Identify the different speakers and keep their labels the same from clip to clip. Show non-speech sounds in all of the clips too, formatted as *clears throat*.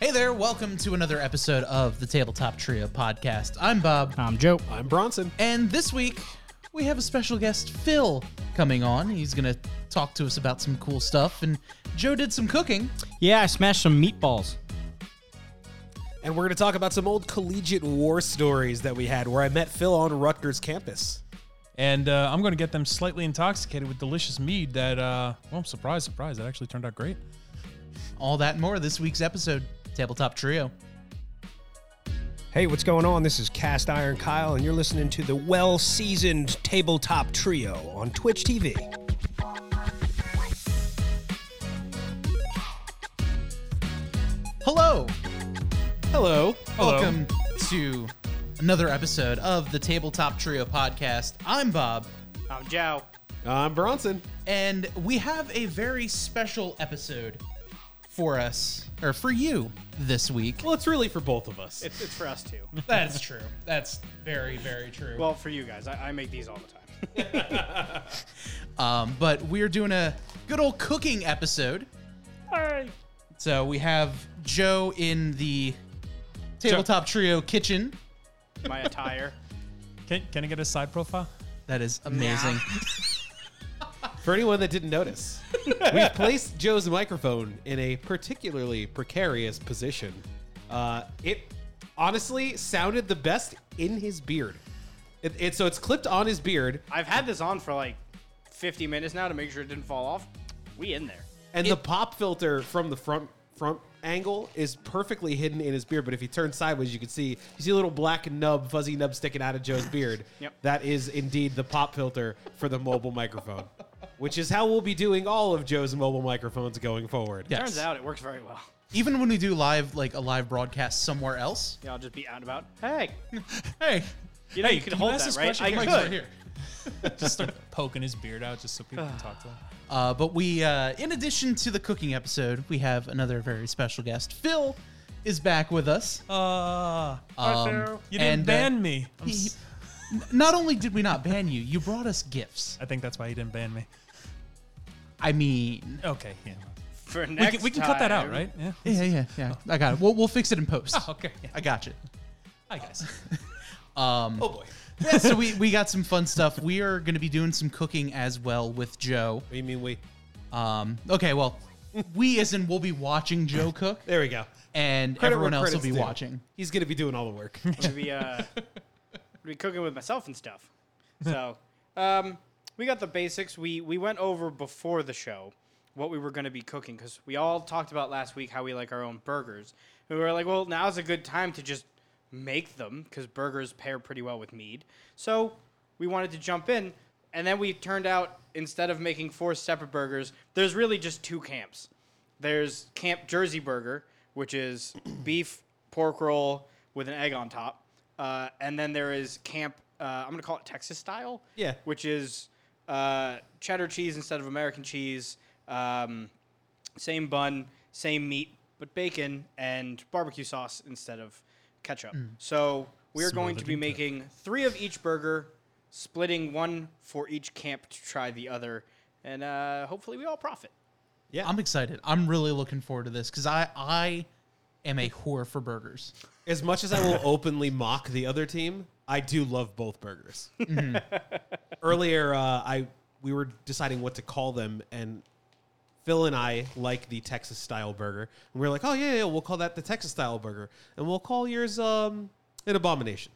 Speaker 1: Hey there, welcome to another episode of the Tabletop Trio podcast. I'm Bob,
Speaker 2: I'm Joe.
Speaker 3: I'm Bronson.
Speaker 1: and this week we have a special guest, Phil, coming on. He's going to talk to us about some cool stuff, and Joe did some cooking.
Speaker 2: Yeah, I smashed some meatballs.
Speaker 3: And we're going to talk about some old collegiate war stories that we had where I met Phil on Rutgers campus.
Speaker 4: and uh, I'm going to get them slightly intoxicated with delicious mead. That, uh, well, surprise, surprise, that actually turned out great.
Speaker 1: All that and more this week's episode, Tabletop Trio.
Speaker 3: Hey, what's going on? This is Cast Iron Kyle, and you're listening to the well seasoned tabletop trio on Twitch TV.
Speaker 1: Hello,
Speaker 3: Hello.
Speaker 1: welcome to another episode of the Tabletop Trio podcast. I'm Bob,
Speaker 2: I'm Joe.
Speaker 3: Uh, I'm Bronson.
Speaker 1: and we have a very special episode for us, or for you, this week.
Speaker 3: Well, it's really for both of us.
Speaker 5: It's, it's for
Speaker 4: *laughs*
Speaker 5: us too.
Speaker 1: That's true. That's very, very true.
Speaker 5: Well, for you guys, I, I make these all the time.
Speaker 1: Um, but we're doing a good old cooking episode. So we have Joe in the tabletop trio kitchen.
Speaker 5: My attire.
Speaker 4: Can, can I get a side profile?
Speaker 1: That is amazing.
Speaker 3: For anyone that didn't notice, we've placed Joe's microphone in a particularly precarious position. Uh, it honestly sounded the best in his beard. It, it, so it's clipped on his beard,
Speaker 5: I've had this on for like 50 minutes now to make sure it didn't fall off. We in there.
Speaker 3: and the pop filter from the front front angle is perfectly hidden in his beard. But if he turns sideways, you can see you see a little black nub, fuzzy nub sticking out of
Speaker 1: *laughs*
Speaker 3: Joe's beard.
Speaker 5: Yep.
Speaker 3: That is indeed the pop filter for the mobile microphone, which is how we'll be doing all of Joe's mobile microphones going forward.
Speaker 1: Yes.
Speaker 5: Turns out it works very well.
Speaker 1: Even when we do live, like a live broadcast somewhere else.
Speaker 5: Yeah, I'll just be out and about. Hey,
Speaker 1: Hey,
Speaker 5: you know
Speaker 4: Hey,
Speaker 5: you could
Speaker 4: can you
Speaker 5: hold
Speaker 4: ask
Speaker 5: that,
Speaker 4: this
Speaker 5: right?
Speaker 4: question?
Speaker 5: I
Speaker 4: Mike's *laughs*
Speaker 5: could.
Speaker 4: right here. Just start poking his beard out just so people can talk to him.
Speaker 1: Uh, but we, uh, in addition to the cooking episode, we have another very special guest. Phil is back with us.
Speaker 4: Uh,
Speaker 1: Um,
Speaker 4: you didn't
Speaker 1: and, uh,
Speaker 4: ban
Speaker 1: *laughs*
Speaker 4: me. I'm
Speaker 1: he-
Speaker 4: s-
Speaker 1: Not only did we not ban you, you brought us gifts.
Speaker 4: I think that's why he didn't ban me.
Speaker 1: I mean,
Speaker 4: Okay, yeah.
Speaker 5: For
Speaker 4: We
Speaker 5: next
Speaker 4: can, we can cut that out,
Speaker 5: time.
Speaker 4: right? Yeah.
Speaker 1: yeah, yeah, yeah. I got it. We'll, we'll fix it in post.
Speaker 4: *laughs* Okay. Yeah.
Speaker 1: I got you. Um, *laughs*
Speaker 4: Hi, guys.
Speaker 3: Oh boy.
Speaker 1: yeah, so we, we got some fun stuff. We are going to be doing some cooking as well with Joe.
Speaker 3: I mean, we.
Speaker 1: Um, okay, well, we as in we'll be watching Joe
Speaker 3: *laughs*
Speaker 1: cook,
Speaker 3: There we go.
Speaker 1: and
Speaker 3: Credit where
Speaker 1: everyone else will
Speaker 3: credit's
Speaker 1: be
Speaker 3: due.
Speaker 1: watching.
Speaker 3: He's gonna be doing all the work.
Speaker 5: *laughs* I'm gonna be, uh, be cooking with myself and stuff. So, um, we got the basics. We we went over before the show what we were going to be cooking because we all talked about last week how we like our own burgers. And we were like, well, now's a good time to just make them because burgers pair pretty well with mead. So we wanted to jump in, and then we turned out instead of making four separate burgers, there's really just two camps. There's Camp Jersey Burger, which is *clears throat* beef pork roll with an egg on top, uh, and then there is Camp. Uh, I'm gonna call it Texas style.
Speaker 3: Yeah.
Speaker 5: Which is uh, cheddar cheese instead of American cheese. Um, same bun, same meat, but bacon and barbecue sauce instead of ketchup. So we're going to be making three of each burger, splitting one for each camp to try the other, and uh, hopefully we all profit.
Speaker 1: I'm excited. I'm really looking forward to this because I, I am a whore for burgers.
Speaker 3: As much as I will openly mock the other team, I do love both burgers. Earlier, uh, I we were deciding what to call them, and Phil and I like the Texas style burger, and we are like, "Oh yeah, yeah, we'll call that the Texas style burger, and we'll call yours um, an abomination."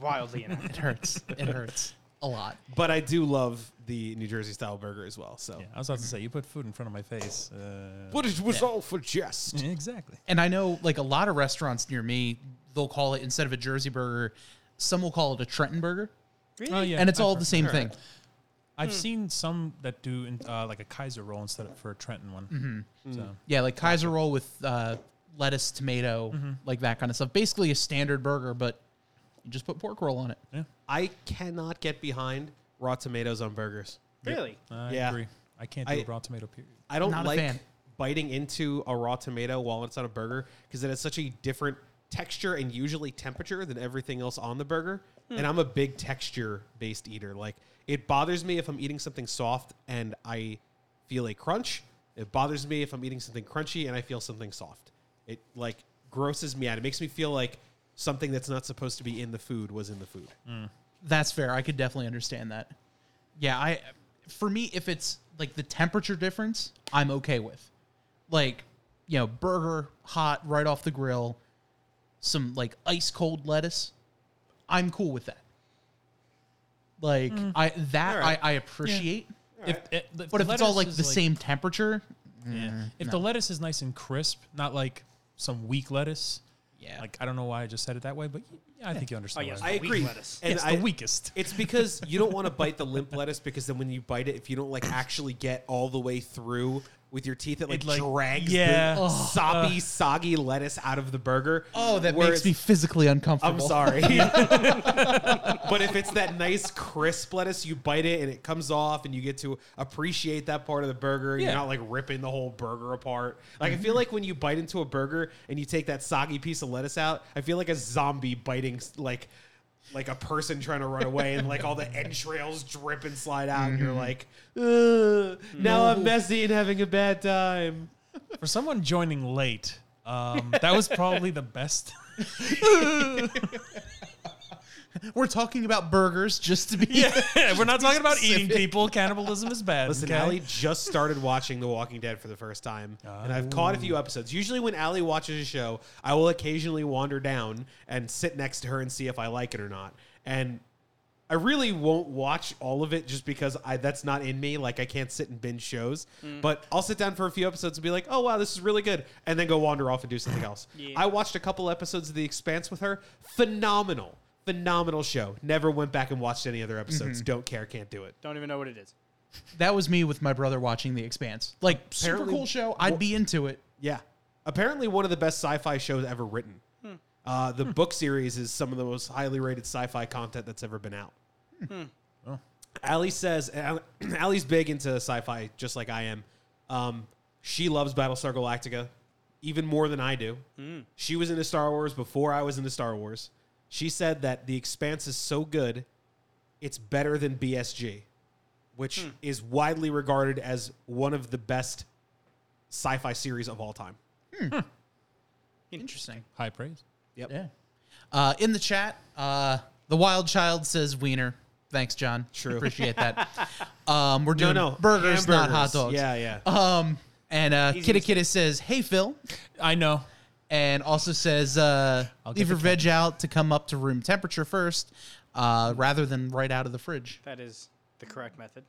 Speaker 5: Wildly
Speaker 1: It
Speaker 5: inaccurate.
Speaker 1: hurts. it hurts a lot.
Speaker 3: But I do love the New Jersey style burger as well. So
Speaker 4: I was about to say, you put food in front of my face. Uh,
Speaker 3: but it was all for jest.
Speaker 4: *laughs* exactly.
Speaker 1: And I know like a lot of restaurants near me, they'll call it instead of a Jersey burger, some will call it a Trenton burger,
Speaker 4: Oh, yeah.
Speaker 1: and it's
Speaker 4: I've
Speaker 1: all
Speaker 4: heard-
Speaker 1: the same
Speaker 4: I've
Speaker 1: thing.
Speaker 4: heard. I've seen some that do in- uh, like a Kaiser roll instead of for a Trenton
Speaker 1: Mm-hmm.
Speaker 4: one. So.
Speaker 1: Yeah, like Kaiser roll with uh, lettuce, tomato,
Speaker 4: Mm-hmm.
Speaker 1: like that kind of stuff. Basically a standard burger, but you just put pork roll on it.
Speaker 3: I cannot get behind raw tomatoes on burgers.
Speaker 5: Really?
Speaker 4: I
Speaker 3: Yeah.
Speaker 4: agree. I can't do
Speaker 3: I-
Speaker 4: a raw tomato period.
Speaker 3: I don't
Speaker 1: Not a fan.
Speaker 3: like biting into a raw tomato while it's on a burger because it has such a different texture and usually temperature than everything else on the burger. And I'm a big texture based eater. Like it bothers me if I'm eating something soft and I feel a crunch. It bothers me if I'm eating something crunchy and I feel something soft. It like grosses me out. It makes me feel like something that's not supposed to be in the food was in the food.
Speaker 1: That's fair. I could definitely understand that. Yeah, I for me if it's like the temperature difference, I'm okay with. Like, you know, burger hot right off the grill, some like ice cold lettuce. I'm cool with that. Like
Speaker 4: Mm.
Speaker 1: I that
Speaker 3: Alright.
Speaker 1: I, I appreciate.
Speaker 4: If, it- the
Speaker 1: But if it's all
Speaker 4: lettuce
Speaker 1: like
Speaker 4: is,
Speaker 1: the same Mm, temperature,
Speaker 4: yeah. If the lettuce is nice and crisp, not like some weak lettuce.
Speaker 1: yeah.
Speaker 4: Like I don't know why I just said it that way, but yeah, I think you understand.
Speaker 5: Oh,
Speaker 4: what
Speaker 5: yes.
Speaker 4: I
Speaker 3: I
Speaker 4: mean.
Speaker 5: Wheat
Speaker 3: agree.
Speaker 5: lettuce.
Speaker 3: And
Speaker 4: it's
Speaker 3: I-
Speaker 4: the weakest. *laughs*
Speaker 3: It's because you don't want to bite the limp lettuce because then when you bite it, if you don't like actually get all the way through with your teeth, it like,
Speaker 4: like-
Speaker 3: drags
Speaker 4: yeah.
Speaker 3: the
Speaker 4: Ugh.
Speaker 3: soppy, soggy lettuce out of the burger.
Speaker 1: oh, that
Speaker 3: where
Speaker 1: makes me
Speaker 3: it's-
Speaker 1: physically uncomfortable.
Speaker 3: I'm sorry. *laughs* but if it's that nice crisp lettuce, you bite it and it comes off, and you get to appreciate that part of the burger.
Speaker 4: Yeah.
Speaker 3: You're not like ripping the whole burger apart. Like I feel like when you bite into a burger and you take that soggy piece of lettuce out, I feel like a zombie biting like like a person trying to run away and like all the entrails drip and slide out, and you're like, Ugh, now I'm messy and having a bad time.
Speaker 4: For someone joining late, um, that was probably the
Speaker 5: *laughs*
Speaker 4: best. *laughs*
Speaker 1: We're talking about burgers just
Speaker 3: *laughs*
Speaker 1: to be
Speaker 4: we're not talking about eating
Speaker 1: specific.
Speaker 4: people. Cannibalism is bad.
Speaker 3: Listen,
Speaker 4: okay? *laughs*
Speaker 3: Allie just started watching The Walking Dead for the first time, and I've caught a few episodes. Usually, when Allie watches a show, I will occasionally wander down and sit next to her and see if I like it or not. And I really won't watch all of it just because I that's not in me. Like I can't sit and binge shows, but I'll sit down for a few episodes and be like, "Oh wow, this is really good," and then go wander off and do something else.
Speaker 5: Yeah.
Speaker 3: I watched a couple episodes of The Expanse with her. Phenomenal, phenomenal show. Never went back and watched any other episodes. Don't care, can't do it.
Speaker 5: Don't even know what it is.
Speaker 1: That was me with my brother watching The Expanse. Like super
Speaker 3: Apparently-
Speaker 1: cool show. I'd be into it.
Speaker 3: Yeah. Apparently, one of the best sci fi shows ever written. Uh, the book series is some of the most highly rated sci fi content that's ever been out. Ali says, *clears throat* Al- Ali's big into sci fi, just like I am. Um, she loves Battlestar Galactica even more than I do. She was into Star Wars before I was into Star Wars. She said that The Expanse is so good, it's better than BSG, which is widely regarded as one of the best sci fi series of all time.
Speaker 1: Interesting.
Speaker 4: High praise.
Speaker 1: Yeah. Uh, in the chat, uh, the wild child says wiener. Thanks, John.
Speaker 3: True.
Speaker 1: Appreciate
Speaker 3: *laughs*
Speaker 1: that. um, we're
Speaker 3: No,
Speaker 1: doing
Speaker 3: no.
Speaker 1: burgers, not
Speaker 3: hamburgers.
Speaker 1: hot dogs.
Speaker 3: Yeah, yeah.
Speaker 1: Um, and uh,
Speaker 5: Easy
Speaker 1: Kitty Kitty says, "Hey Phil,"
Speaker 4: I know.
Speaker 1: and also says, uh,
Speaker 4: I'll get
Speaker 1: "Leave
Speaker 4: the
Speaker 1: your veg out to come up to room temperature first, uh, rather than right out of the fridge."
Speaker 5: That is the correct method.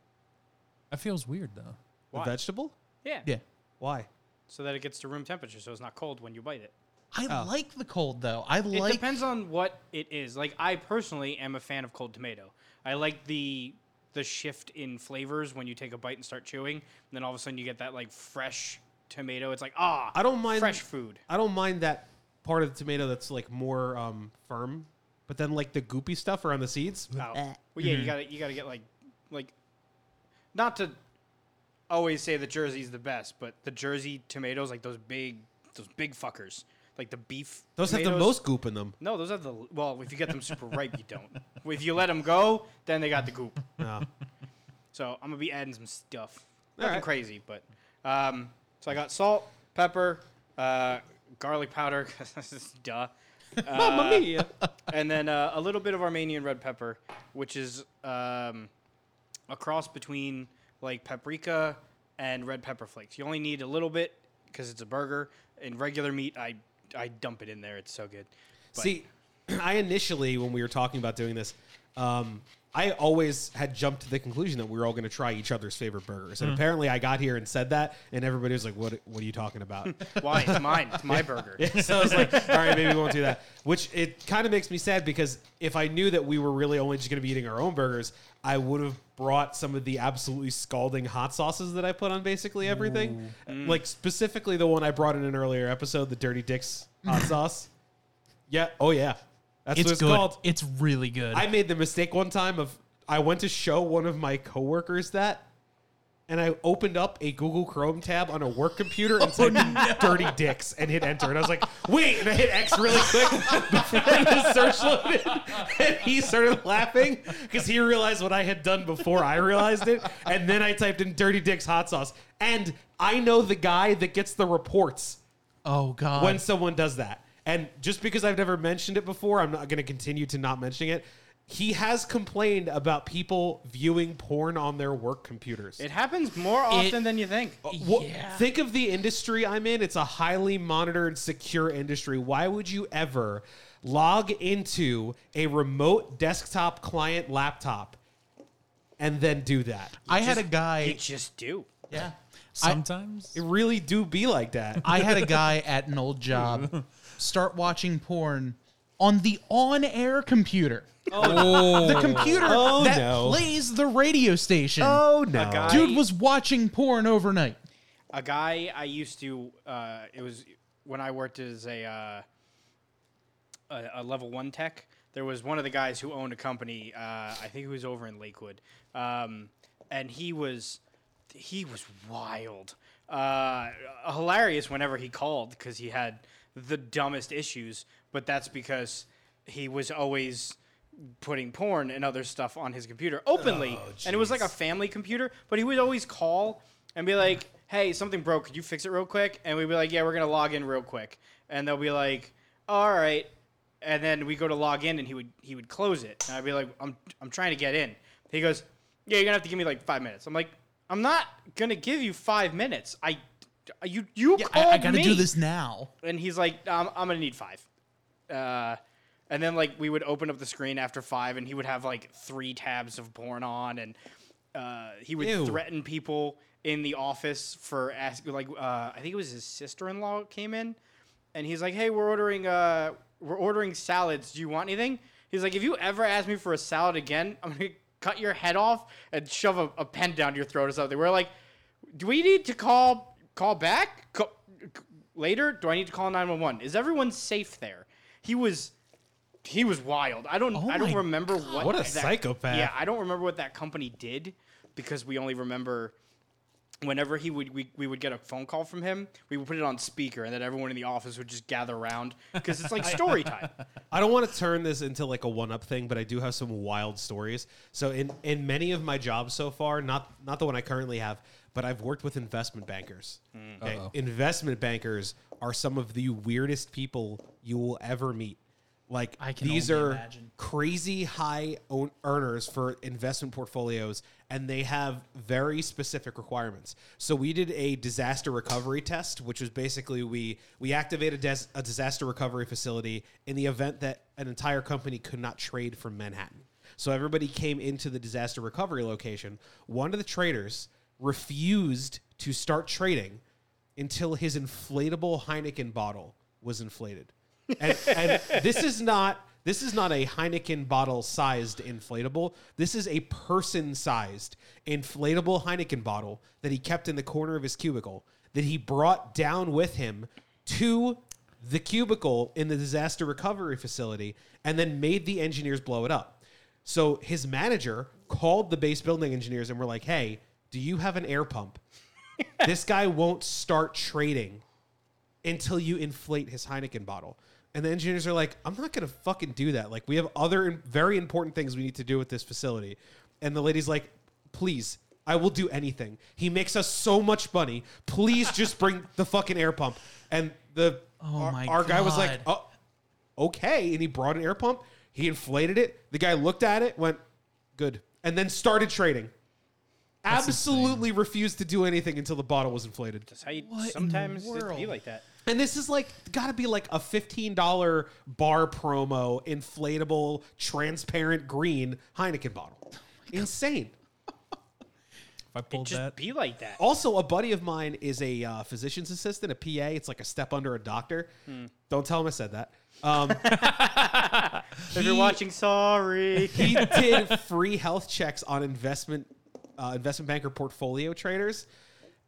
Speaker 4: That feels weird though.
Speaker 3: A vegetable?
Speaker 5: Yeah.
Speaker 1: Yeah.
Speaker 3: Why?
Speaker 5: So that it gets to room temperature, so it's not cold when you bite it.
Speaker 1: I
Speaker 3: Oh.
Speaker 1: like the cold though. I
Speaker 5: It
Speaker 1: like
Speaker 5: depends on what it is. Like I personally am a fan of cold tomato. I like the the shift in flavors when you take a bite and start chewing, and then all of a sudden you get that like fresh tomato. It's like ah,
Speaker 3: I don't mind-
Speaker 5: fresh food.
Speaker 3: I don't mind that part of the tomato that's like more um, firm, but then like the goopy stuff around the seeds.
Speaker 5: Oh. Well, yeah,
Speaker 3: Mm-hmm.
Speaker 5: you gotta you gotta get like like not to always say the Jersey's the best, but the Jersey tomatoes like those big those big fuckers like the beef.
Speaker 3: Those have the
Speaker 5: tomatoes.
Speaker 3: most goop in *laughs* them.
Speaker 5: No, those are the well. If you get them super ripe, you don't. If you let them go, then they got the goop.
Speaker 3: No.
Speaker 5: So I'm gonna be adding some stuff.
Speaker 3: All
Speaker 5: Nothing
Speaker 3: right.
Speaker 5: crazy, but um, so I got salt, pepper, uh, garlic powder, *laughs* 'cause this is duh,
Speaker 3: Mamma mia.
Speaker 5: and then uh, a little bit of Armenian red pepper, which is um, a cross between like paprika and red pepper flakes. You only need a little bit because it's a burger. In regular meat, I I dump it in there. It's so good. But
Speaker 3: See, *clears throat* I initially, when we were talking about doing this, um, I always had jumped to the conclusion that we were all going to try each other's favorite burgers. And apparently I got here and said that, and everybody was like, what, what are you talking *laughs* about?
Speaker 5: *laughs* why? It's mine.
Speaker 1: *laughs*
Speaker 5: It's my burger.
Speaker 3: *laughs* so I was like, all right, maybe we won't do that. Which it kind of makes me sad because if I knew that we were really only just going to be eating our own burgers, I would have brought some of the absolutely scalding hot sauces that I put on basically everything. Uh, Like specifically the one I brought in an earlier episode, the Dirty Dicks
Speaker 1: *laughs*
Speaker 3: hot sauce. Yeah. Oh yeah. That's
Speaker 1: it's
Speaker 3: what it's
Speaker 1: good.
Speaker 3: called.
Speaker 1: It's really good.
Speaker 3: I made the mistake one time of I went to show one of my coworkers that, and I opened up a Google Chrome tab on a work computer and said "dirty dicks" and hit enter. And I was like, "Wait!" And I hit X really quick before the search loaded. And he started laughing because he realized what I had done before I realized it. And then I typed in "dirty dicks hot sauce," and I know the guy that gets the reports
Speaker 1: Oh god.
Speaker 3: when someone does that. And just because I've never mentioned it before, I'm not going to continue to not mentioning it. He has complained about people viewing porn on their work computers.
Speaker 5: It happens more often than you think.
Speaker 3: Wha-
Speaker 1: Yeah.
Speaker 3: Think of the industry I'm in. It's a highly monitored, secure industry. Why would you ever log into a remote desktop client laptop and then do that?
Speaker 1: I had a guy.
Speaker 5: You just do.
Speaker 1: yeah. I,
Speaker 4: Sometimes.
Speaker 3: It really do be like that.
Speaker 1: I had a guy *laughs* at an old job start watching porn on the on-air computer.
Speaker 4: oh.
Speaker 1: *laughs* The computer
Speaker 3: Oh,
Speaker 1: that
Speaker 3: no.
Speaker 1: plays the radio station.
Speaker 3: oh no.
Speaker 5: guy-
Speaker 1: Dude was watching porn overnight.
Speaker 5: A guy I used to, uh, it was when I worked as a, uh, a, a level one tech. There was one of the guys who owned a company. Uh, I think he was over in Lakewood, um, and he was he was wild, uh, hilarious whenever he called because he had the dumbest issues. But that's because he was always putting porn and other stuff on his computer openly, and it was like a family computer. But he would always call and be like, "Hey, something broke. Could you fix it real quick?" And we'd be like, "Yeah, we're gonna log in real quick," and they'll be like all right and then we go to log in and he would he would close it and i'd be like i'm i'm trying to get in he goes yeah you're gonna have to give me like five minutes i'm like i'm not gonna give you five minutes i you you
Speaker 1: Yeah,
Speaker 5: called
Speaker 1: I, I gotta
Speaker 5: Oh, me.
Speaker 1: do this now.
Speaker 5: and he's like i'm, I'm gonna need five uh and then like we would open up the screen after five and he would have like three tabs of porn on and uh, he would
Speaker 3: Ew.
Speaker 5: threaten people in the office for asking like uh, i think it was his sister-in-law came in and he's like hey we're ordering uh we're ordering salads do you want anything he's like if you ever ask me for a salad again i'm gonna cut your head off and shove a, a pen down your throat or something we're like do we need to call call back Ca- c- later do i need to call 911 is everyone safe there he was he was wild i don't i don't
Speaker 1: Oh my
Speaker 5: remember what
Speaker 3: What a
Speaker 5: that-
Speaker 3: psychopath.
Speaker 5: yeah i don't remember what that company did because we only remember whenever he would we, we would get a phone call from him we would put it on speaker and then everyone in the office would just gather around because it's like
Speaker 1: *laughs*
Speaker 5: story time
Speaker 3: I don't want to turn this into like a one up thing, but I do have some wild stories. So in in many of my jobs so far, not not the one I currently have, but I've worked with investment bankers. Okay? Investment bankers are some of the weirdest people you will ever meet. Like
Speaker 1: I can
Speaker 3: these
Speaker 1: only
Speaker 3: are
Speaker 1: imagine.
Speaker 3: crazy high own earners for investment portfolios and they have very specific requirements so we did a disaster recovery test which was basically we we activate a, des- a disaster recovery facility in the event that an entire company could not trade from manhattan so everybody came into the disaster recovery location one of the traders refused to start trading until his inflatable Heineken bottle was inflated. And, and this is not this is not a Heineken bottle sized inflatable. This is a person sized inflatable Heineken bottle that he kept in the corner of his cubicle that he brought down with him to the cubicle in the disaster recovery facility and then made the engineers blow it up. So his manager called the base building engineers and were like, "Hey, do you have an air pump?" this guy won't start trading until you inflate his Heineken bottle. And the engineers are like, I'm not going to fucking do that. Like, we have other im- very important things we need to do with this facility. And the lady's like, please, I will do anything. He makes us so much money. Please just bring the fucking air pump. And the our,
Speaker 1: Oh my
Speaker 3: our guy was like,
Speaker 1: God.
Speaker 3: oh, okay. And he brought an air pump. He inflated it. The guy looked at it, went, good. And then started trading. Absolutely refused to do anything until the bottle was inflated.
Speaker 5: that's how you
Speaker 1: What in the
Speaker 5: sometimes it be
Speaker 1: world?
Speaker 5: like that
Speaker 3: And this is like got to be like a fifteen dollar bar promo, inflatable, transparent green Heineken
Speaker 5: Oh
Speaker 3: bottle. Insane.
Speaker 4: If I pulled
Speaker 5: just
Speaker 4: that.
Speaker 5: be like
Speaker 1: Oh,
Speaker 5: that
Speaker 3: Also, a buddy of mine is a uh, physician's assistant, a PA. It's like a step under a doctor.
Speaker 5: Hmm.
Speaker 3: Don't tell him I said that. Um,
Speaker 5: *laughs* if you're
Speaker 1: *laughs*
Speaker 5: watching sorry
Speaker 3: he did free health checks on investment uh, investment banker portfolio traders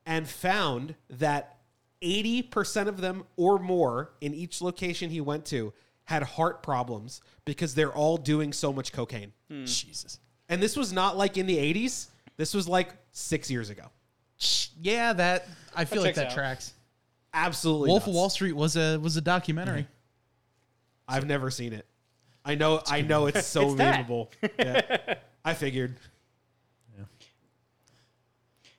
Speaker 3: and found that 80% of them or more in each location he went to had heart problems because they're all doing so much
Speaker 5: Hmm.
Speaker 3: cocaine.
Speaker 4: Jesus.
Speaker 3: And this was not like in the 80s. This was like 6 years ago.
Speaker 1: Yeah, that I feel like
Speaker 5: checks
Speaker 1: that
Speaker 5: out.
Speaker 1: tracks.
Speaker 3: Absolutely.
Speaker 1: Wolf of
Speaker 3: nuts.
Speaker 1: Wall Street was a was a documentary.
Speaker 3: I've never seen it. I know. I know it's so
Speaker 5: It's that.
Speaker 3: memeable.
Speaker 5: *laughs*
Speaker 3: Yeah. I figured.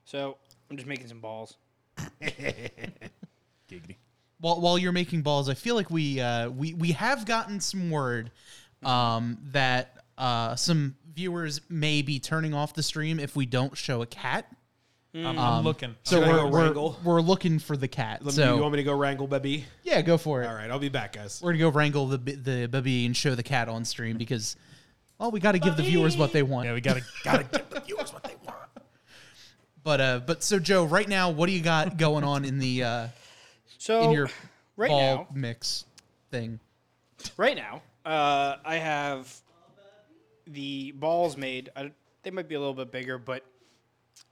Speaker 5: So I'm just making some balls.
Speaker 4: Giggity.
Speaker 1: While while you're making balls, I feel like we uh, we we have gotten some word um, that uh, some viewers may be turning off the stream if we don't show a cat.
Speaker 4: I'm, I'm looking.
Speaker 1: Um, So
Speaker 3: Should I
Speaker 1: we're,
Speaker 3: go
Speaker 1: we're
Speaker 3: wrangle?
Speaker 1: we're looking for the cat.
Speaker 3: Let me-
Speaker 1: so
Speaker 3: you want me to go wrangle, baby?
Speaker 1: yeah, go for it.
Speaker 3: All right, I'll be back, guys.
Speaker 1: We're gonna go wrangle the b- the baby and show the cat on stream because, well, we got to give the viewers what they want.
Speaker 4: yeah, we gotta gotta get the viewers what they want.
Speaker 1: *laughs* But uh, but so Joe, right now, what do you got going on in the uh,
Speaker 5: So
Speaker 1: in your
Speaker 5: right
Speaker 1: ball
Speaker 5: now,
Speaker 1: mix thing?
Speaker 5: right now, uh, I have the balls made. I, they might be a little bit bigger, but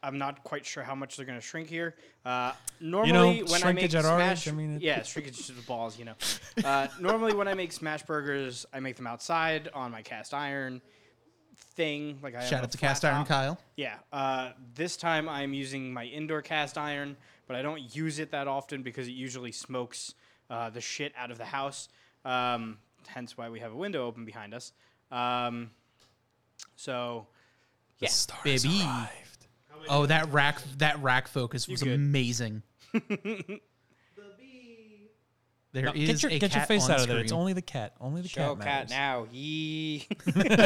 Speaker 5: I'm not quite sure how much they're going to shrink here. Uh, normally, when I make
Speaker 4: shrinkage at our
Speaker 5: smash,
Speaker 4: age, I mean, it-
Speaker 5: yeah, shrinkage to the balls, you know. Uh, normally, when I make smash burgers, I make them outside on my cast iron thing. Like I have
Speaker 1: Shout
Speaker 5: a
Speaker 1: out to
Speaker 5: flat
Speaker 1: Cast Iron
Speaker 5: top.
Speaker 1: Kyle.
Speaker 5: Yeah. Uh, this time I'm using my indoor cast iron, but I don't use it that often because it usually smokes uh, the shit out of the house. Um, hence why we have a window open behind us. Um, so yeah,
Speaker 1: Baby. Oh, that rack that rack focus was
Speaker 4: *laughs*
Speaker 5: good.
Speaker 1: amazing. There is
Speaker 4: Get your
Speaker 1: a
Speaker 4: get your
Speaker 1: cat
Speaker 4: face
Speaker 1: on
Speaker 4: out of there. It's
Speaker 1: screen.
Speaker 4: only the cat. Only the
Speaker 5: show
Speaker 4: Oh, cat.
Speaker 5: cat
Speaker 4: matters.
Speaker 5: now. Yee.
Speaker 4: I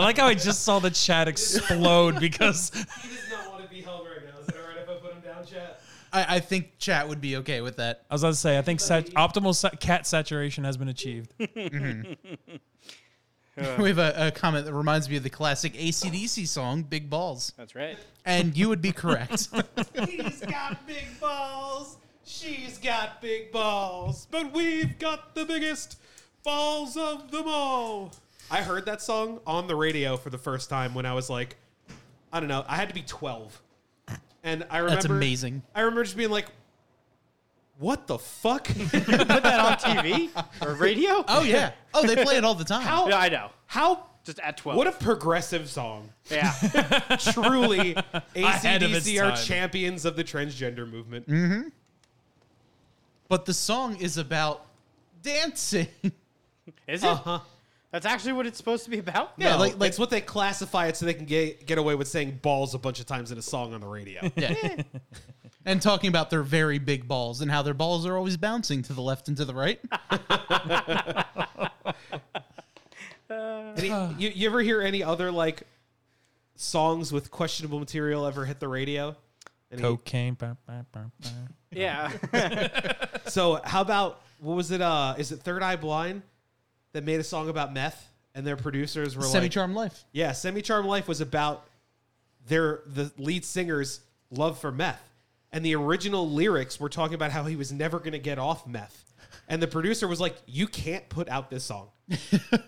Speaker 4: like how I just saw the chat explode because
Speaker 3: He does not want to be held right now. Is it all right if I put him down, chat?
Speaker 1: I, I think chat would be okay with that.
Speaker 4: I was about to say I think sat- optimal sa- cat saturation has been achieved. Uh.
Speaker 1: *laughs* we have a, a comment that reminds me of the classic ACDC song, Big Balls.
Speaker 5: That's right.
Speaker 1: And you would be
Speaker 4: *laughs*
Speaker 1: correct.
Speaker 3: He's got big balls. She's got big balls. But we've got the biggest balls of them all. I heard that song on the radio for the first time when I was like, I don't know, I had to be 12. And I remember.
Speaker 1: That's amazing.
Speaker 3: I remember just being like, what the fuck?
Speaker 5: Put that on TV or radio.
Speaker 1: Oh yeah. Oh, they play it all the time.
Speaker 3: How?
Speaker 5: Yeah, I know.
Speaker 3: How?
Speaker 5: Just at twelve.
Speaker 3: What a progressive song.
Speaker 5: yeah.
Speaker 3: Truly,
Speaker 4: Ahead of its
Speaker 3: ACDC are
Speaker 4: time.
Speaker 3: champions of the transgender movement.
Speaker 1: But the song is about dancing.
Speaker 5: Is it? That's actually what it's supposed to be about.
Speaker 1: Yeah,
Speaker 3: No,
Speaker 1: like- like-
Speaker 3: it's what they classify it so they can get get away with saying balls a bunch of times in a song on the
Speaker 1: *laughs*
Speaker 3: radio.
Speaker 1: Yeah. and talking about their very big balls and how their balls are always bouncing to the left and to the right.
Speaker 4: Ah,
Speaker 3: Any- you, you ever hear any other like songs with questionable material ever hit the radio? Any-
Speaker 4: Cocaine. bah, bah, bah, bah.
Speaker 5: Yeah. *laughs*
Speaker 3: So how about what was it? Uh, is it Third Eye Blind that made a song about meth and their producers were
Speaker 1: Semi
Speaker 3: like,
Speaker 1: charm life.
Speaker 3: yeah, Semi Charm Life was about their the lead singer's love for meth. And the original lyrics were talking about how he was never going to get off meth. And the producer was like, "You can't put out
Speaker 1: *laughs*
Speaker 3: this song.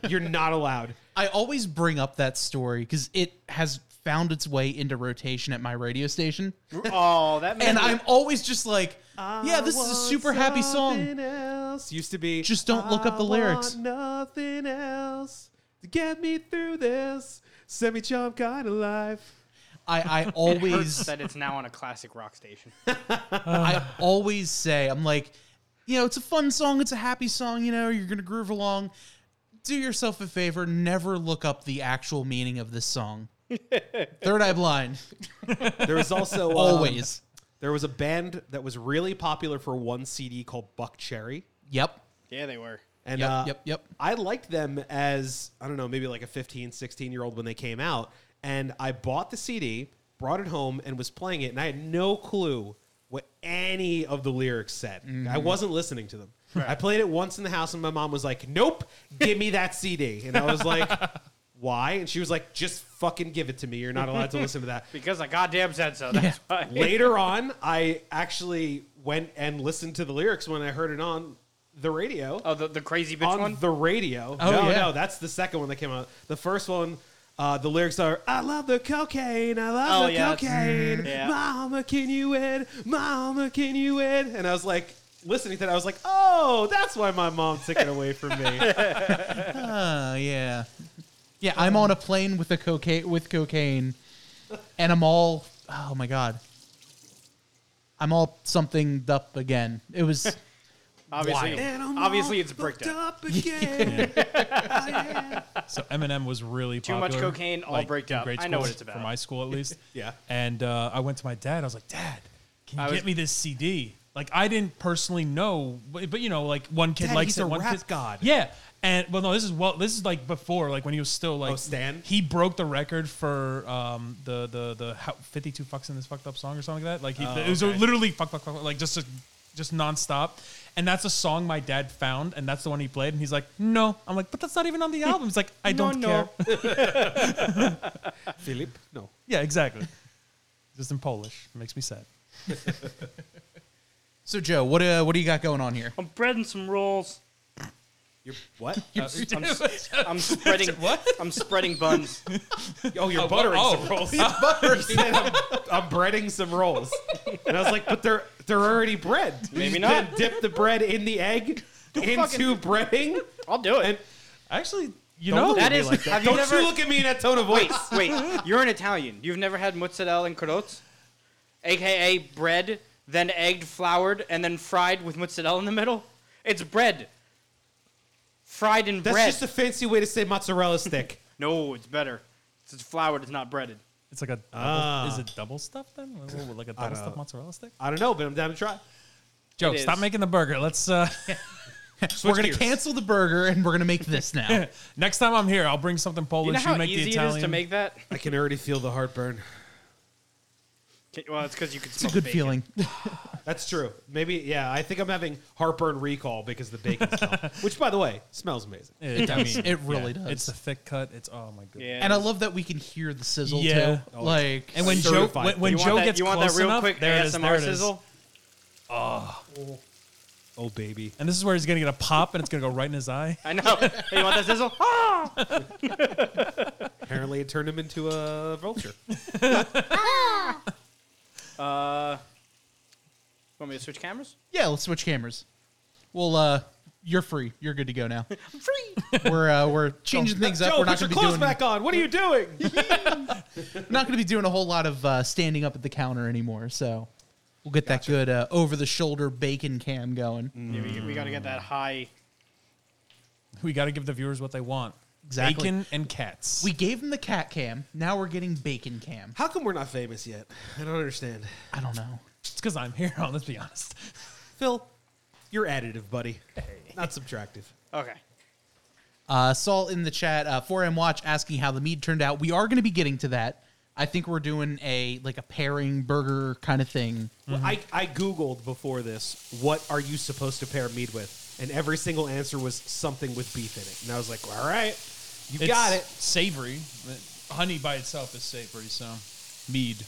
Speaker 3: You're not allowed."
Speaker 1: I always bring up that story because it has found its way into rotation at my radio station.
Speaker 5: oh, that.
Speaker 1: And
Speaker 5: makes-
Speaker 1: I'm always just like, yeah, this is a super happy song.
Speaker 3: Something else used to be.
Speaker 1: Just don't look up the
Speaker 3: "I
Speaker 1: lyrics."
Speaker 3: want nothing else to get me through this semi charm kind of life. *laughs*
Speaker 1: I, I
Speaker 5: hurts
Speaker 1: always
Speaker 5: that it's now on a classic rock station.
Speaker 1: I always say, I'm like, you know, it's a fun song, it's a happy song, you know, you're gonna groove along. Do yourself a favor, never look up the actual meaning of this
Speaker 3: *laughs*
Speaker 1: song. Third Eye Blind,
Speaker 3: There
Speaker 1: *laughs*
Speaker 3: was also um,
Speaker 1: always.
Speaker 3: There was a band that was really popular for one CD called Buck Cherry.
Speaker 1: Yep.
Speaker 5: Yeah, they were.
Speaker 3: And
Speaker 1: Yep,
Speaker 3: uh,
Speaker 1: yep, yep.
Speaker 3: I liked them as, I don't know, maybe like a 15, 16 year old when they came out. And I bought the CD, brought it home, and was playing it. And I had no clue what any of the lyrics said. I wasn't listening to them. I played it once in the house, and my mom was like, Nope, give me that CD. And I was like, Why? And she was like, Just fucking give it to me. You're not allowed to listen to that.
Speaker 5: Because I goddamn said so. That's why.
Speaker 3: Later on, I actually went and listened to the lyrics when I heard it on the radio
Speaker 5: Oh, the, the crazy bitch
Speaker 3: on
Speaker 5: one?
Speaker 3: the radio.
Speaker 1: Oh,
Speaker 3: no,
Speaker 1: yeah.
Speaker 3: no, that's the second one that came out. The first one, uh, the lyrics are "I love the cocaine, I love
Speaker 5: Oh,
Speaker 3: the
Speaker 5: yeah, that's-
Speaker 3: cocaine,
Speaker 5: yeah.
Speaker 3: mama, can you win, mama, can you win?" And I was like, listening to that, I was like, "Oh, that's why my mom took it away from
Speaker 5: *laughs*
Speaker 3: me."
Speaker 1: Oh yeah, yeah. I'm on a plane with a cocaine with cocaine, and I'm all oh my god. I'm all somethinged up again. It was
Speaker 5: Obviously, obviously it's bricked up.
Speaker 3: again.
Speaker 4: So Eminem was really
Speaker 5: Too much
Speaker 4: popular,
Speaker 5: cocaine, all
Speaker 4: like,
Speaker 5: bricked
Speaker 4: in
Speaker 5: up.
Speaker 4: grade
Speaker 5: I know what
Speaker 4: school,
Speaker 5: it's about.
Speaker 4: For my school, at least.
Speaker 3: *laughs* Yeah.
Speaker 4: And uh, I went to my dad. I was like, Dad, can you
Speaker 5: I
Speaker 4: get
Speaker 5: was-
Speaker 4: me this CD? Like, I didn't personally know, but, but, you know, like one kid
Speaker 3: Dad,
Speaker 4: likes
Speaker 3: he's
Speaker 4: it.
Speaker 3: a
Speaker 4: one
Speaker 3: rap
Speaker 4: kid,
Speaker 3: god.
Speaker 4: Yeah. And well, no, this is well, this is like before, like when he was still like
Speaker 3: Oh, Stan?
Speaker 4: He broke the record for um the the the how, fifty two fucks in this fucked up song or something like that. Like he, it was
Speaker 3: Oh, okay.
Speaker 4: literally fuck fuck fuck fuck, like just a, just nonstop. And that's a song my dad found, and that's the one he played. And he's like, "No," I'm like, "But that's not even on the album." He's like, "I
Speaker 5: No,
Speaker 4: don't
Speaker 5: no.
Speaker 4: care."
Speaker 3: Philip? No.
Speaker 4: Yeah, exactly. *laughs* Just in Polish. It makes me sad.
Speaker 1: so Joe, what uh, what do you got going on here?
Speaker 5: I'm breading some *laughs* rolls. Uh,
Speaker 3: You're what?
Speaker 5: I'm, s- I'm *laughs* spreading.
Speaker 4: What?
Speaker 5: I'm spreading buns.
Speaker 3: Oh, you're
Speaker 4: Oh,
Speaker 3: buttering
Speaker 4: oh.
Speaker 3: some *laughs* rolls. He said, I'm, I'm breading some rolls. And I was like, but they're they're already bread. We
Speaker 5: Maybe
Speaker 3: just
Speaker 5: not.
Speaker 3: Then dip the bread in the egg into breading.
Speaker 5: *laughs* I'll do it.
Speaker 3: And
Speaker 4: Actually, you
Speaker 3: Don't
Speaker 4: know
Speaker 3: look at
Speaker 5: that
Speaker 3: me
Speaker 5: is.
Speaker 3: like
Speaker 5: have
Speaker 3: don't
Speaker 5: you never?
Speaker 3: you look at me in that tone of voice.
Speaker 5: wait, wait.
Speaker 3: *laughs*
Speaker 5: You're an Italian. You've never had mozzarella and carotes, aka bread, then egged, floured, and then fried with mozzarella in the middle. It's bread. Fried and
Speaker 3: That's
Speaker 5: bread.
Speaker 3: just a fancy way to say mozzarella stick.
Speaker 5: no, it's better. It's floured. It's not breaded.
Speaker 4: it's like a double,
Speaker 3: Ah.
Speaker 4: is it double stuffed then? What- what- Like a double stuffed mozzarella stick?
Speaker 3: I don't know, but I'm down to try.
Speaker 4: Joe,
Speaker 5: is.
Speaker 4: stop making the burger. Let's uh *laughs*
Speaker 1: So we're gonna
Speaker 3: gears.
Speaker 1: cancel the burger and we're gonna make this now.
Speaker 4: next time I'm here, I'll bring something Polish.
Speaker 5: You know how
Speaker 4: make the
Speaker 5: easy it
Speaker 4: Italian.
Speaker 5: is to make that. *laughs*
Speaker 3: I can already feel the heartburn.
Speaker 5: Can- Well, it's because you could.
Speaker 1: It's a good feeling.
Speaker 3: That's true. Maybe, yeah. I think I'm having heartburn recall because the bacon *laughs* smell, which, by the way, smells amazing.
Speaker 4: It,
Speaker 1: It does.
Speaker 5: *laughs*
Speaker 1: It really does.
Speaker 4: It's a thick cut. It's oh my goodness.
Speaker 5: Yeah.
Speaker 1: And I love that we can hear the sizzle
Speaker 4: Yeah.
Speaker 1: too. Like
Speaker 4: And when Joe
Speaker 3: Certified
Speaker 4: when, when
Speaker 5: you want
Speaker 4: Joe
Speaker 5: that,
Speaker 4: gets
Speaker 5: you want
Speaker 4: close
Speaker 5: that real
Speaker 4: enough,
Speaker 5: quick
Speaker 4: there it is, there
Speaker 5: ASMR
Speaker 4: it is.
Speaker 5: sizzle.
Speaker 3: Oh, baby.
Speaker 4: And this is where he's gonna get a pop, and it's gonna go right in his eye. *laughs*
Speaker 5: I know. Hey, you want that sizzle? Ah!
Speaker 3: Apparently, it turned him into a vulture. *laughs*
Speaker 5: Uh, want me to switch cameras?
Speaker 1: yeah, let's switch cameras. Well, uh, you're free. You're good to go now.
Speaker 5: I'm free.
Speaker 1: We're uh, we're changing things up.
Speaker 3: Joe,
Speaker 1: we're
Speaker 3: put
Speaker 1: not
Speaker 3: your
Speaker 1: gonna be
Speaker 3: clothes
Speaker 1: doing
Speaker 3: back on. What are you doing?
Speaker 1: not gonna be doing a whole lot of uh, standing up at the counter anymore. So we'll get that good uh, over the shoulder bacon cam going.
Speaker 5: Yeah, we, we gotta get that high.
Speaker 4: We got to give the viewers what they want.
Speaker 1: Exactly.
Speaker 4: Bacon and cats.
Speaker 1: We gave them the cat cam. Now we're getting bacon cam.
Speaker 3: How come we're not famous yet? I don't understand.
Speaker 1: I don't know.
Speaker 4: it's because I'm here. *laughs* Let's be honest.
Speaker 3: Phil, you're additive, buddy. Not subtractive.
Speaker 5: Okay.
Speaker 1: Uh, Saul in the chat, uh, 4M Watch asking how the mead turned out. We are going to be getting to that. I think we're doing a like a pairing burger kind of thing.
Speaker 3: I, I Googled before this, what are you supposed to pair meat with? And every single answer was something with beef in it. And I was like, all right, you
Speaker 4: It's
Speaker 3: got it.
Speaker 4: Savory. Honey by itself is savory, so mead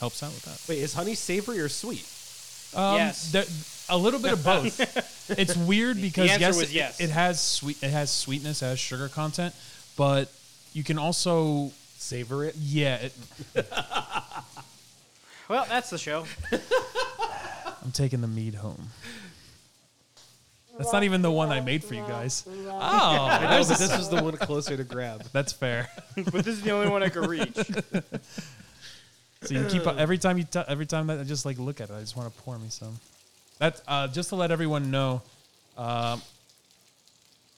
Speaker 4: helps out with that.
Speaker 3: Wait, is honey savory or sweet?
Speaker 4: Um,
Speaker 5: Yes.
Speaker 4: there- a little bit of *laughs* both. it's weird because
Speaker 5: answer
Speaker 4: yes,
Speaker 5: was
Speaker 4: it-
Speaker 5: yes.
Speaker 4: It, has sweet. It has sweetness. It has sugar content, but you can also
Speaker 3: Savor it?
Speaker 4: yeah. It,
Speaker 5: Well, that's the show. *laughs*
Speaker 4: I'm taking the mead home. That's not even the one I made for you guys. *laughs* Oh,
Speaker 3: I know, but this was the one closer to grab.
Speaker 4: that's fair.
Speaker 5: but this is the only one I
Speaker 4: *laughs*
Speaker 5: could reach.
Speaker 4: So you can keep every time you t- every time that I just like look at it, I just want to pour me some. That's uh, just to let everyone know. Uh,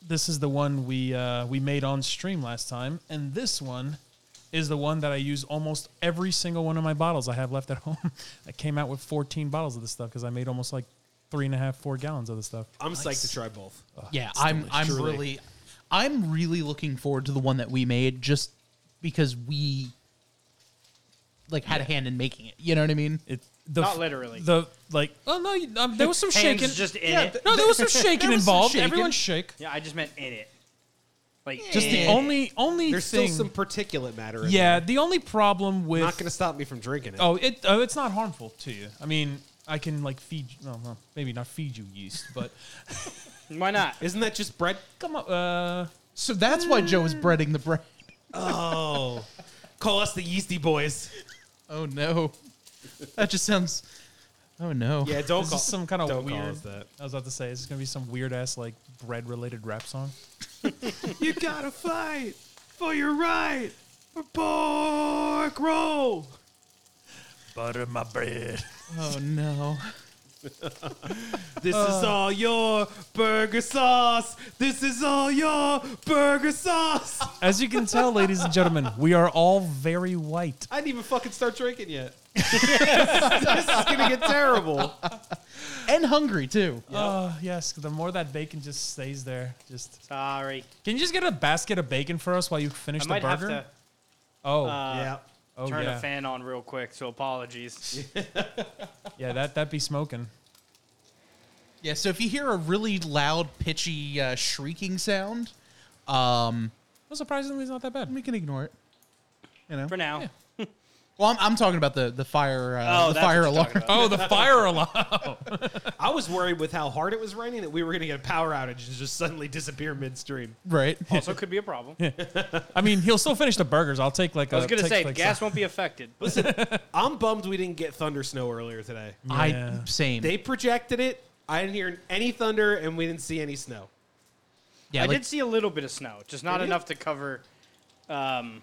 Speaker 4: this is the one we uh, we made on stream last time, and this one is the one that I use almost every single one of my bottles I have left at *laughs* home. I came out with 14 bottles of this stuff because I made almost like three and a half, four gallons of this stuff.
Speaker 3: I'm psyched to try both.
Speaker 1: yeah, I'm I'm
Speaker 3: truly.
Speaker 1: really I'm really looking forward to the one that we made just because we like had a hand in making it. You know what I mean?
Speaker 4: It the
Speaker 5: Not
Speaker 4: f-
Speaker 5: literally.
Speaker 4: the like oh no you- um, there was some
Speaker 5: Hands
Speaker 4: shaking
Speaker 5: just in it.
Speaker 4: no there was some shaking
Speaker 1: There was some
Speaker 4: involved
Speaker 1: shaking.
Speaker 4: everyone shake
Speaker 5: yeah, I just meant in it. Like
Speaker 4: just the
Speaker 5: in it.
Speaker 4: only only
Speaker 3: There's still
Speaker 4: thing
Speaker 3: some particulate matter in
Speaker 4: Yeah,
Speaker 3: there.
Speaker 4: the only problem with
Speaker 3: Not going to stop me from drinking it.
Speaker 4: oh it oh, it's not harmful to you. I mean, I can like feed no, no maybe not feed you yeast, *laughs* but
Speaker 5: Why not?
Speaker 3: Isn't that just bread?
Speaker 4: come on. Uh,
Speaker 1: So that's why Joe is breading the bread.
Speaker 3: Oh, *laughs* call us the Yeasty Boys.
Speaker 1: Oh no. That just sounds Oh no.
Speaker 3: Yeah, don't
Speaker 4: this
Speaker 3: call
Speaker 4: is some kind of
Speaker 3: don't
Speaker 4: weird.
Speaker 3: Call us that.
Speaker 4: I was about to say this is gonna be some weird ass like bread related rap song.
Speaker 3: You gotta fight for your right for pork roll.
Speaker 4: Butter my bread.
Speaker 1: Oh no.
Speaker 3: This is all your burger sauce. This is all your burger sauce.
Speaker 4: As you can tell, ladies and gentlemen, we are all very white.
Speaker 3: *laughs* I didn't even fucking start drinking *laughs* yet. this is gonna get terrible.
Speaker 1: And hungry too.
Speaker 4: Oh, yes. The more that bacon just stays there, just
Speaker 5: Sorry.
Speaker 4: can you just get a basket of bacon for us while you finish
Speaker 5: I
Speaker 4: the
Speaker 5: might have
Speaker 4: burger?
Speaker 5: to
Speaker 4: oh,
Speaker 5: uh,
Speaker 4: oh
Speaker 5: turn
Speaker 4: yeah,
Speaker 5: a fan on real quick, so apologies.
Speaker 4: *laughs* yeah. That that be smoking.
Speaker 1: Yeah, so if you hear a really loud, pitchy uh, shrieking sound, um,
Speaker 4: Well, surprisingly, it's not that bad.
Speaker 1: we can ignore it. You know.
Speaker 5: For now.
Speaker 4: Yeah.
Speaker 1: Well, I'm, I'm talking about the the fire uh,
Speaker 5: Oh,
Speaker 1: the
Speaker 5: that's
Speaker 1: fire
Speaker 5: what you're
Speaker 1: alarm.
Speaker 5: talking
Speaker 1: *laughs*
Speaker 5: about.
Speaker 4: Oh, the fire alarm.
Speaker 3: I was worried with how hard it was raining that we were gonna get a power outage and just suddenly disappear midstream.
Speaker 1: Right.
Speaker 5: Also could be a problem. I
Speaker 4: I mean, he'll still finish the burgers. I'll take like. I
Speaker 5: was gonna say the gas won't be affected.
Speaker 3: I'm bummed we didn't get thunder snow earlier today.
Speaker 1: I
Speaker 4: Yeah.
Speaker 1: same.
Speaker 3: They projected it. I didn't hear any thunder, and we didn't see any snow.
Speaker 1: yeah,
Speaker 5: I
Speaker 1: like-
Speaker 5: did see a little bit of snow, just not
Speaker 3: Did you?
Speaker 5: enough to cover um,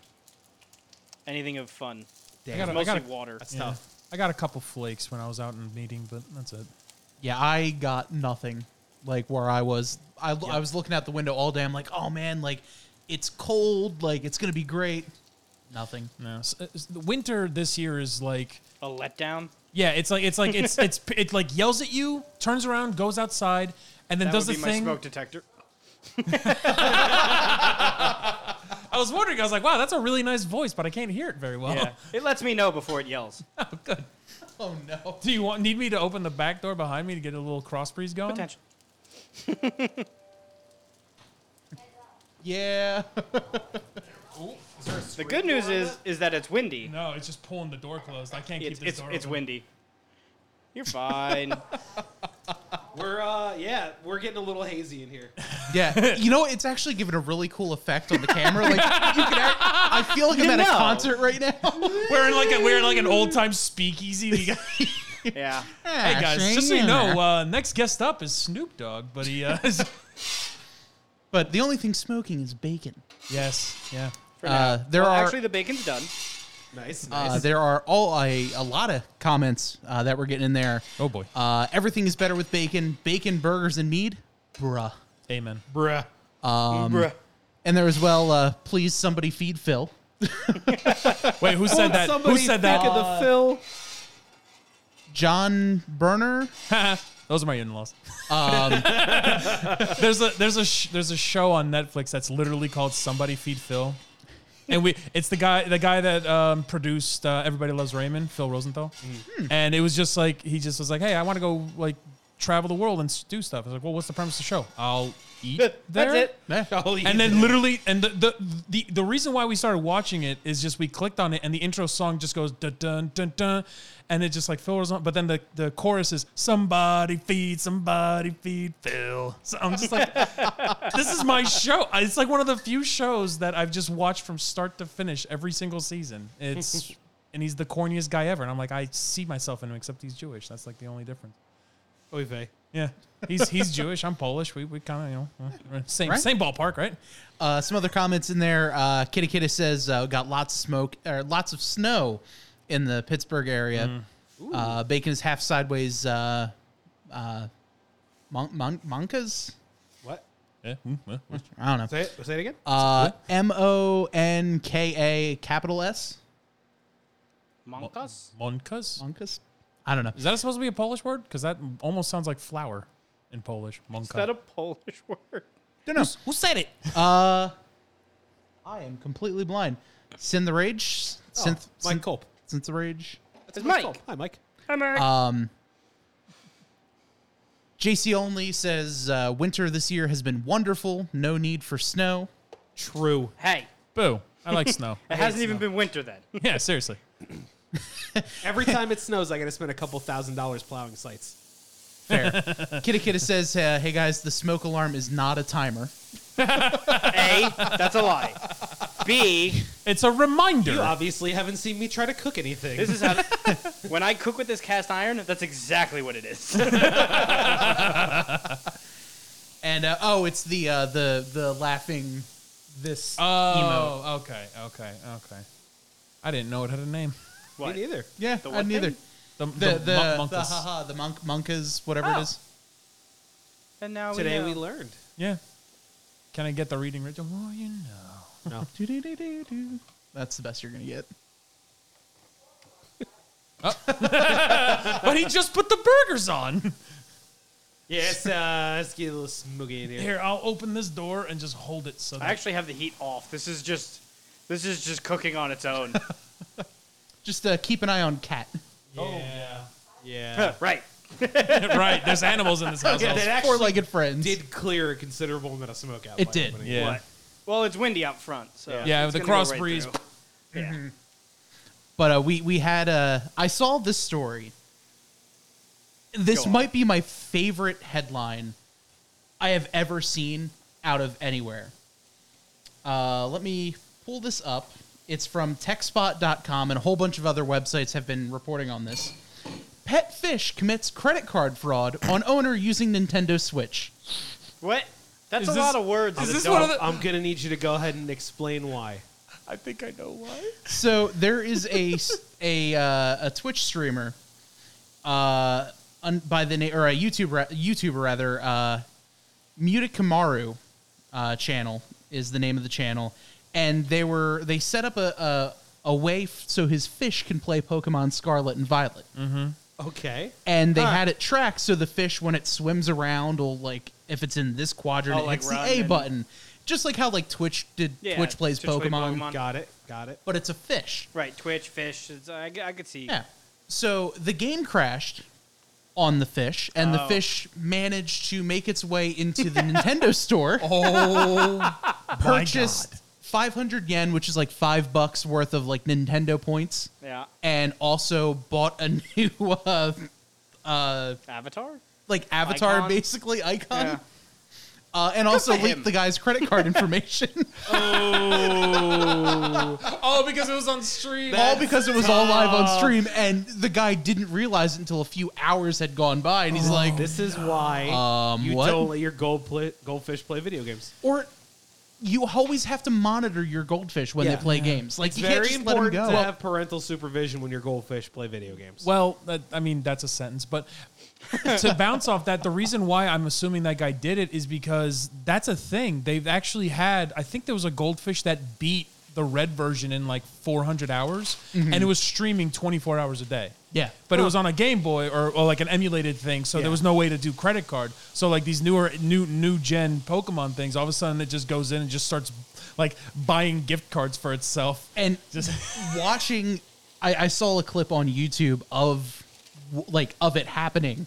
Speaker 5: anything of fun.
Speaker 4: I got, a, I,
Speaker 5: Mostly
Speaker 4: got a,
Speaker 5: water.
Speaker 3: That's
Speaker 4: yeah.
Speaker 3: tough.
Speaker 4: I got a couple flakes when I was out in a meeting, but that's it.
Speaker 1: Yeah, I got nothing. Like where I was, I, I was looking out the window all day. I'm like, oh man, like it's cold. Like it's gonna be great. Nothing. *laughs*
Speaker 4: No, s- uh, s- the winter this year is like.
Speaker 5: A letdown.
Speaker 4: Yeah, it's like it's like
Speaker 5: *laughs*
Speaker 4: it's it's it like yells at you, turns around, goes outside, and then
Speaker 5: That
Speaker 4: does
Speaker 5: would
Speaker 4: the
Speaker 5: be my
Speaker 4: thing.
Speaker 5: smoke detector.
Speaker 4: I was wondering, I was like, wow, that's a really nice voice, but I can't hear it very well.
Speaker 5: Yeah, *laughs* it lets me know before it yells.
Speaker 1: Oh no.
Speaker 4: *laughs* Do you want need me to open the back door behind me to get a little cross breeze going?
Speaker 5: Potential.
Speaker 1: Yeah.
Speaker 5: The good news is is that it's windy.
Speaker 4: No, it's just pulling the door closed. I can't keep
Speaker 5: it's
Speaker 4: this
Speaker 5: it's,
Speaker 4: door
Speaker 5: it's
Speaker 4: open.
Speaker 5: windy.
Speaker 4: *laughs*
Speaker 5: You're fine. *laughs*
Speaker 3: We're uh, yeah, we're getting a little hazy in here. *laughs*
Speaker 1: Yeah. *laughs* you know, it's actually given a really cool effect on the camera. Like you can. act- I feel like I'm
Speaker 4: *laughs*
Speaker 1: at a
Speaker 5: know.
Speaker 1: concert right now. *laughs*
Speaker 4: We're in like a we're in like an old time speakeasy. We got-
Speaker 5: yeah.
Speaker 4: *laughs* hey guys, just so you know, uh, next guest up is Snoop Dogg, but he uh, *laughs* is-
Speaker 1: But the only thing smoking is bacon.
Speaker 4: yes, yeah.
Speaker 5: For now.
Speaker 1: Uh, there
Speaker 5: Well,
Speaker 1: are-
Speaker 5: actually the bacon's done.
Speaker 3: Nice,
Speaker 1: Uh,
Speaker 3: nice.
Speaker 1: there are all a, a lot of comments uh, that we're getting in there.
Speaker 4: Oh, boy.
Speaker 1: Uh, everything is better with bacon. Bacon burgers and mead. Bruh.
Speaker 4: Amen.
Speaker 3: Bruh.
Speaker 5: Bruh.
Speaker 1: And there as well. Uh, please somebody feed Phil.
Speaker 4: Wait, who said that? Who
Speaker 3: Somebody
Speaker 4: said that?
Speaker 3: think of
Speaker 4: *laughs*
Speaker 5: Uh,
Speaker 3: the Phil?
Speaker 1: John
Speaker 4: *laughs*
Speaker 1: Burner.
Speaker 4: Those are my in-laws. *laughs* there's a there's a sh- there's a show on Netflix that's literally called Somebody Feed Phil, and we it's the guy the guy that um, produced uh, Everybody Loves Raymond, Phil Rosenthal,
Speaker 3: Hmm.
Speaker 4: and it was just like he just was like, hey, I want to go like travel the world and s- do stuff. I was like, well, what's the premise of the show? I'll eat there.
Speaker 5: That's it.
Speaker 1: Eh.
Speaker 4: And then literally, and the, the the the reason why we started watching it is just we clicked on it, and the intro song just goes dun dun dun dun, and it just like fills on. But then the the chorus is somebody feed somebody feed Phil. So I'm just like, *laughs* this is my show. It's like one of the few shows that I've just watched from start to finish every single season. It's and he's the corniest guy ever, and I'm like, I see myself in him, except he's Jewish. That's like the only difference.
Speaker 3: Oy vey.
Speaker 4: Yeah, he's he's Jewish. I'm Polish. We we kind of you know we're in the same
Speaker 1: Right.
Speaker 4: same ballpark, right?
Speaker 1: Uh, some other comments in there. Uh, Kitty Kitty says uh, got lots of smoke or lots of snow in the Pittsburgh area.
Speaker 4: Mm-hmm.
Speaker 1: Uh, bacon is half sideways. Uh, uh, mon- mon- monkas.
Speaker 3: What?
Speaker 4: Yeah.
Speaker 1: I don't know.
Speaker 3: Say it. Say it again.
Speaker 1: Uh, M O N K A capital S.
Speaker 5: Monkas?
Speaker 4: Monkas?
Speaker 1: Monkas? I don't know.
Speaker 4: Is that supposed to be a Polish word? Because that almost sounds like flower in Polish. Monka.
Speaker 5: Is that a Polish *laughs* word?
Speaker 1: Don't know.
Speaker 4: Who said it?
Speaker 1: Uh, I am completely blind. Sin the Rage.
Speaker 4: Oh,
Speaker 1: Synth,
Speaker 3: Mike
Speaker 1: synth,
Speaker 3: Culp.
Speaker 1: Synth the Rage.
Speaker 3: That's
Speaker 5: It's
Speaker 3: Mike.
Speaker 5: Mike.
Speaker 3: Culp. Hi,
Speaker 5: *laughs*
Speaker 3: Mike.
Speaker 5: Hi, Mike.
Speaker 1: Um, JC Only says uh, winter this year has been wonderful. No need for snow.
Speaker 3: True.
Speaker 5: hey,
Speaker 4: Boo. I like snow.
Speaker 5: it hasn't even been winter then.
Speaker 4: *laughs* yeah, seriously.
Speaker 3: Every time it snows, I got to spend a couple thousand dollars plowing sites.
Speaker 1: Fair. Kitty Kitty says, uh, hey guys, the smoke alarm is not a timer.
Speaker 5: A, that's a lie. B,
Speaker 4: It's a reminder.
Speaker 3: You obviously haven't seen me try to cook anything.
Speaker 5: this is how. *laughs* when I cook with this cast iron, that's exactly what
Speaker 3: *laughs*
Speaker 5: it is.
Speaker 1: And uh, oh, it's the uh, the the laughing this
Speaker 4: oh, okay, okay, okay. I didn't know it had a name.
Speaker 3: *laughs*
Speaker 5: What?
Speaker 3: Me neither.
Speaker 1: Yeah,
Speaker 5: The
Speaker 1: I
Speaker 5: what
Speaker 1: neither.
Speaker 5: thing?
Speaker 4: The,
Speaker 1: The the
Speaker 4: the,
Speaker 1: the,
Speaker 4: monk- monkus.
Speaker 1: haha, the monk monkas whatever
Speaker 5: Oh.
Speaker 1: it is.
Speaker 5: And now
Speaker 3: Today
Speaker 5: we,
Speaker 3: we
Speaker 5: know.
Speaker 3: learned.
Speaker 4: Yeah. Can I get the reading ritual? More you know.
Speaker 1: Do-do-do-do-do. That's the best you're gonna get.
Speaker 4: but he just put the burgers on.
Speaker 3: Yes, uh, let's get a little smoogie in
Speaker 4: Here, I'll open this door and just hold it so that
Speaker 5: I actually have the heat off. This is just this is just cooking on
Speaker 3: *laughs*
Speaker 5: its own.
Speaker 1: Just uh, keep an eye on cat.
Speaker 3: Oh, Yeah. Yeah.
Speaker 5: Huh, right.
Speaker 4: *laughs* right. There's animals in this house.
Speaker 3: Yeah, that actually
Speaker 1: Four-legged friends.
Speaker 3: did clear a considerable amount of smoke out.
Speaker 1: It
Speaker 3: by
Speaker 1: did,
Speaker 3: opening.
Speaker 4: yeah.
Speaker 5: What? Well, it's windy out front, so
Speaker 3: Yeah.
Speaker 4: Yeah,
Speaker 5: it's
Speaker 4: the
Speaker 5: gonna go
Speaker 4: cross
Speaker 5: right
Speaker 4: breeze.
Speaker 5: through. Yeah.
Speaker 1: But uh, we we had uh, I saw this story. This
Speaker 5: Go on.
Speaker 1: might be my favorite headline I have ever seen out of anywhere. Uh, let me pull this up. It's from techspot.com and a whole bunch of other websites have been reporting on this. Pet fish commits credit card fraud on owner using Nintendo Switch.
Speaker 5: What? That's
Speaker 4: Is
Speaker 5: a
Speaker 4: this-
Speaker 5: lot of words.
Speaker 4: is
Speaker 5: that
Speaker 4: this
Speaker 5: don't-
Speaker 4: one of the-
Speaker 3: I'm gonna need you to go ahead and explain why.
Speaker 4: I think I know why.
Speaker 1: So there is a s- a uh, a Twitch streamer, uh, un, by the name or a YouTuber YouTuber rather, uh, Mutikamaru, uh channel is the name of the channel, and they were they set up a a, a way f- so his fish can play Pokemon Scarlet and Violet,
Speaker 5: Mm.
Speaker 3: Okay.
Speaker 1: and they
Speaker 3: Huh.
Speaker 1: had it tracked so the fish when it swims around will like if it's in this quadrant
Speaker 5: Oh,
Speaker 1: it
Speaker 5: like
Speaker 1: hits
Speaker 5: run
Speaker 1: the A
Speaker 5: and-
Speaker 1: button, just like how like Twitch did
Speaker 5: Yeah,
Speaker 1: Twitch plays
Speaker 5: Twitch plays
Speaker 1: Pokemon,
Speaker 5: Pokemon.
Speaker 3: Got it. Got it.
Speaker 1: but it's a fish.
Speaker 5: Right, Twitch, fish. It's, I, I could see.
Speaker 1: Yeah. So the game crashed on the fish, and the
Speaker 5: Oh.
Speaker 1: fish managed to make its way into
Speaker 5: *laughs*
Speaker 1: the Nintendo store.
Speaker 4: Oh,
Speaker 1: purchased 500 yen, which is like five bucks worth of like Nintendo points,
Speaker 5: Yeah.
Speaker 1: and also bought a *laughs* new uh, uh,
Speaker 5: Avatar?
Speaker 1: like avatar,
Speaker 5: Icon?
Speaker 1: basically icon.
Speaker 5: Yeah.
Speaker 1: Uh, and also
Speaker 5: for
Speaker 1: leaked
Speaker 5: him.
Speaker 1: the guy's credit card
Speaker 3: *laughs*
Speaker 1: information,
Speaker 4: oh, because it was on stream.
Speaker 1: all because it was all live on stream, and the guy didn't realize it until a few hours had gone by, and he's like,
Speaker 3: This is why
Speaker 1: Um,
Speaker 3: you
Speaker 1: what?
Speaker 3: don't let your gold pla goldfish play video games.
Speaker 1: or you always have to monitor your goldfish when
Speaker 3: Yeah.
Speaker 1: they play games. Like
Speaker 3: It's
Speaker 1: you can't
Speaker 3: very
Speaker 1: just let them go.
Speaker 3: important to have parental supervision when your goldfish play video games.
Speaker 4: Well, that, I mean, that's a sentence, but to bounce off that, the reason why I'm assuming that guy did it is because that's a thing. They've actually had, I think there was a goldfish that beat the red version in like 400 hours, and it was streaming 24 hours a day.
Speaker 1: yeah,
Speaker 4: But it was on a Game Boy or, or like an emulated thing, so
Speaker 3: Yeah.
Speaker 4: there was no way to do credit card. So like these newer new new gen Pokemon things, all of a sudden it just goes in and just starts like buying gift cards for itself.
Speaker 1: and
Speaker 4: Just
Speaker 1: watching. I, I saw a clip on YouTube of w- like of it happening,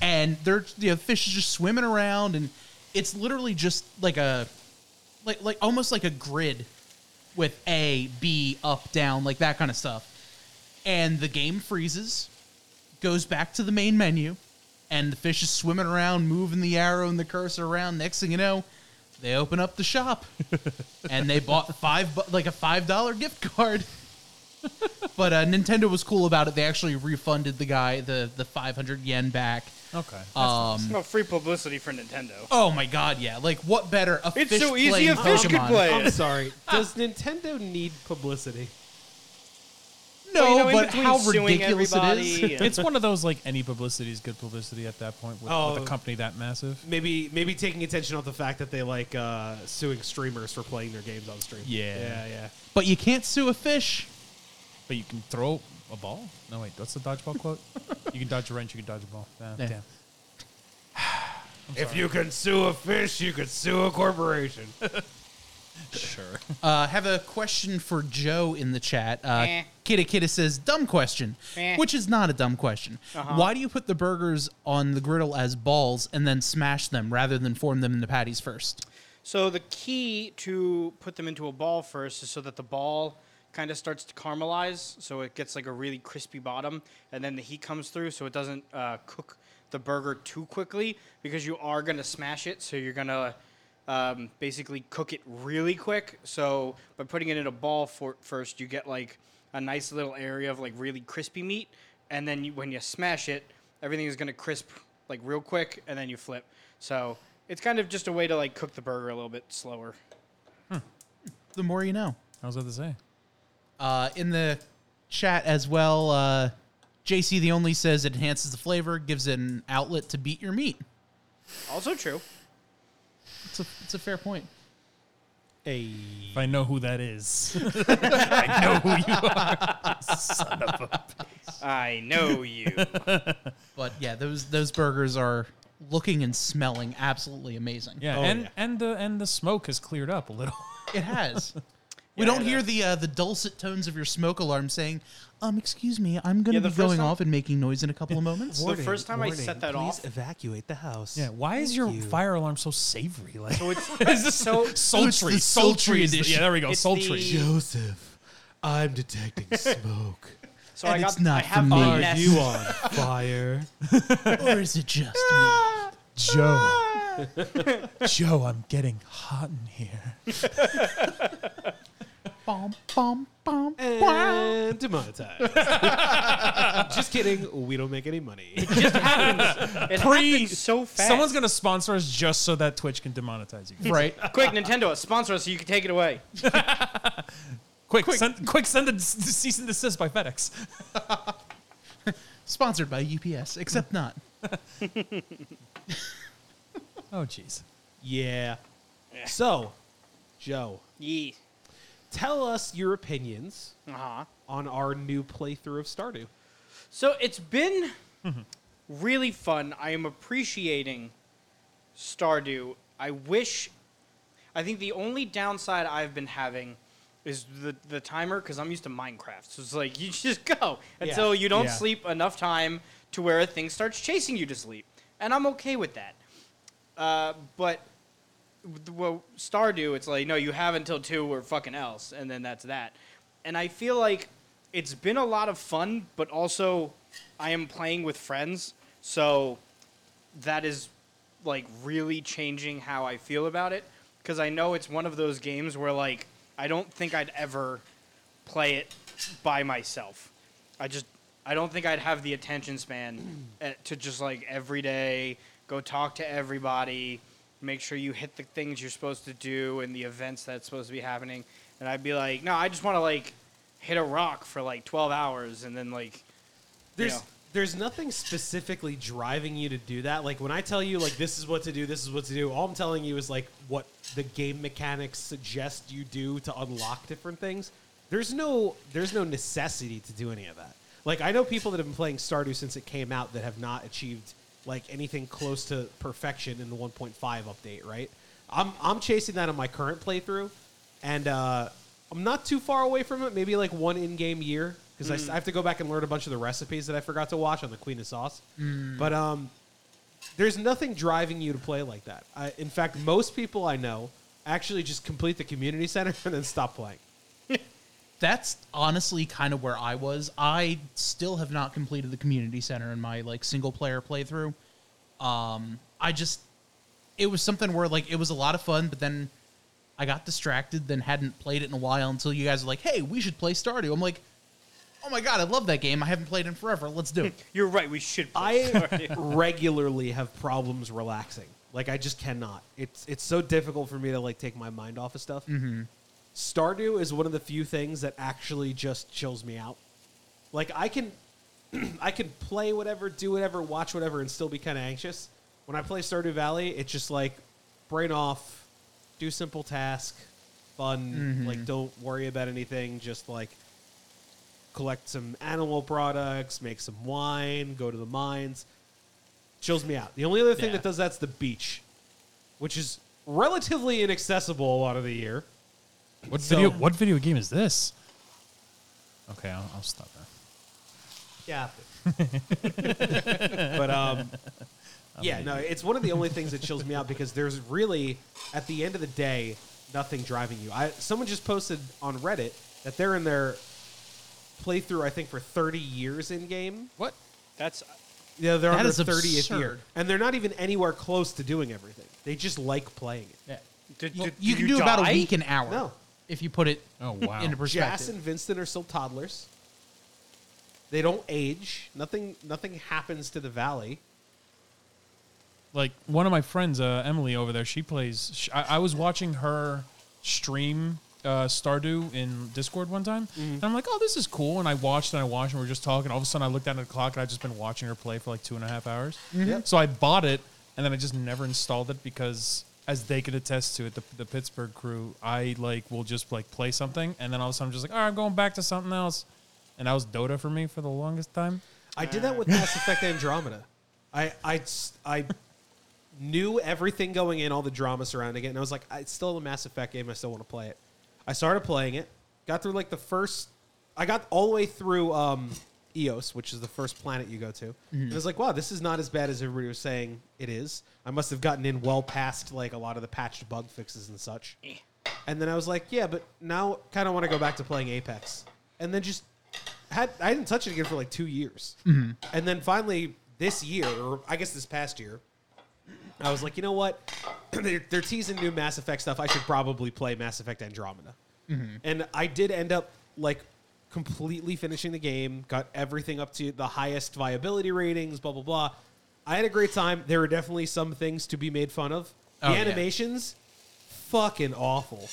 Speaker 1: and they're the fish is just swimming around, and it's literally just like a like like almost like a grid with A B up down like that kind of stuff, and the game freezes, goes back to the main menu, and the fish is swimming around, moving the arrow and the cursor around. Next thing you know, they open up the shop, and they bought five bu- like a five dollar gift card. *laughs* but uh, Nintendo was cool about it. They actually refunded the guy the the five hundred yen back.
Speaker 4: okay.
Speaker 1: Um,
Speaker 5: Well, free publicity for Nintendo.
Speaker 1: oh my god, yeah! Like what better? A
Speaker 5: It's
Speaker 1: fish
Speaker 5: so easy
Speaker 1: playing
Speaker 5: a fish could
Speaker 1: Pokemon.
Speaker 5: play.
Speaker 3: I'm *laughs* sorry. Does Nintendo need publicity?
Speaker 1: No,
Speaker 5: Well, you know, in
Speaker 1: but
Speaker 5: between
Speaker 1: how
Speaker 5: suing
Speaker 1: ridiculous it is.
Speaker 5: everybody and-
Speaker 4: it's one of those like any publicity is good publicity at that point with,
Speaker 3: Oh.
Speaker 4: with a company that massive.
Speaker 3: Maybe maybe taking attention off the fact that they like uh, suing streamers for playing their games on stream.
Speaker 4: Yeah.
Speaker 3: Yeah, yeah.
Speaker 1: *laughs* But you can't sue a fish.
Speaker 4: But you can throw a ball. No wait, what's the dodgeball quote? you can dodge a wrench. You can dodge a ball. Ah,
Speaker 1: Yeah.
Speaker 4: Damn.
Speaker 3: If you can sue a fish, you can sue a corporation.
Speaker 4: Sure.
Speaker 1: Uh, have a question for Joe in the chat. Uh,
Speaker 5: Eh.
Speaker 1: Kitty Kitty says, "Dumb question,"
Speaker 5: Eh.
Speaker 1: which is not a dumb question.
Speaker 5: Uh-huh.
Speaker 1: Why do you put the burgers on the griddle as balls and then smash them rather than form them into patties first?
Speaker 5: So the key to put them into a ball first is so that the ball kind of starts to caramelize, so it gets like a really crispy bottom, and then the heat comes through, so it doesn't uh, cook the burger too quickly because you are gonna smash it, so you're gonna um, basically cook it really quick. So by putting it in a ball for first, you get like a nice little area of like really crispy meat, and then you, when you smash it, everything is gonna crisp like real quick, and then you flip. So it's kind of just a way to like cook the burger a little bit slower.
Speaker 1: The more you know.
Speaker 4: How's that to say?
Speaker 1: Uh, in the chat as well. Uh, JC the only says it enhances the flavor, gives it an outlet to beat your meat.
Speaker 5: Also true.
Speaker 1: It's a it's a fair point.
Speaker 3: Hey.
Speaker 4: If I know who that is, I know who you are. Son of a.
Speaker 5: I
Speaker 3: *laughs*
Speaker 5: know you.
Speaker 1: But yeah, those those burgers are looking and smelling absolutely amazing.
Speaker 4: Yeah,
Speaker 3: Oh,
Speaker 4: and
Speaker 3: yeah.
Speaker 4: and the and the smoke has cleared up a little.
Speaker 1: It has. *laughs* We don't hear the uh, the dulcet tones of your smoke alarm saying, "Um, excuse me, I'm going
Speaker 5: Yeah,
Speaker 1: to
Speaker 5: the
Speaker 1: be
Speaker 5: first
Speaker 1: going
Speaker 5: time-
Speaker 1: off and making noise in a couple of moments."
Speaker 5: the first time I set that
Speaker 3: please
Speaker 5: off-
Speaker 3: evacuate the house.
Speaker 4: Yeah, why is your
Speaker 3: you.
Speaker 4: fire alarm so savory? Like
Speaker 5: So
Speaker 4: *laughs*
Speaker 5: it's so
Speaker 4: sultry,
Speaker 1: the sultry
Speaker 4: sultry is the-
Speaker 1: edition.
Speaker 4: Yeah, there we go,
Speaker 5: It's
Speaker 4: sultry.
Speaker 5: the-
Speaker 3: Joseph, I'm detecting
Speaker 5: *laughs*
Speaker 3: smoke.
Speaker 5: so
Speaker 1: and
Speaker 5: I got
Speaker 1: it's not
Speaker 5: I have
Speaker 1: for
Speaker 5: the
Speaker 1: me.
Speaker 3: Are
Speaker 5: nest.
Speaker 3: you on fire?
Speaker 1: or is it *laughs* just me?
Speaker 4: *laughs* Joe, Joe, I'm getting hot in here.
Speaker 1: Bom, bom, bom, bom.
Speaker 3: *laughs* And *laughs* demonetized. Just kidding. We don't make any money.
Speaker 5: It
Speaker 4: Pre-
Speaker 5: happens so fast.
Speaker 4: Someone's gonna sponsor us just so that Twitch can demonetize you.
Speaker 1: Right.
Speaker 5: quick Nintendo sponsor us so you can take it away.
Speaker 4: Quick, quick, send, quick, send the s- cease and desist by FedEx.
Speaker 1: Sponsored by UPS, except not.
Speaker 4: Oh, jeez.
Speaker 3: Yeah. So, Joe,
Speaker 5: Yeah.
Speaker 3: tell us your opinions
Speaker 5: Uh huh.
Speaker 3: on our new playthrough of Stardew.
Speaker 5: So it's been
Speaker 4: Mm-hmm.
Speaker 5: really fun. I am appreciating Stardew. I wish. I think the only downside I've been having is the the timer because I'm used to Minecraft. So it's like *laughs* you just go until you don't
Speaker 4: Yeah.
Speaker 5: sleep enough time to where a thing starts chasing you to sleep, and I'm okay with that. Uh, but with- well, Stardew, it's like no, you have until two or fucking else, and then that's that. And I feel like it's been a lot of fun, but also I am playing with friends, so that is like really changing how I feel about it. Because I know it's one of those games where like I don't think I'd ever play it by myself. I just I don't think I'd have the attention span eh, to just like every day go talk to everybody, make sure you hit the things you're supposed to do and the events that's supposed to be happening. And I'd be like, no, I just want to like hit a rock for like 12 hours and then like
Speaker 3: There's
Speaker 5: Yeah.
Speaker 3: there's nothing specifically driving you to do that. Like when I tell you like this is what to do, this is what to do, all I'm telling you is like what the game mechanics suggest you do to unlock different things. There's no there's no necessity to do any of that. Like I know people that have been playing Stardew since it came out that have not achieved like anything close to perfection in the 1.5 update, right? I'm I'm chasing that on my current playthrough and uh, I'm not too far away from it. Maybe like one in-game year because I, have to go back and learn a bunch of the recipes that I forgot to watch on the Queen of Sauce. But um, there's nothing driving you to play like that. I, in fact, most people I know actually just complete the community center *laughs* and then stop playing.
Speaker 1: That's honestly kind of where I was. I still have not completed the community center in my like single player playthrough. Um, I just it was something where like it was a lot of fun, but then I got distracted, then hadn't played it in a while until you guys were like, "Hey, we should play Stardew." I'm like, "Oh my god, I love that game! I haven't played it in forever. Let's do
Speaker 3: *laughs*
Speaker 1: it."
Speaker 5: you're right, we should play
Speaker 3: I
Speaker 5: Stardew.
Speaker 3: regularly have problems relaxing. Like I just cannot. It's it's so difficult for me to like take my mind off of stuff. Stardew is one of the few things that actually just chills me out. Like I can *clears throat* I can play whatever, do whatever, watch whatever and still be kind of anxious. When I play Stardew Valley, it's just like brain off, do simple task, fun, like don't worry about anything, just like collect some animal products, make some wine, go to the mines. Chills me out. The only other thing
Speaker 1: Yeah.
Speaker 3: that does that's the beach, which is relatively inaccessible a lot of the year.
Speaker 4: What
Speaker 3: So-
Speaker 4: video? What video game is this? Okay, I'll, I'll stop there.
Speaker 3: Yeah. but um yeah, no, it's one of the only things that chills me out because there's really at the end of the day nothing driving you. I someone just posted on Reddit that they're in their playthrough I think for 30 years in game.
Speaker 1: What?
Speaker 5: That's
Speaker 3: Yeah, they're
Speaker 1: That
Speaker 3: on
Speaker 1: is
Speaker 3: their 30th year
Speaker 1: absurd.
Speaker 3: and they're not even anywhere close to doing everything. They just like playing it.
Speaker 1: Yeah.
Speaker 5: did,
Speaker 1: You,
Speaker 5: did-
Speaker 1: you
Speaker 5: did
Speaker 1: can do about
Speaker 5: die?
Speaker 1: a week an hour
Speaker 3: No.
Speaker 1: if you put it
Speaker 4: Oh wow!
Speaker 1: into
Speaker 3: Jas
Speaker 1: perspective.
Speaker 3: and Vincent are still toddlers. They don't age. Nothing nothing happens to the valley.
Speaker 4: like one of my friends, uh, Emily over there, she plays. Sh I, I was watching her stream uh, Stardew in Discord one time, and I'm like, "Oh, this is cool." And I watched and I watched, and we are just talking. All of a sudden, I looked down at the clock, and I've just been watching her play for like two and a half hours. So I bought it, and then I just never installed it because, as they could attest to it, the, the Pittsburgh crew, I like will just like play something, and then all of a sudden, I'm just like, "All right, I'm going back to something else," and that was Dota for me for the longest time.
Speaker 3: I did that with Mass Effect Andromeda. I I s- I knew everything going in, all the drama surrounding it, and I was like, "I- it's still a Mass Effect game. I still want to play it. I started playing it, got through like the first. I got all the way through um, Eos, which is the first planet you go to. And I was like, wow, this is not as bad as everybody was saying it is. I must have gotten in well past like a lot of the patched bug fixes and such. And then I was like, yeah, but now kind of want to go back to playing Apex. And then just had I didn't touch it again for like two years.
Speaker 1: Mm-hmm.
Speaker 3: And then finally this year, or I guess this past year, I was like, you know what? *clears throat* they're, they're teasing new Mass Effect stuff. I should probably play Mass Effect Andromeda.
Speaker 1: Mm-hmm.
Speaker 3: And I did end up like completely finishing the game, got everything up to the highest viability ratings, blah, blah, blah. I had a great time. There were definitely some things to be made fun of. The
Speaker 1: Oh, yeah.
Speaker 3: animations, fucking *laughs* awful.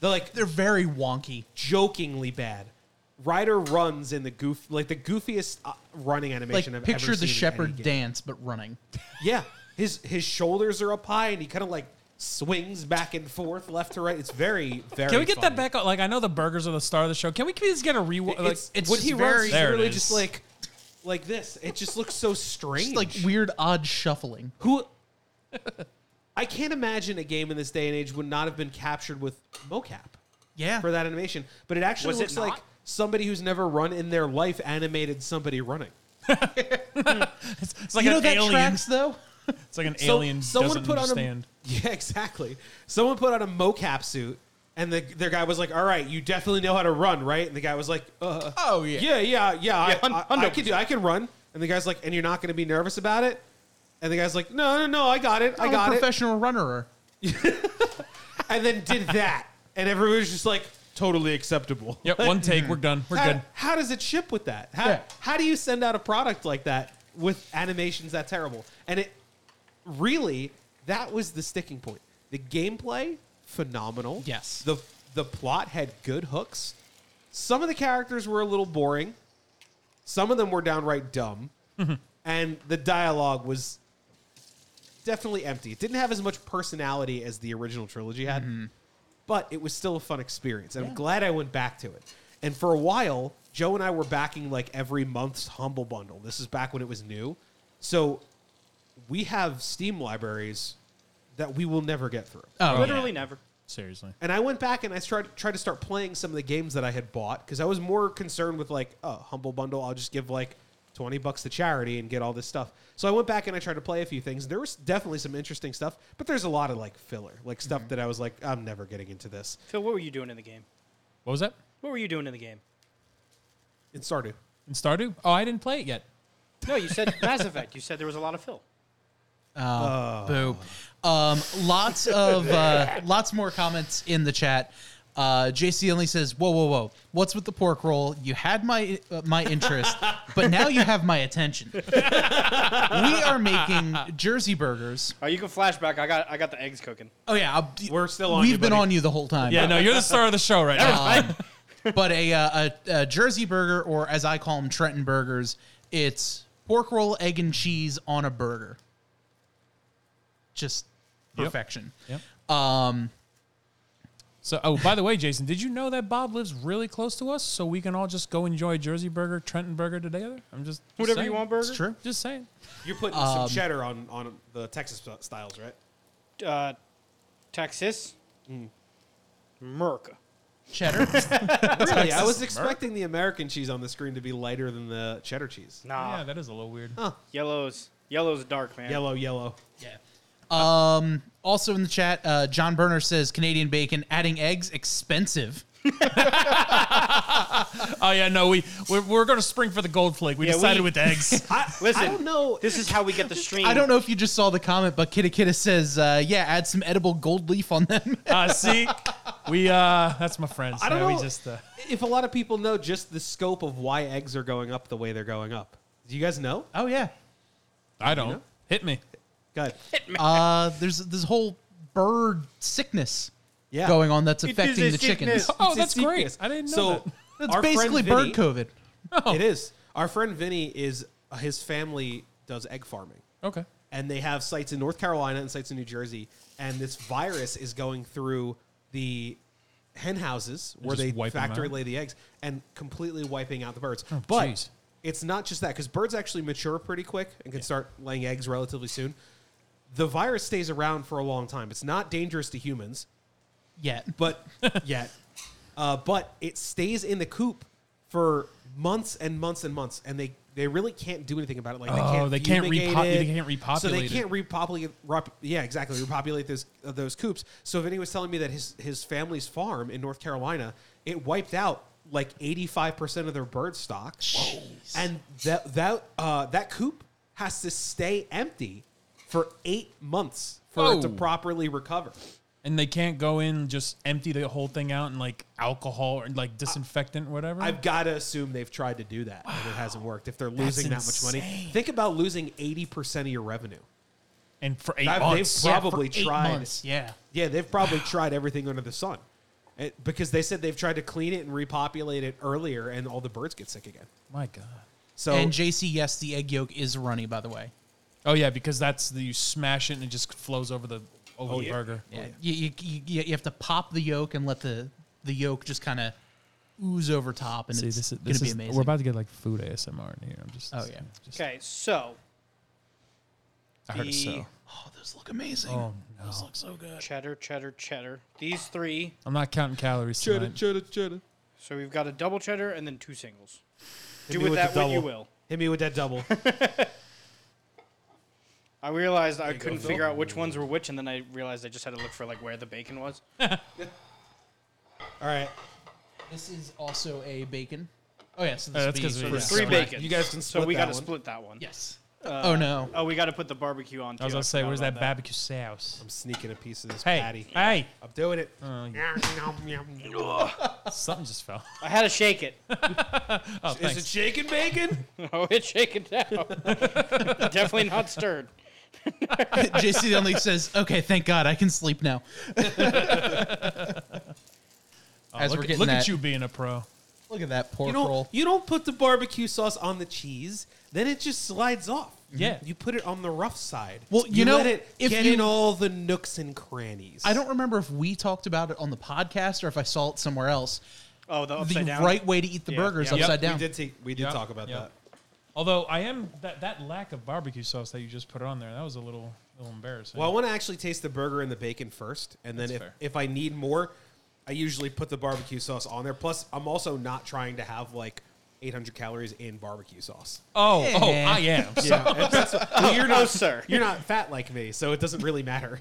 Speaker 3: They're like
Speaker 1: They're very wonky.
Speaker 3: jokingly bad. Ryder runs in the goof like the goofiest uh, running
Speaker 1: Like
Speaker 3: animation I've ever seen.
Speaker 1: picture the
Speaker 3: in any
Speaker 1: shepherd
Speaker 3: game.
Speaker 1: dance but running.
Speaker 3: Yeah, his his shoulders are up high and he kind of like swings back and forth left to right. It's very very.
Speaker 4: Can we get
Speaker 3: funny.
Speaker 4: that back? on- Like, I know the burgers are the star of the show. Can we please get a rewatch? Like,
Speaker 3: It's,
Speaker 1: it's
Speaker 3: when
Speaker 1: just
Speaker 3: he
Speaker 1: very-
Speaker 3: runs, he's
Speaker 4: There it
Speaker 3: really
Speaker 4: is.
Speaker 3: just like like this. It just looks so strange.
Speaker 1: It's like weird odd shuffling.
Speaker 3: who. *laughs* I can't imagine a game in this day and age would not have been captured with mocap.
Speaker 1: Yeah.
Speaker 3: for that animation. But it actually
Speaker 5: Was it
Speaker 3: looks
Speaker 5: not?
Speaker 3: like somebody who's never run in their life animated somebody running.
Speaker 4: it's like
Speaker 1: you know
Speaker 4: an
Speaker 1: that
Speaker 4: alien.
Speaker 1: tracks though?
Speaker 4: It's like an
Speaker 3: So-
Speaker 4: alien doesn't understand.
Speaker 3: on a *laughs* yeah, exactly. Someone put on a mocap suit, and the their guy was like, "All right, you definitely know how to run, right?" And the guy was like, uh,
Speaker 1: Oh, yeah.
Speaker 3: yeah, yeah, yeah. I-
Speaker 5: Yeah, hun-
Speaker 3: I, I,
Speaker 5: hundo
Speaker 3: can do. I can run." And the guy's like, "And you're not going to be nervous about it?" And the guy's like, "No, no, no, I got it,
Speaker 5: Oh,
Speaker 3: I
Speaker 1: I'm
Speaker 3: got
Speaker 1: a
Speaker 3: it."
Speaker 1: professional runner.
Speaker 3: And then did that, and everyone was just like, "Totally acceptable."
Speaker 4: Yep, one take, we're done. We're
Speaker 3: how,
Speaker 4: good.
Speaker 3: how does it ship with that? How,
Speaker 1: Yeah.
Speaker 3: how do you send out a product like that with animations that terrible? And it really that was the sticking point. The gameplay phenomenal.
Speaker 1: Yes.
Speaker 3: The the plot had good hooks. Some of the characters were a little boring. Some of them were downright dumb. and the dialogue was definitely empty. It didn't have as much personality as the original trilogy had, but it was still a fun experience. And I'm glad I went back to it. And for a while, Joe and I were backing like every month's Humble Bundle. This is back when it was new. So we have Steam libraries that we will never get through.
Speaker 1: Oh,
Speaker 5: Literally
Speaker 1: yeah.
Speaker 5: never.
Speaker 4: Seriously.
Speaker 3: And I went back and I tried tried to start playing some of the games that I had bought because I was more concerned with like, oh, humble bundle. I'll just give like twenty bucks to charity and get all this stuff. So I went back and I tried to play a few things. There was definitely some interesting stuff, but there's a lot of like filler, like stuff that I was like, I'm never getting into this.
Speaker 5: Phil, what were you doing in the game?
Speaker 4: What was that?
Speaker 5: What were you doing in the game?
Speaker 3: It started.
Speaker 4: In Stardew? Oh, I didn't play it yet.
Speaker 5: No, you said *laughs* Mass Effect. You said there was a lot of Phil.
Speaker 1: Boo. Um, lots of
Speaker 3: *laughs*
Speaker 1: uh, lots more comments in the chat. Uh, JC only says, "Whoa, whoa, whoa! What's with the pork roll? You had my uh, my interest, but now you have my attention. we are making Jersey burgers.
Speaker 5: Oh, you can flashback. I got I got the eggs cooking.
Speaker 1: Oh yeah, I'll,
Speaker 3: We're still on
Speaker 1: We've
Speaker 3: you,
Speaker 1: been
Speaker 3: buddy.
Speaker 1: on you the whole time.
Speaker 4: Yeah, no, you're the star of the show right now.
Speaker 1: but a, uh, a, a Jersey burger, or as I call them, Trenton burgers, it's pork roll, egg, and cheese on a burger. Just
Speaker 4: Yep.
Speaker 1: perfection.
Speaker 4: Yep.
Speaker 1: Um,
Speaker 4: So, oh, by the way, Jason, did you know that Bob lives really close to us? So we can all just go enjoy Jersey Burger, Trenton Burger together. I'm just just
Speaker 5: Whatever
Speaker 4: saying.
Speaker 5: you want, burger.
Speaker 1: it's true.
Speaker 4: Just saying.
Speaker 3: You're putting some cheddar on on the Texas st- styles, right?
Speaker 5: Uh, Texas. Merca.
Speaker 1: Cheddar. *laughs*
Speaker 3: Really, I was expecting the American cheese on the screen to be lighter than the cheddar cheese.
Speaker 5: Nah.
Speaker 4: yeah, that is a little weird.
Speaker 5: Yellow's yellow's dark, man.
Speaker 3: Yellow, yellow.
Speaker 1: yeah. Um, also in the chat, uh, John Berner says Canadian bacon adding eggs expensive.
Speaker 4: Oh yeah, no, we we're, we're gonna spring for the gold flake. We
Speaker 5: Yeah,
Speaker 4: decided
Speaker 5: we-
Speaker 4: with the eggs.
Speaker 3: I,
Speaker 5: Listen,
Speaker 3: I don't know.
Speaker 5: This is how we get the stream.
Speaker 1: I don't know if you just saw the comment, but Kitty Kitty says, uh, "Yeah, add some edible gold leaf on them." *laughs*
Speaker 4: *laughs* uh, see, we uh, that's my friends.
Speaker 3: I don't
Speaker 4: Yeah,
Speaker 3: know
Speaker 4: We just uh,
Speaker 3: if a lot of people know just the scope of why eggs are going up the way they're going up. Do you guys know?
Speaker 1: oh yeah.
Speaker 4: I don't hit me.
Speaker 3: Good.
Speaker 1: Uh, there's this whole bird sickness
Speaker 3: Yeah.
Speaker 1: going on that's
Speaker 5: It is
Speaker 1: affecting
Speaker 5: a
Speaker 1: the chickens.
Speaker 5: sickness.
Speaker 4: Oh,
Speaker 3: It's a
Speaker 4: that's great.
Speaker 3: sickness.
Speaker 4: I didn't know
Speaker 3: so
Speaker 4: that.
Speaker 1: *laughs*
Speaker 4: Oh.
Speaker 1: That's
Speaker 3: our friend
Speaker 1: basically
Speaker 3: Vinny-
Speaker 1: bird COVID.
Speaker 3: It is. Our friend Vinny is his family does egg farming.
Speaker 4: Okay.
Speaker 3: and they have sites in North Carolina and sites in New Jersey. And this virus is going through the hen houses where
Speaker 4: just
Speaker 3: they
Speaker 4: wiping them
Speaker 3: factory
Speaker 4: out? Oh,
Speaker 3: lay the eggs and completely wiping out the birds. but
Speaker 4: jeez.
Speaker 3: it's not just that because birds actually mature pretty quick and can start laying eggs relatively soon. The virus stays around for a long time. It's not dangerous to humans,
Speaker 1: Yet.
Speaker 3: but *laughs* yet, uh, but it stays in the coop for months and months and months, and they they really can't do anything about it. Like they
Speaker 4: Oh,
Speaker 3: can't
Speaker 4: they can't
Speaker 3: fumigate
Speaker 4: repo-
Speaker 3: it,
Speaker 4: they can't repopulate
Speaker 3: So they
Speaker 4: it.
Speaker 3: can't repopulate. Rop, yeah, exactly. Repopulate those uh, those coops. So Vinny was telling me that his his family's farm in North Carolina it wiped out like eighty five percent of their bird stock, and that that uh, that coop has to stay empty for eight months for it to
Speaker 4: Whoa.
Speaker 3: properly recover.
Speaker 4: And they can't go in just empty the whole thing out and like alcohol or like disinfectant whatever.
Speaker 3: I've got to assume they've tried to do that and it hasn't worked. If they're losing that much money,
Speaker 4: insane.
Speaker 3: think about losing eighty percent of your revenue.
Speaker 4: and for eight
Speaker 3: I've- they've
Speaker 4: months.
Speaker 3: Yeah, for probably eight tried- months,
Speaker 1: Months. Yeah.
Speaker 3: Yeah, they've probably tried everything under the sun, It- because they said they've tried to clean it and repopulate it earlier, and all the birds get sick again.
Speaker 4: My God.
Speaker 3: So
Speaker 1: and
Speaker 3: *laughs*
Speaker 1: JC, yes, the egg yolk is runny, by the way.
Speaker 4: Oh yeah, because that's the you smash it and it just flows over the over
Speaker 3: Oh,
Speaker 4: the
Speaker 3: yeah.
Speaker 4: burger.
Speaker 1: Yeah. You, you, you, you have to pop the yolk and let the, the yolk just kind of ooze over top, and
Speaker 4: See,
Speaker 1: it's
Speaker 4: this is
Speaker 1: going
Speaker 4: this
Speaker 1: to be
Speaker 4: is
Speaker 1: amazing.
Speaker 4: we're about to get like food ASMR in here. I'm just
Speaker 1: Oh, yeah.
Speaker 4: just-
Speaker 5: Okay, so
Speaker 4: I heard a
Speaker 5: the-
Speaker 4: so.
Speaker 1: oh, those look amazing.
Speaker 4: Oh no,
Speaker 1: Those look so good.
Speaker 5: cheddar, cheddar, cheddar. These three.
Speaker 4: I'm not counting calories tonight.
Speaker 3: cheddar, cheddar.
Speaker 5: So we've got a double cheddar and then two singles. Do
Speaker 3: me
Speaker 5: with
Speaker 3: with
Speaker 5: that
Speaker 3: the
Speaker 5: what you
Speaker 3: double.
Speaker 5: will.
Speaker 3: Hit me with that double. *laughs*
Speaker 5: I realized I couldn't figure out which ones were which, and then I realized I just had to look for like where the bacon was.
Speaker 3: all right,
Speaker 1: This is also a bacon. Oh, yeah. So this
Speaker 4: Oh,
Speaker 1: would
Speaker 4: that's
Speaker 1: be
Speaker 4: 'cause we-
Speaker 1: for
Speaker 4: yeah.
Speaker 1: the
Speaker 5: Three
Speaker 1: summer.
Speaker 5: bacon.
Speaker 3: you guys can
Speaker 5: So
Speaker 3: split
Speaker 5: we
Speaker 3: that
Speaker 5: gotta
Speaker 3: one.
Speaker 5: split that one.
Speaker 1: Yes. oh, no. *laughs*
Speaker 5: Oh, we got to put the barbecue on.
Speaker 4: I was
Speaker 5: too.
Speaker 4: gonna say,
Speaker 5: forgot
Speaker 4: where's
Speaker 5: about
Speaker 4: that barbecue sauce?
Speaker 3: I'm sneaking a piece of this
Speaker 4: Hey,
Speaker 3: patty.
Speaker 4: hey,
Speaker 3: I'm doing it.
Speaker 4: Oh, something just fell.
Speaker 5: I had to shake it.
Speaker 4: Oh,
Speaker 3: Is
Speaker 4: thanks.
Speaker 3: it shaking bacon?
Speaker 5: *laughs* oh, it's shaken down. *laughs* Definitely not stirred.
Speaker 1: JC only says, okay, thank God, I can sleep
Speaker 4: *laughs*
Speaker 1: now.
Speaker 4: Oh,
Speaker 1: As
Speaker 4: look
Speaker 1: we're
Speaker 4: at-
Speaker 1: getting
Speaker 4: look at
Speaker 1: that-
Speaker 4: you being a pro.
Speaker 1: Look at that pork
Speaker 3: You don't,
Speaker 1: roll.
Speaker 3: you don't put the barbecue sauce on the cheese, then it just slides off.
Speaker 4: Yeah.
Speaker 3: You put it on the rough side.
Speaker 1: Well, you know,
Speaker 3: let it
Speaker 1: if
Speaker 3: get
Speaker 1: you-
Speaker 3: in all the nooks and crannies.
Speaker 1: I don't remember if we talked about it on the podcast or if I saw it somewhere else.
Speaker 5: Oh, the
Speaker 1: The
Speaker 5: upside down.
Speaker 1: right way to eat the
Speaker 5: Yeah,
Speaker 1: burger is
Speaker 5: yeah.
Speaker 1: upside
Speaker 3: We
Speaker 1: down.
Speaker 3: did, take, we did
Speaker 4: Yeah,
Speaker 3: talk about
Speaker 4: yeah.
Speaker 3: that.
Speaker 4: Although I am that that lack of barbecue sauce that you just put on there, that was a little little embarrassing.
Speaker 3: Well, I want to actually taste the burger and the bacon first, and then
Speaker 4: That's
Speaker 3: if,
Speaker 4: fair.
Speaker 3: if I need more, I usually put the barbecue sauce on there. Plus, I'm also not trying to have like 800 calories in barbecue sauce.
Speaker 4: oh, oh,
Speaker 1: Yeah.
Speaker 4: *laughs* I am. So
Speaker 3: Yeah, and that's what- well, you're
Speaker 5: No,
Speaker 3: not
Speaker 5: sir.
Speaker 3: *laughs* You're not fat like me, so it doesn't really matter.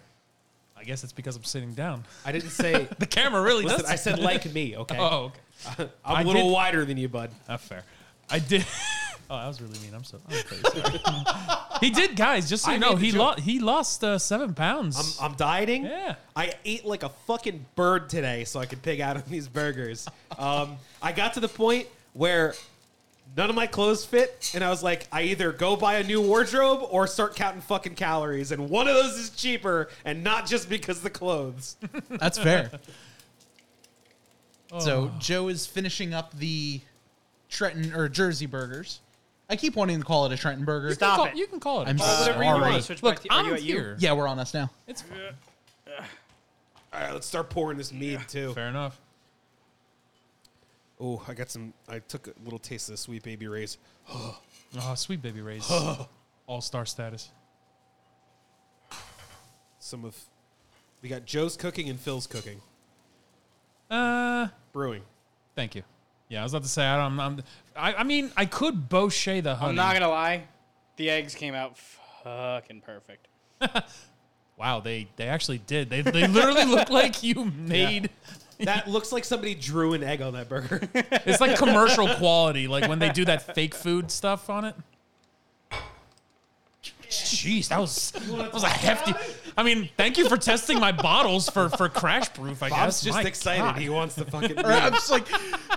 Speaker 4: I guess it's because I'm sitting down.
Speaker 3: I didn't say.
Speaker 4: The camera really
Speaker 3: Listen,
Speaker 4: does.
Speaker 3: I
Speaker 4: *laughs*
Speaker 3: said like me. Okay,
Speaker 4: Oh, okay.
Speaker 3: I'm
Speaker 4: I
Speaker 3: a little
Speaker 4: did-
Speaker 3: wider than you, bud.
Speaker 4: Not Ah, fair. I did. *laughs* oh, that was really mean. I'm so. I'm crazy. he did, guys. Just so
Speaker 3: I
Speaker 4: you know,
Speaker 3: made the
Speaker 4: he
Speaker 3: joke.
Speaker 4: lost. He lost uh, seven
Speaker 3: I'm,
Speaker 4: pounds.
Speaker 3: I'm dieting.
Speaker 4: Yeah.
Speaker 3: I ate like a fucking bird today so I could pig out on these
Speaker 4: *laughs*
Speaker 3: burgers. Um, I got to the point where none of my clothes fit, and I was like, I either go buy a new wardrobe or start counting fucking calories, and one of those is cheaper, and not just because the
Speaker 4: *laughs*
Speaker 3: clothes.
Speaker 1: That's fair. So
Speaker 4: Oh.
Speaker 1: Joe is finishing up the Trenton or Jersey burgers. I keep wanting to call it a Trenton burger.
Speaker 4: You can
Speaker 5: Stop
Speaker 4: call-
Speaker 5: it.
Speaker 4: You can call it. a
Speaker 1: I'm
Speaker 4: burger.
Speaker 1: Whatever you want. sorry.
Speaker 5: Switch back
Speaker 4: Look,
Speaker 5: to- are
Speaker 4: I'm
Speaker 5: you at you?
Speaker 4: here.
Speaker 1: Yeah, we're on us now.
Speaker 4: It's fine.
Speaker 3: All right, let's start pouring this mead too.
Speaker 4: fair enough.
Speaker 3: Oh, I got some. I took a little taste of the sweet baby rays.
Speaker 4: Oh, sweet baby Ray's all star status.
Speaker 3: Some of we got Joe's cooking and Phil's cooking,
Speaker 4: Uh, *laughs*
Speaker 3: brewing.
Speaker 4: thank you. Yeah, I was about to say I don't. I'm, I, I mean, I could Bochet the honey.
Speaker 5: I'm not gonna lie, the eggs came out fucking perfect.
Speaker 4: wow, they they actually did. They they
Speaker 3: *laughs*
Speaker 4: literally look like you made.
Speaker 3: That looks like somebody drew an egg on that burger. *laughs*
Speaker 4: It's like commercial quality, like when they do that fake food stuff on it. Jeez, that was that was a hefty. I mean, thank you for testing my bottles for for crash proof. I
Speaker 3: Bob's
Speaker 4: guess
Speaker 3: just
Speaker 4: My
Speaker 3: excited.
Speaker 4: God.
Speaker 3: He wants the
Speaker 5: *laughs*
Speaker 3: fucking.
Speaker 1: Or I'm just like,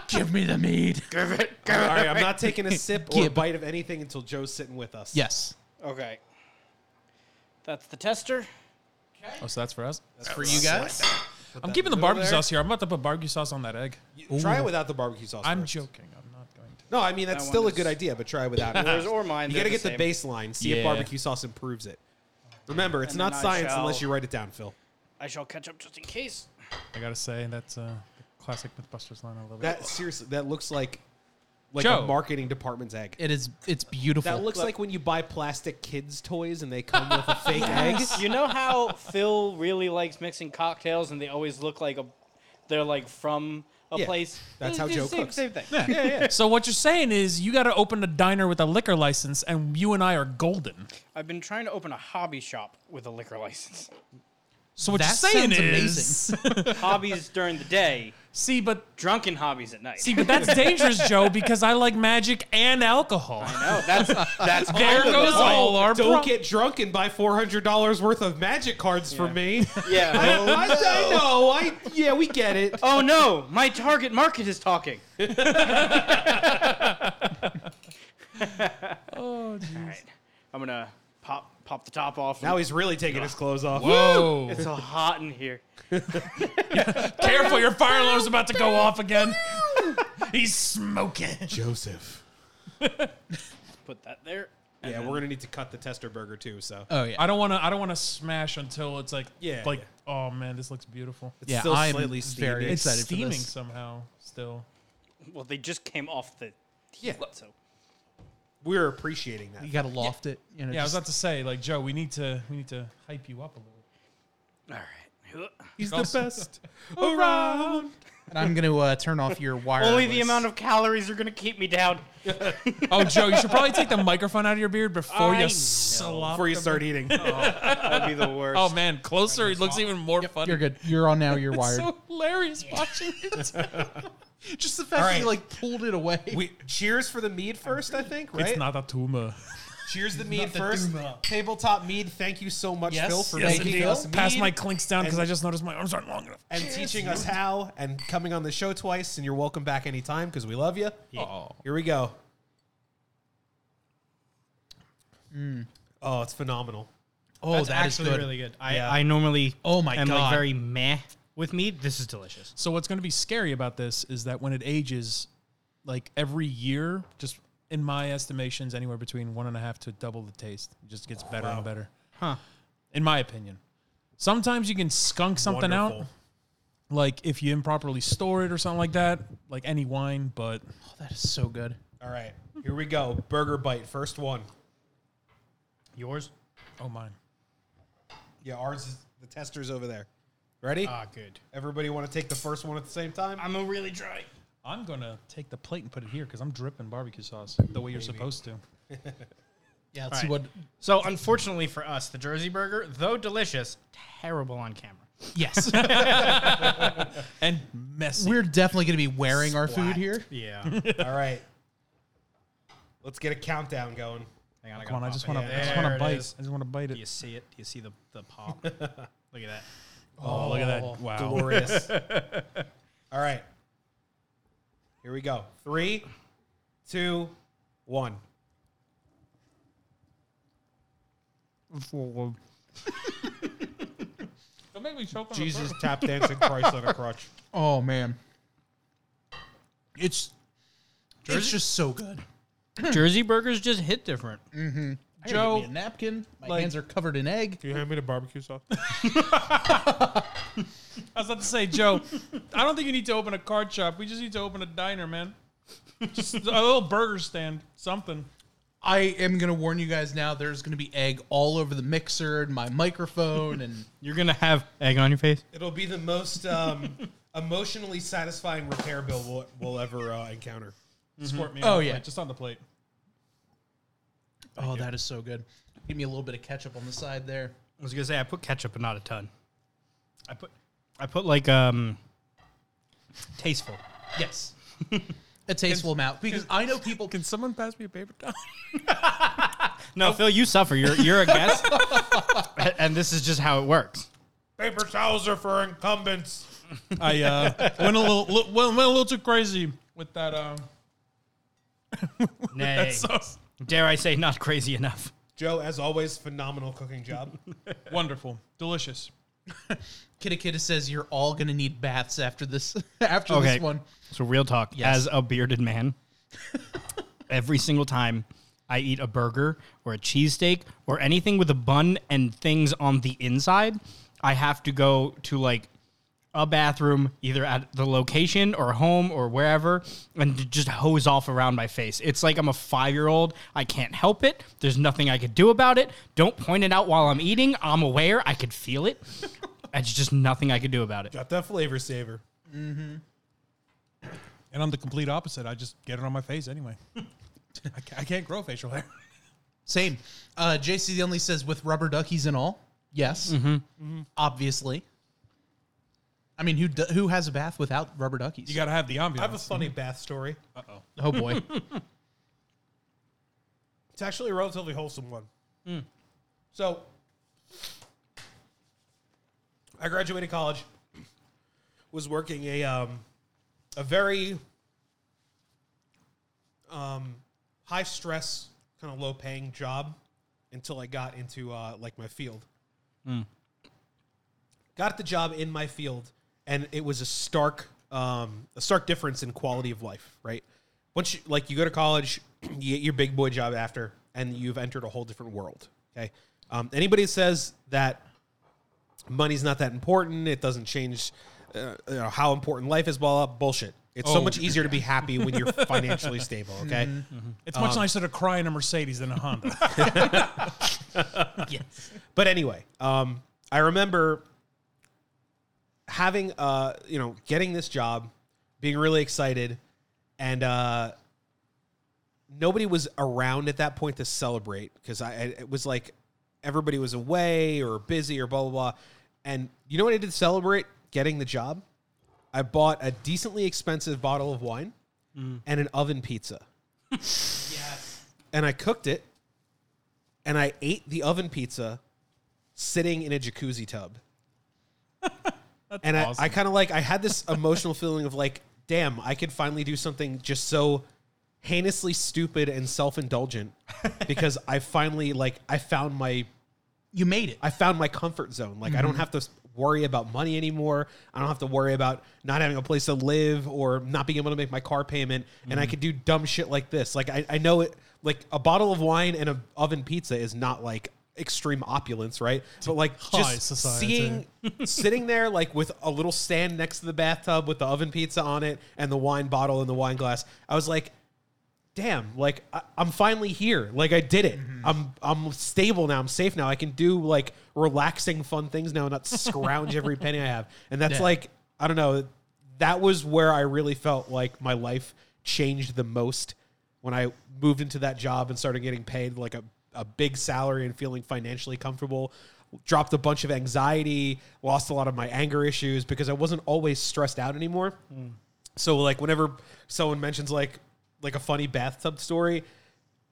Speaker 1: give me the mead.
Speaker 5: Give it, give it.
Speaker 3: All right, I'm not
Speaker 4: *laughs*
Speaker 3: taking a sip or a
Speaker 1: Gib.
Speaker 3: bite of anything until Joe's sitting with us.
Speaker 1: Yes.
Speaker 5: Okay, that's the tester.
Speaker 4: Oh, so that's for us.
Speaker 1: That's for you guys.
Speaker 3: Put
Speaker 4: I'm
Speaker 3: that
Speaker 4: keeping the
Speaker 3: noodle
Speaker 4: barbecue
Speaker 3: there.
Speaker 4: sauce here. I'm about to put barbecue sauce on that egg.
Speaker 3: You- Try it without the barbecue sauce.
Speaker 4: I'm
Speaker 3: first.
Speaker 4: joking. I'm not going to.
Speaker 3: No, I mean that's
Speaker 5: That
Speaker 3: still
Speaker 5: one
Speaker 3: a good
Speaker 5: is-
Speaker 3: idea, but try without it.
Speaker 5: *laughs* Yours or mine,
Speaker 3: You
Speaker 5: they're
Speaker 3: gotta
Speaker 5: the
Speaker 3: get the
Speaker 5: same.
Speaker 3: baseline. See
Speaker 4: Yeah.
Speaker 3: if barbecue sauce improves it. Remember, it's
Speaker 5: And
Speaker 3: not
Speaker 5: then I
Speaker 3: science
Speaker 5: shall-
Speaker 3: unless you write it down, Phil.
Speaker 5: I shall catch up just in case.
Speaker 4: I gotta say that's uh, the classic MythBusters line. I love
Speaker 3: That
Speaker 4: it.
Speaker 3: seriously, that looks like like
Speaker 4: Joe.
Speaker 3: a marketing department's egg.
Speaker 1: It is. It's beautiful.
Speaker 3: that looks like when you buy plastic kids toys and they come with a
Speaker 4: *laughs*
Speaker 3: fake egg.
Speaker 5: You know how Phil really likes mixing cocktails, and they always look like a, they're like from a
Speaker 3: Yeah,
Speaker 5: place. Mm,
Speaker 3: that's
Speaker 5: It's
Speaker 3: how
Speaker 5: the
Speaker 3: Joe
Speaker 5: same,
Speaker 3: cooks.
Speaker 5: Same thing.
Speaker 4: So what you're saying is you gotta open a diner with a liquor license, and you and I are golden.
Speaker 5: I've been trying to open a hobby shop with a liquor license.
Speaker 4: So what
Speaker 1: That
Speaker 4: you're saying
Speaker 1: sounds
Speaker 4: is,
Speaker 5: hobbies during the day,
Speaker 4: *laughs* see, but
Speaker 5: drunken hobbies at night.
Speaker 4: see, but that's dangerous, Joe, because I like magic and alcohol.
Speaker 5: no, Oh, that's that's
Speaker 4: There
Speaker 5: all of
Speaker 4: goes
Speaker 5: it.
Speaker 4: all our
Speaker 3: Don't
Speaker 4: pro-
Speaker 3: get drunk and buy four hundred dollars worth of magic cards from me.
Speaker 5: Yeah.
Speaker 3: I, I know. I yeah, we get it.
Speaker 5: *laughs* Oh no, my target market is *laughs* talking.
Speaker 4: Oh,
Speaker 5: All right, I'm gonna pop pop the top off.
Speaker 3: Now he's really taking his clothes off.
Speaker 4: Whoa!
Speaker 5: it's so hot in here.
Speaker 4: Careful, your fire alarm's about to
Speaker 3: *laughs*
Speaker 4: go off again. He's smoking.
Speaker 3: Joseph.
Speaker 5: Put that there.
Speaker 3: Yeah, we're gonna need to cut the tester burger too. So
Speaker 1: oh yeah.
Speaker 4: I don't want to. I don't want to smash until it's like,
Speaker 3: Yeah,
Speaker 4: like,
Speaker 3: yeah.
Speaker 4: oh man, this looks beautiful.
Speaker 3: it's
Speaker 1: yeah,
Speaker 3: still
Speaker 1: I'm very
Speaker 3: slightly steamy.
Speaker 4: It's
Speaker 1: excited for
Speaker 4: steaming
Speaker 1: this.
Speaker 4: somehow still.
Speaker 5: Well, they just came off the
Speaker 3: Yeah,
Speaker 5: so.
Speaker 3: we're appreciating that.
Speaker 1: You gotta loft it. You know,
Speaker 4: Yeah, I was
Speaker 1: just-
Speaker 4: about to say, like, Joe, we need to we need to hype you up a little.
Speaker 5: All right.
Speaker 3: He's the
Speaker 4: Also-
Speaker 3: best around.
Speaker 1: and I'm gonna uh, turn off your wire.
Speaker 5: Only the amount of calories are gonna keep me down.
Speaker 4: Oh, Joe, you should probably take the microphone out of your beard before
Speaker 5: I know.
Speaker 4: you slop.
Speaker 3: Before you start eating,
Speaker 1: Oh.
Speaker 5: That'd be *laughs* the worst.
Speaker 4: Oh man, closer, it looks even more funny.
Speaker 1: You're good. You're on now. You're wired.
Speaker 4: So hilarious watching it.
Speaker 1: just the fact
Speaker 3: All
Speaker 1: that you
Speaker 3: right.
Speaker 1: like pulled it away.
Speaker 3: we cheers for the mead first. I think right.
Speaker 4: It's not a tumor.
Speaker 3: Cheers the mead
Speaker 4: the
Speaker 3: first.
Speaker 4: Duma.
Speaker 3: Tabletop mead. Thank you so much,
Speaker 1: Yes,
Speaker 3: Phil, for
Speaker 1: yes,
Speaker 3: making
Speaker 1: indeed.
Speaker 3: us mead
Speaker 4: Pass my clinks down because
Speaker 3: And-
Speaker 4: I just noticed my arms aren't long enough.
Speaker 3: and teaching us how and coming on the show twice. And you're welcome back anytime because we love you.
Speaker 4: Oh.
Speaker 3: Here we go.
Speaker 1: Mm.
Speaker 3: Oh, it's phenomenal.
Speaker 1: oh,
Speaker 6: That's
Speaker 1: that is
Speaker 6: actually
Speaker 1: good.
Speaker 6: really good. I,
Speaker 3: Yeah.
Speaker 6: I normally
Speaker 1: Oh my
Speaker 6: am
Speaker 1: God.
Speaker 6: like very meh with meat. This is delicious.
Speaker 4: So what's going to be scary about this is that when it ages, like every year, just in my estimations, anywhere between one and a half to double the taste. It just gets better and better.
Speaker 6: Huh.
Speaker 4: In my opinion, sometimes you can skunk something out,
Speaker 3: Wonderful.
Speaker 4: like if you improperly store it or something like that, like any wine. But
Speaker 1: Oh, that is so good.
Speaker 3: All right, here we go. Burger bite, first one.
Speaker 6: Yours?
Speaker 4: oh mine,
Speaker 3: Yeah, ours is the tester's over there. Ready?
Speaker 6: Ah, good.
Speaker 3: Everybody want to take the first one at the same time?
Speaker 5: I'm gonna really try.
Speaker 4: I'm gonna take the plate and put it here because I'm dripping barbecue sauce the way you're supposed to.
Speaker 1: Yeah, let's see
Speaker 6: All
Speaker 1: what.
Speaker 6: right. So, unfortunately for us, the Jersey burger, though delicious, terrible on camera.
Speaker 1: Yes,
Speaker 4: And messy.
Speaker 1: we're definitely gonna be wearing our food here.
Speaker 6: Yeah. Hang
Speaker 3: *laughs* All right. Let's get a countdown going.
Speaker 6: on,
Speaker 4: Come on, I just want to. I just
Speaker 6: There
Speaker 4: want to
Speaker 6: it
Speaker 4: bite.
Speaker 6: is.
Speaker 4: I just want to bite
Speaker 6: Do you
Speaker 4: it.
Speaker 6: see it? Do you see the, the
Speaker 3: *laughs*
Speaker 6: pop? Look at that.
Speaker 4: Oh, look at that! Wow.
Speaker 3: Glorious. All right. Here we go. Three, two, one.
Speaker 4: um, *laughs* Don't make me choke on
Speaker 3: Jesus tap dancing Christ on a crutch.
Speaker 1: *laughs* Oh man, it's it's just so good.
Speaker 6: *clears throat* Jersey burgers just hit different.
Speaker 1: Joe,
Speaker 4: Joe,
Speaker 1: a napkin. My
Speaker 4: like-
Speaker 1: hands are covered in egg.
Speaker 3: you hand me the barbecue sauce?
Speaker 4: *laughs* I was about to say, Joe, I don't think you need to open a card shop. We just need to open a diner, man. Just a little burger stand, something.
Speaker 1: I am gonna warn you guys now. There's gonna be egg all over the mixer and my microphone,
Speaker 4: *laughs*
Speaker 1: and
Speaker 6: You're going to have egg on your face?
Speaker 3: It'll be the most um, *laughs* emotionally satisfying repair bill we'll, we'll ever uh, encounter.
Speaker 4: Mm-hmm. Squirt me.
Speaker 1: Oh,
Speaker 4: on the
Speaker 1: yeah.
Speaker 4: plate, just on the plate.
Speaker 1: oh, that is so good. Give me a little bit of ketchup on the side there.
Speaker 6: I was going to say, I put ketchup, but not a ton. I put, I put like, um, tasteful.
Speaker 4: *laughs*
Speaker 1: Yes. A tasteful amount because I know people.
Speaker 4: Can someone pass me a paper towel?
Speaker 6: No, Phil, you suffer. You're, you're a guest. and, and this is just how it works.
Speaker 3: Paper towels are for incumbents.
Speaker 4: I uh, went a little, li- went, went a little too crazy with that. Um,
Speaker 6: Nay.
Speaker 4: sauce.
Speaker 6: Dare I say, not crazy enough.
Speaker 3: Joe, as always, phenomenal cooking job.
Speaker 4: Wonderful, delicious.
Speaker 1: Kitakita says you're all gonna need baths after this *laughs* after
Speaker 6: Okay.
Speaker 1: this one.
Speaker 6: So real talk,
Speaker 1: Yes.
Speaker 6: as a bearded man, every single time I eat a burger or a cheesesteak or anything with a bun and things on the inside, I have to go to like a bathroom either at the location or home or wherever and to just hose off around my face. It's like I'm a 5-year-old. I can't help it. There's nothing I could do about it. Don't point it out while I'm eating. I'm aware. I could feel it. It's just nothing I could do about it.
Speaker 4: *laughs* Got that flavor saver. Mm-hmm. And I'm the complete opposite. I just get it on my face anyway. *laughs* I, ca- I can't grow facial hair.
Speaker 1: Same. Uh, JC the only says with rubber duckies and all. Yes, obviously. I mean, who do, who has a bath without rubber duckies?
Speaker 4: You got to have the ambiance.
Speaker 3: I have a funny bath story.
Speaker 1: oh boy.
Speaker 3: It's actually a relatively wholesome one. So, I graduated college, was working a um, a very um, high stress, kind of low paying job until I got into uh, like my field. Got the job in my field, and it was a stark um, a stark difference in quality of life. Right, once you like you go to college, *clears throat* you get your big boy job after, and you've entered a whole different world. Okay, um, anybody that says that money's not that important. It doesn't change uh, you know, how important life is. Blah, blah, bullshit. It's so much easier to be happy when you're *laughs* financially stable. Okay,
Speaker 4: it's much nicer to cry in a Mercedes than a Honda.
Speaker 3: but anyway, um, I remember having uh, you know getting this job, being really excited, and uh, nobody was around at that point to celebrate because I I- it was like everybody was away or busy or blah blah blah. And you know what I did to celebrate getting the job? I bought a decently expensive bottle of wine and an oven pizza. And I cooked it and I ate the oven pizza sitting in a jacuzzi tub. and I, I kind of like, I had this emotional feeling of like, damn, I could finally do something just so heinously stupid and self indulgent because I finally, like, I found my
Speaker 1: you made it.
Speaker 3: I found my comfort zone. Like I don't have to s- worry about money anymore. I don't have to worry about not having a place to live or not being able to make my car payment. And I could do dumb shit like this. Like I, I know it. Like a bottle of wine and a oven pizza is not like extreme opulence, right? But like just
Speaker 4: society.
Speaker 3: seeing sitting there like with a little stand next to the bathtub with the oven pizza on it and the wine bottle and the wine glass. I was like, damn like I, i'm finally here like i did it i'm i'm stable now i'm safe now i can do like relaxing fun things now and not scrounge every penny i have and that's
Speaker 1: Yeah.
Speaker 3: like i don't know that was where i really felt like my life changed the most when i moved into that job and started getting paid like a, a big salary and feeling financially comfortable dropped a bunch of anxiety lost a lot of my anger issues because i wasn't always stressed out anymore so like whenever someone mentions like like a funny bathtub story,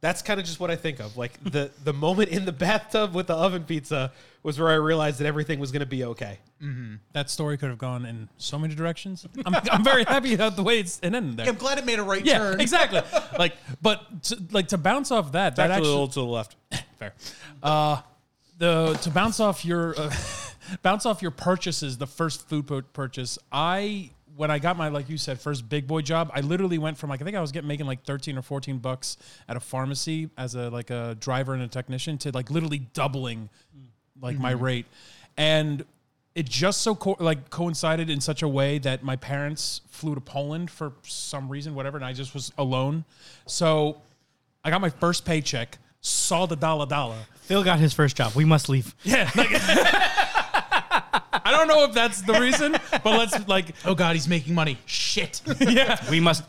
Speaker 3: that's kind of just what I think of. Like *laughs* the the moment in the bathtub with the oven pizza was where I realized that everything was gonna be okay.
Speaker 4: *laughs* that story could have gone in so many directions. *laughs* I'm, I'm very happy about the way it's it ended there.
Speaker 1: I'm glad it made a right
Speaker 4: Yeah,
Speaker 1: turn.
Speaker 4: exactly. like, but to, like to bounce off that,
Speaker 3: Back
Speaker 4: that
Speaker 3: to
Speaker 4: actually
Speaker 3: the little to the left.
Speaker 4: *laughs* fair. Uh, the to bounce off your uh, *laughs* bounce off your purchases, the first food pur- purchase. I when I got my like you said first big boy job, I literally went from like I think I was getting making like thirteen or fourteen bucks at a pharmacy as a like a driver and a technician to like literally doubling like my rate, and it just so co- like coincided in such a way that my parents flew to Poland for some reason, whatever, and I just was alone. So I got my first paycheck, saw the dollar dollar.
Speaker 6: Phil got his first job. We must leave.
Speaker 4: *laughs* I don't know if that's the reason, but let's like
Speaker 1: Oh god, he's making money. Shit.
Speaker 6: *laughs* We must.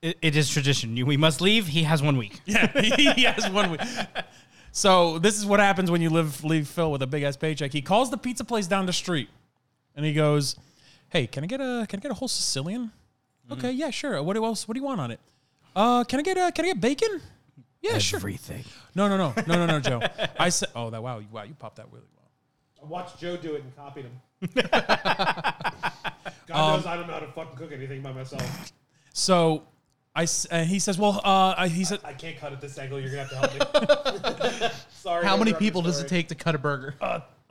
Speaker 6: It, it is tradition. You- We must leave. He has one week.
Speaker 4: yeah, *laughs* he has one week. So this is what happens when you live leave Phil with a big ass paycheck. He calls the pizza place down the street, and he goes, "Hey, can I get a can I get a whole Sicilian? Okay, yeah, sure. What else? What do you want on it? Uh, can I get a can I get bacon? Yeah, sure.
Speaker 6: Everything.
Speaker 4: No, no, no, no, no, no, Joe. I said, oh that wow, you- wow, you popped that really well.
Speaker 3: I watched Joe do it and copied *laughs* him. Um, God knows I don't know how to fucking cook anything by myself.
Speaker 4: So I s- and he says, well, uh, I- he said,
Speaker 3: I can't *laughs* cut at this angle. You're gonna have to help me. Sorry.
Speaker 1: How many
Speaker 3: interrupt your
Speaker 1: people does it
Speaker 3: story.
Speaker 1: take to cut a burger?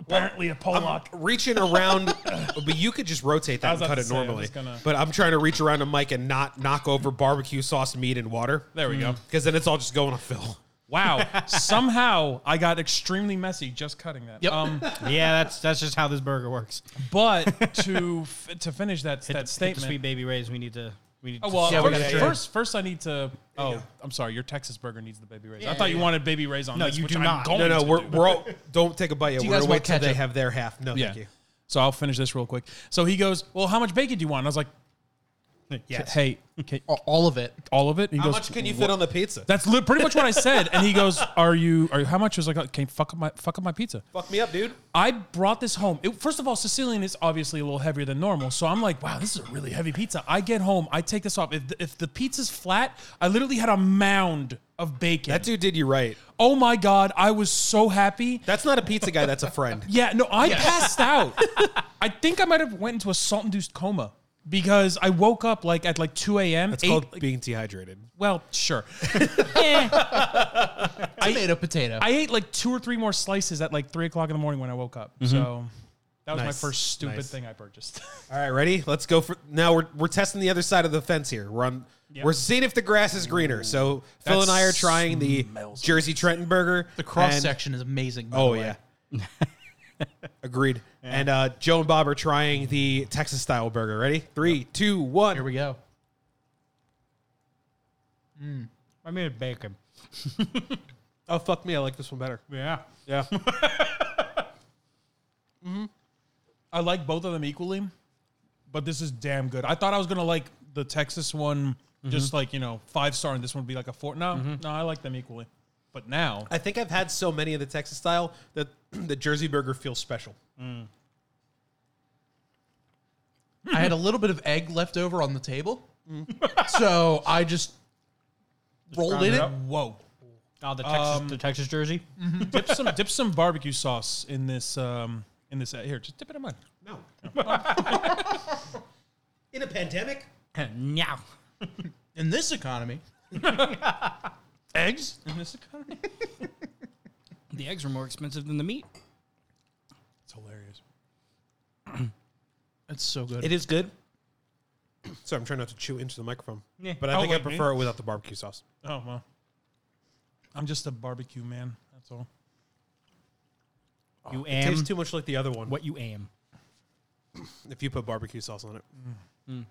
Speaker 4: apparently a Pollock.
Speaker 3: reaching around, but you could just rotate
Speaker 4: I
Speaker 3: that
Speaker 4: was
Speaker 3: and cut
Speaker 4: about to
Speaker 3: it
Speaker 4: say, I was
Speaker 3: normally.
Speaker 4: gonna-
Speaker 3: But I'm trying to reach around a mic and not knock over barbecue sauce, meat, and water.
Speaker 4: There we go.
Speaker 3: Because then it's all just going to Phil.
Speaker 4: Wow. Somehow I got extremely messy just cutting that.
Speaker 1: Yep.
Speaker 4: Um,
Speaker 6: *laughs* yeah, that's that's just how this burger works.
Speaker 4: but to f- to finish that that
Speaker 6: Hit the
Speaker 4: statement.
Speaker 6: sweet baby rays. We need to. We need
Speaker 4: Oh,
Speaker 6: to
Speaker 4: well,
Speaker 1: Yeah, we
Speaker 4: first,
Speaker 1: gotta-
Speaker 4: first, first I need to. Oh, I'm sorry. Your Texas burger needs the baby rays. I thought you wanted baby rays on
Speaker 6: No,
Speaker 4: this,
Speaker 6: you
Speaker 4: which
Speaker 6: do
Speaker 4: I'm
Speaker 6: not.
Speaker 4: going
Speaker 3: No, no,
Speaker 4: to
Speaker 3: we're,
Speaker 4: do.
Speaker 3: we're all, don't take a bite yet.
Speaker 1: you
Speaker 3: We're
Speaker 1: guys
Speaker 3: going to
Speaker 1: want
Speaker 3: wait till they
Speaker 1: ketchup?
Speaker 3: have their half. No,
Speaker 4: Yeah.
Speaker 3: thank you.
Speaker 4: So I'll finish this real quick. So he goes, "Well, how much bacon do you want?" I was like,
Speaker 6: Yes.
Speaker 4: "Hey, okay,
Speaker 1: A- All of it.
Speaker 4: all of it." He
Speaker 3: How
Speaker 4: goes,
Speaker 3: much can you fit on the pizza?
Speaker 4: That's li- pretty much what I said. And he goes, "Are you? Are you? How much?" I was like, "Can fuck up my fuck up my pizza?"
Speaker 3: Fuck me up, dude.
Speaker 4: I brought this home. It, first of all, Sicilian is obviously a little heavier than normal, so I'm like, "Wow, this is a really heavy pizza." I get home, I take this off. If the, if the pizza's flat, I literally had a mound of bacon.
Speaker 3: That dude did you right.
Speaker 4: oh my god, I was so happy.
Speaker 3: That's not a pizza guy. That's a friend.
Speaker 4: *laughs* Yeah, no, I passed out. I think I might have went into a salt induced coma because I woke up like at like two a.m.
Speaker 3: It's
Speaker 4: ate-
Speaker 3: called being dehydrated.
Speaker 4: well, sure. Eh,
Speaker 1: Tomato, potato.
Speaker 4: I ate like two or three more slices at like three o'clock in the morning when I woke up. So that was
Speaker 3: Nice.
Speaker 4: my first stupid
Speaker 3: Nice.
Speaker 4: thing I purchased.
Speaker 3: All right, ready? Let's go for now. We're we're testing the other side of the fence here. We're on. We're seeing if the grass is greener. So Phil
Speaker 4: That
Speaker 3: and I are trying the
Speaker 4: smells
Speaker 3: Jersey Trenton burger.
Speaker 1: the cross
Speaker 3: and-
Speaker 1: section is amazing. by
Speaker 3: Oh
Speaker 1: the way. *laughs*
Speaker 3: yeah. Agreed. And uh, Joe and Bob are trying the Texas style burger. Ready? Three, two, one.
Speaker 1: Here we go.
Speaker 6: I made it bacon.
Speaker 3: Oh fuck me! I like this one better.
Speaker 4: yeah, yeah. *laughs* Mm-hmm. I like both of them equally, but this is damn good. I thought I was gonna like the Texas one, just like you know five star, and this one would be like a four. No, no, I like them equally. But now,
Speaker 3: I think I've had so many of the Texas style that *clears throat* the Jersey burger feels special.
Speaker 1: I had a little bit of egg left over on the table, so I just rolled in it.
Speaker 4: whoa,
Speaker 6: Oh, the Texas, the Texas *clears throat* jersey.
Speaker 4: dip some dip some barbecue sauce in this um in this here. Just dip it in mine.
Speaker 3: No. In a pandemic,
Speaker 6: Now,
Speaker 1: In this economy,
Speaker 4: Eggs in this economy.
Speaker 6: the eggs are more expensive than the meat.
Speaker 4: It's hilarious.
Speaker 1: it's so good.
Speaker 3: it is good. So I'm trying not to chew into the microphone,
Speaker 6: Yeah.
Speaker 3: but I
Speaker 4: Oh,
Speaker 3: think I
Speaker 4: like me?
Speaker 3: prefer it without the barbecue sauce.
Speaker 4: Oh well. I'm just a barbecue man. That's all.
Speaker 6: You
Speaker 3: It
Speaker 6: am
Speaker 3: tastes too much like the other one.
Speaker 6: what you am.
Speaker 3: if you put barbecue sauce on it.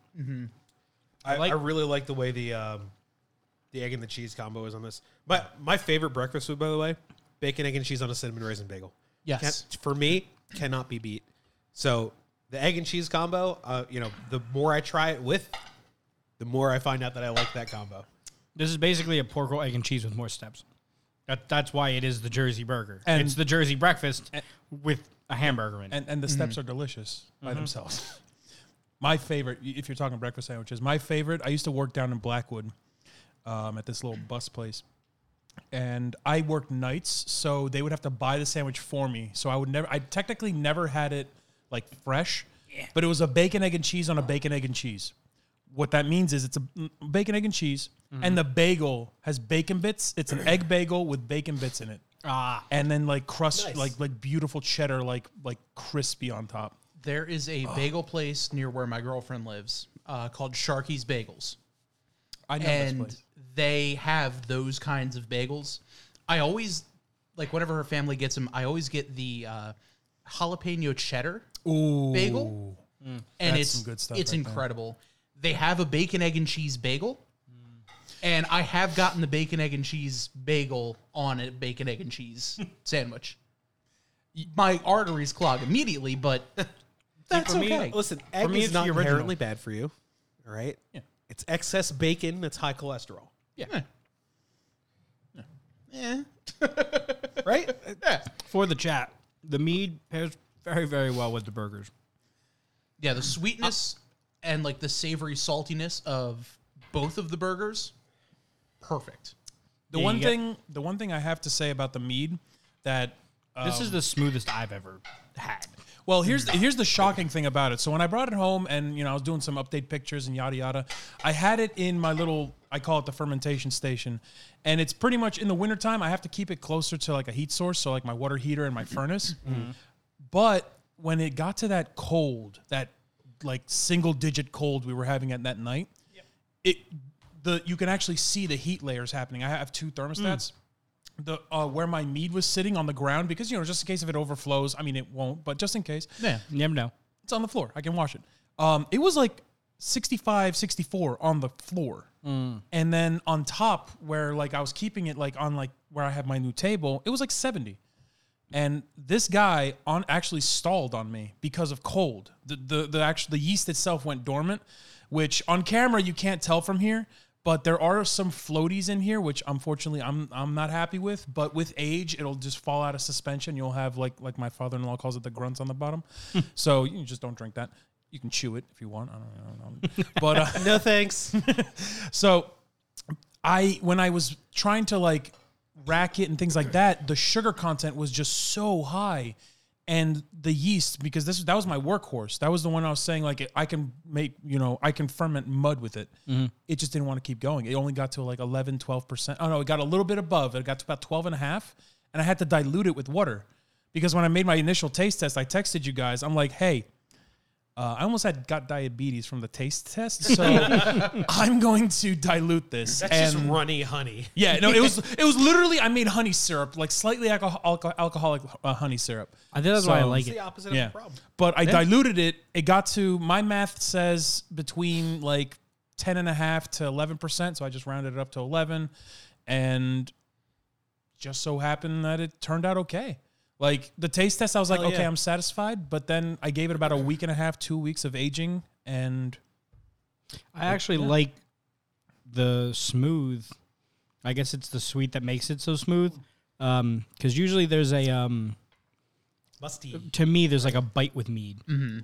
Speaker 3: I,
Speaker 6: like-
Speaker 3: I really like the way the um, the egg and the cheese combo is on this. My my favorite breakfast food, by the way, bacon, egg, and cheese on a cinnamon raisin bagel.
Speaker 1: Yes.
Speaker 3: Can't- for me, cannot be beat. So the egg and cheese combo, uh, you know, the more I try it with, the more I find out that I like that combo.
Speaker 6: This is basically a pork roll, egg, and cheese with more steps. That, that's why it is the Jersey burger.
Speaker 4: And-
Speaker 6: it's the Jersey breakfast with a hamburger in it.
Speaker 4: And and the steps are delicious by themselves. *laughs* My favorite, y- if you're talking breakfast sandwiches, my favorite. I used to work down in Blackwood, um, at this little bus place, and I worked nights, so they would have to buy the sandwich for me. So I would never, I technically never had it like fresh, but it was a bacon, egg, and cheese on a bacon, egg, and cheese. What that means is it's a mm, bacon, egg, and cheese, and the bagel has bacon bits. It's an egg bagel with bacon bits in it.
Speaker 6: ah,
Speaker 4: and then like crust like like beautiful cheddar like like crispy on top
Speaker 1: There is a bagel place near where my girlfriend lives uh, called Sharky's Bagels.
Speaker 4: i know this
Speaker 1: and
Speaker 4: place
Speaker 1: they have those kinds of bagels. I always like whenever her family gets them. I always get the uh, jalapeno cheddar bagel, and
Speaker 4: Mm. That's
Speaker 1: it's
Speaker 4: some good stuff
Speaker 1: it's
Speaker 4: right there.
Speaker 1: incredible. They have a bacon egg and cheese bagel,
Speaker 4: Mm.
Speaker 1: and I have gotten the bacon egg and cheese bagel on a bacon egg and
Speaker 4: *laughs*
Speaker 1: cheese sandwich. My arteries clog immediately, but
Speaker 4: *laughs*
Speaker 1: that's
Speaker 6: for me,
Speaker 1: okay.
Speaker 3: Listen, egg
Speaker 6: me,
Speaker 3: is
Speaker 6: it's
Speaker 3: not
Speaker 6: the original.
Speaker 3: inherently bad for you. All right, yeah. it's excess bacon that's high cholesterol.
Speaker 1: Yeah. Yeah.
Speaker 3: Right?
Speaker 6: *laughs* for the chat, the mead pairs very, very well with the burgers.
Speaker 1: Yeah, the sweetness and like the savory saltiness of both of the burgers, perfect.
Speaker 4: the
Speaker 6: Yeah,
Speaker 4: one
Speaker 6: you get-
Speaker 4: thing the one thing i have to say about the mead that
Speaker 6: This is the smoothest I've ever had.
Speaker 4: well here's the, here's the shocking thing about it so when i brought it home and you know i was doing some update pictures and yada yada i had it in my little i call it the fermentation station and it's pretty much in the wintertime i have to keep it closer to like a heat source so like my water heater and my furnace But when it got to that cold, that like single digit cold we were having at that night, it the you can actually see the heat layers happening. I have two thermostats. The uh, where my mead was sitting on the ground because you know just in case if it overflows. I mean it won't, but just in case,
Speaker 1: Yeah.
Speaker 6: You never know.
Speaker 4: it's on the floor. I can wash it. Um, it was like 65, 64 on the floor. And then on top where like I was keeping it like on like where I have my new table, it was like 70. And this guy on actually stalled on me because of cold. The the the actual the yeast itself went dormant, which on camera you can't tell from here, but there are some floaties in here which unfortunately I'm I'm not happy with, but with age it'll just fall out of suspension. You'll have like like my father-in-law calls it the grunts on the bottom. so you just don't drink that. You can chew it if you want. I don't, I don't know. But uh, *laughs*
Speaker 3: No thanks.
Speaker 4: so I when I was trying to like rack it and things like that, the sugar content was just so high. And the yeast, because this that was my workhorse. That was the one I was saying, like I can make, you know, I can ferment mud with it. It just didn't want to keep going. It only got to like 11, 12%. Oh no, it got a little bit above. It got to about 12 and a half. And I had to dilute it with water. Because when I made my initial taste test, I texted you guys. I'm like, hey, uh, I almost had got diabetes from the taste test, so I'm going to dilute this.
Speaker 3: That's just
Speaker 4: and-
Speaker 3: runny honey.
Speaker 4: yeah,
Speaker 6: *laughs*
Speaker 4: no, it was it was literally I made honey syrup, like slightly alcohol, alco- alcoholic uh, honey syrup.
Speaker 6: I think that's why I
Speaker 4: So-
Speaker 6: like
Speaker 3: It's
Speaker 6: it.
Speaker 3: the opposite
Speaker 4: Yeah,
Speaker 3: of the problem.
Speaker 4: but I diluted it. It got to my math says between like ten and a half to eleven percent, so I just rounded it up to eleven, and just so happened that it turned out okay. Like the taste test, I was like,
Speaker 3: Hell yeah.
Speaker 4: okay, I'm satisfied. But then I gave it about a week and a half, two weeks of aging, and
Speaker 6: I actually like the smooth. I guess it's the sweet that makes it so smooth. Because usually there's a um,
Speaker 3: Musty.
Speaker 6: to me there's like a bite with mead.